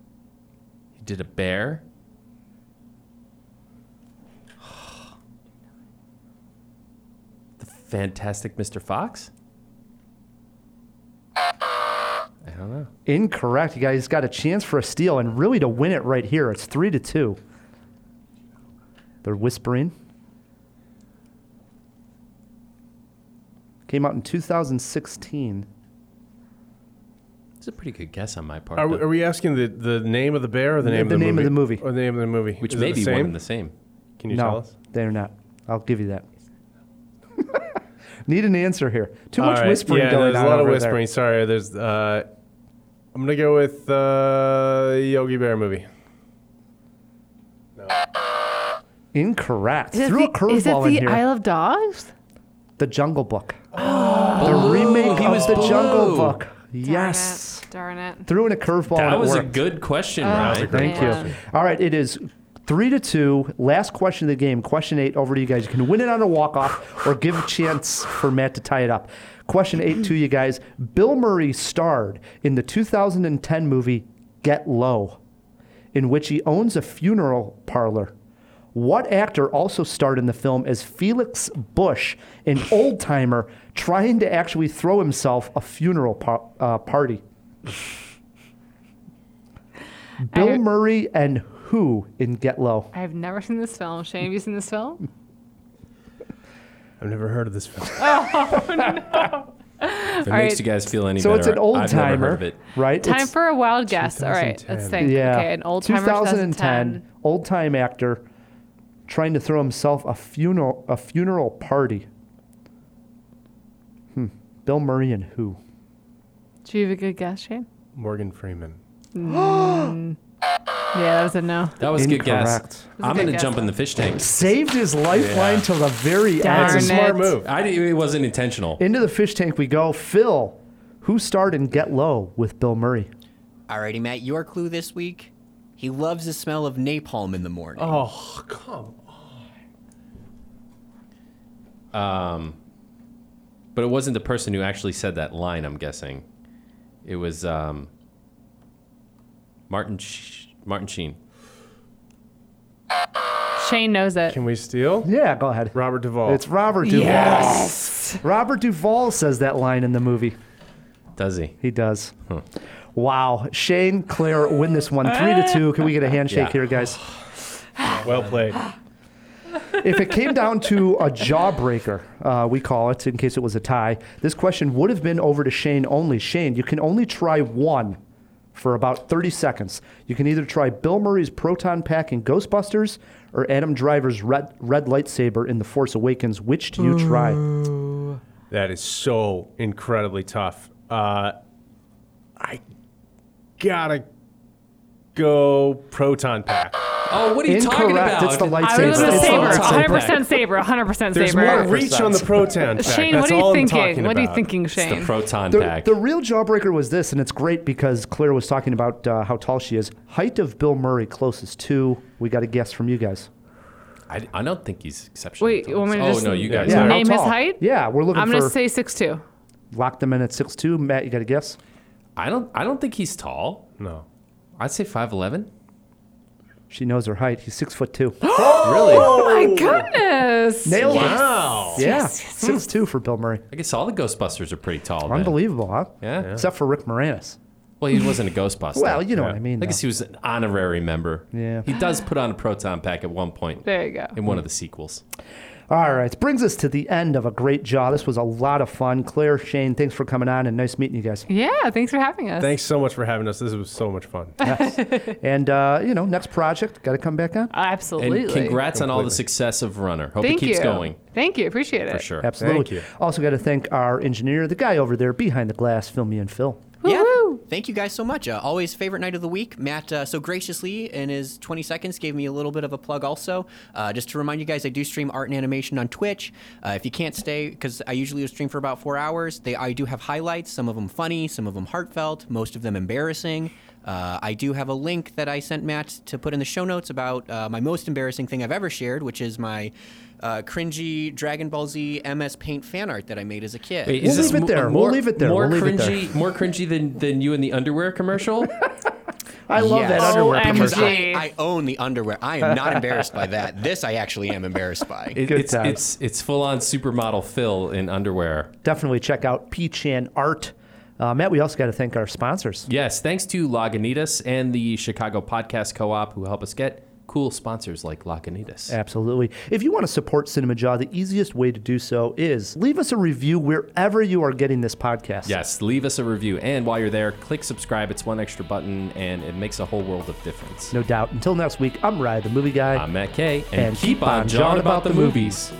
Speaker 1: He did a bear. the Fantastic Mr. Fox? I don't know.
Speaker 2: Incorrect. You guys got a chance for a steal and really to win it right here. It's three to two. They're whispering. Came out in 2016.
Speaker 1: It's a pretty good guess on my part.
Speaker 5: Are we,
Speaker 1: though,
Speaker 5: are we asking the, the name of the bear or the
Speaker 2: The-
Speaker 5: name
Speaker 2: the
Speaker 5: of the
Speaker 2: name of
Speaker 5: movie?
Speaker 2: the movie.
Speaker 5: Or the name of the movie.
Speaker 1: which
Speaker 5: Is
Speaker 1: may
Speaker 5: it
Speaker 1: be
Speaker 5: the same?
Speaker 1: one and the same.
Speaker 5: Can you
Speaker 2: no,
Speaker 5: tell us?
Speaker 2: they're not. I'll give you that. Need an answer here. Too much
Speaker 5: All right.
Speaker 2: whispering
Speaker 5: yeah,
Speaker 2: going
Speaker 5: there's
Speaker 2: on.
Speaker 5: a lot of
Speaker 2: over there.
Speaker 5: whispering. Sorry, there's. Uh, I'm gonna go with uh, Yogi Bear movie.
Speaker 2: Incorrect.
Speaker 4: Is it
Speaker 2: Threw a
Speaker 4: the- is it
Speaker 2: curveball in
Speaker 4: the
Speaker 2: here.
Speaker 4: Isle of Dogs?
Speaker 2: the Jungle Book. the
Speaker 4: Oh.
Speaker 2: remake
Speaker 1: He
Speaker 2: of
Speaker 1: was
Speaker 2: the
Speaker 1: Baloo.
Speaker 2: Jungle Book.
Speaker 4: Darn
Speaker 2: Yes.
Speaker 4: It. Darn it.
Speaker 2: Threw in a curveball.
Speaker 1: That
Speaker 2: and it
Speaker 1: was a
Speaker 2: worked.
Speaker 1: good question,
Speaker 5: Ah,
Speaker 4: That was
Speaker 1: Ryan.
Speaker 2: Thank you.
Speaker 4: Man.
Speaker 2: All right, it is three to two. Last question of the game. Question eight over to you guys. You can win it on a walk off or give a chance for Matt to tie it up. Question eight to you guys. Bill Murray starred in the 2010 movie Get Low, in which he owns a funeral parlor. What actor also starred in the film as Felix Bush, an old timer trying to actually throw himself a funeral par- uh, party? Bill
Speaker 4: I-
Speaker 2: Murray and who in Get Low?
Speaker 4: I have never seen this film. Shane, have you seen this film?
Speaker 5: I've never heard of this film.
Speaker 1: If it
Speaker 4: All
Speaker 1: makes
Speaker 4: right.
Speaker 1: you guys feel any
Speaker 2: So
Speaker 1: better,
Speaker 2: it's an old
Speaker 1: I've never heard of
Speaker 2: timer,
Speaker 1: it.
Speaker 2: right?
Speaker 4: Time
Speaker 2: It's-
Speaker 4: for a wild guess. All right, let's
Speaker 5: 2010.
Speaker 4: think. Okay, an old timer. 2010.
Speaker 2: old time actor trying to throw himself a funeral a funeral party. Hmm. Bill Murray and who?
Speaker 4: Do you have a good guess, Shane?
Speaker 5: Morgan Freeman.
Speaker 4: Yeah, that was a no.
Speaker 1: That was a good guess.
Speaker 2: Incorrect.
Speaker 4: It was a
Speaker 1: I'm
Speaker 4: good
Speaker 1: going to
Speaker 4: guess.
Speaker 1: jump in the fish tank.
Speaker 2: Saved his lifeline
Speaker 1: Yeah.
Speaker 2: till the very
Speaker 1: That's
Speaker 2: end.
Speaker 1: I didn't, it wasn't intentional.
Speaker 2: Into the fish tank we go. Phil, who starred in Get Low with Bill Murray?
Speaker 3: Alrighty, Matt, your clue this week. He loves the smell of napalm in the morning.
Speaker 5: Oh, come
Speaker 1: Um, but it wasn't the person who actually said that line. I'm guessing it was um, Martin Sh- Martin Sheen.
Speaker 4: Shane knows it.
Speaker 5: Can we steal?
Speaker 2: Yeah, go ahead.
Speaker 5: Robert Duvall.
Speaker 2: It's Robert Duvall.
Speaker 4: Yes.
Speaker 2: Robert Duvall says that line in the movie.
Speaker 1: Does he?
Speaker 2: He does. Wow. Shane, Claire win this one three to two. Can we get a handshake
Speaker 5: Yeah.
Speaker 2: here, guys?
Speaker 5: Well played.
Speaker 2: if it came down to a jawbreaker, uh, we call it, in case it was a tie, this question would have been over to Shane only. Shane, you can only try one for about 30 seconds. You can either try Bill Murray's proton pack in Ghostbusters or Adam Driver's red, red lightsaber in The Force Awakens. Which do you try?
Speaker 5: That is so incredibly tough. Uh, I gotta go proton pack.
Speaker 1: Oh, what are you talking
Speaker 2: Incorrect.
Speaker 1: about?
Speaker 2: It's the
Speaker 4: I
Speaker 2: lightsaber.
Speaker 4: was gonna
Speaker 2: It's the
Speaker 4: say we're
Speaker 2: lightsaber.
Speaker 4: 100% Saber, 100%
Speaker 5: There's
Speaker 4: Saber.
Speaker 5: more reach on the proton pack.
Speaker 4: Shane,
Speaker 5: That's
Speaker 4: what are you
Speaker 5: all I'm
Speaker 4: thinking?
Speaker 5: talking
Speaker 4: What are you
Speaker 5: about.
Speaker 4: thinking, Shane?
Speaker 1: The proton
Speaker 2: The,
Speaker 1: pack.
Speaker 2: the real jawbreaker was this, and it's great because Claire was talking about uh, how tall she is. Height of Bill Murray, closest to. We got a guess from you guys.
Speaker 1: I, I don't think he's exceptional.
Speaker 4: Wait, you want me to
Speaker 1: oh
Speaker 4: just
Speaker 1: no, you guys.
Speaker 2: Yeah,
Speaker 1: are.
Speaker 2: how
Speaker 4: name his
Speaker 2: tall?
Speaker 4: height?
Speaker 2: Yeah, we're looking
Speaker 4: I'm
Speaker 2: for.
Speaker 4: gonna say six two.
Speaker 2: Lock them in at six two. Matt, you got a guess?
Speaker 1: I don't. I don't think he's tall. No, I'd say five eleven.
Speaker 2: She knows her height. He's six foot two.
Speaker 1: Really?
Speaker 4: Oh my goodness!
Speaker 2: Nailed
Speaker 1: Wow.
Speaker 2: it. Yeah, six two for Bill Murray.
Speaker 1: I guess all the Ghostbusters are pretty tall. then.
Speaker 2: Unbelievable, huh?
Speaker 1: Yeah. Yeah.
Speaker 2: Except for Rick Moranis.
Speaker 1: Well, he wasn't a Ghostbuster.
Speaker 2: Well, you know what I mean,
Speaker 1: I guess he was an honorary member.
Speaker 2: Yeah.
Speaker 1: He does put on a proton pack at one point.
Speaker 4: There you go.
Speaker 1: In one of the sequels.
Speaker 2: All right, brings us to the end of a great jaw. This was a lot of fun. Claire, Shane, thanks for coming on, and nice meeting you guys.
Speaker 4: Yeah, thanks for having us.
Speaker 5: Thanks so much for having us. This was so much fun.
Speaker 2: and uh, you know, next project, got to come back on.
Speaker 4: Absolutely.
Speaker 1: And congrats on all the success of Runner. Hope
Speaker 4: Thank
Speaker 1: it keeps
Speaker 4: you.
Speaker 1: going.
Speaker 4: Thank you. Appreciate it.
Speaker 1: For sure.
Speaker 2: Absolutely. Also, got to thank our engineer, the guy over there behind the glass, Filmy and Phil.
Speaker 3: Yeah. Thank you guys so much. Uh, always favorite night of the week. Matt uh, so graciously in his 20 seconds gave me a little bit of a plug also. Uh, just to remind you guys, I do stream art and animation on Twitch. Uh, if you can't stay, because I usually stream for about four hours, they I do have highlights. Some of them funny, some of them heartfelt, most of them embarrassing. Uh, I do have a link that I sent Matt to put in the show notes about uh, my most embarrassing thing I've ever shared, which is my uh, cringy Dragon Ball Z MS Paint fan art that I made as a kid.
Speaker 1: Wait,
Speaker 2: We'll
Speaker 1: is this
Speaker 2: leave it
Speaker 1: mo-
Speaker 2: there. We'll
Speaker 1: More,
Speaker 2: leave it there.
Speaker 1: More
Speaker 2: We'll leave it there.
Speaker 1: cringy, more cringy than, than you in the underwear commercial.
Speaker 2: I love that
Speaker 3: Yes.
Speaker 2: underwear.
Speaker 4: OMG.
Speaker 2: commercial.
Speaker 3: I, I own the underwear. I am not embarrassed by that. This I actually am embarrassed by.
Speaker 1: It-
Speaker 2: Good
Speaker 1: it's
Speaker 2: times.
Speaker 1: it's it's full on supermodel Phil in underwear.
Speaker 2: Definitely check out P-Chan Art. Uh, Matt, we also got to thank our sponsors.
Speaker 1: Yes, thanks to Lagunitas and the Chicago Podcast Co-op who help us get cool sponsors like Lagunitas.
Speaker 2: Absolutely. If you want to support Cinema Jaw, the easiest way to do so is leave us a review wherever you are getting this podcast.
Speaker 1: Yes, leave us a review. And while you're there, click subscribe. It's one extra button and it makes a whole world of difference.
Speaker 2: No doubt. Until next week, I'm Ryan, the movie guy.
Speaker 1: I'm Matt Kay, and, keep on jawing about the movies.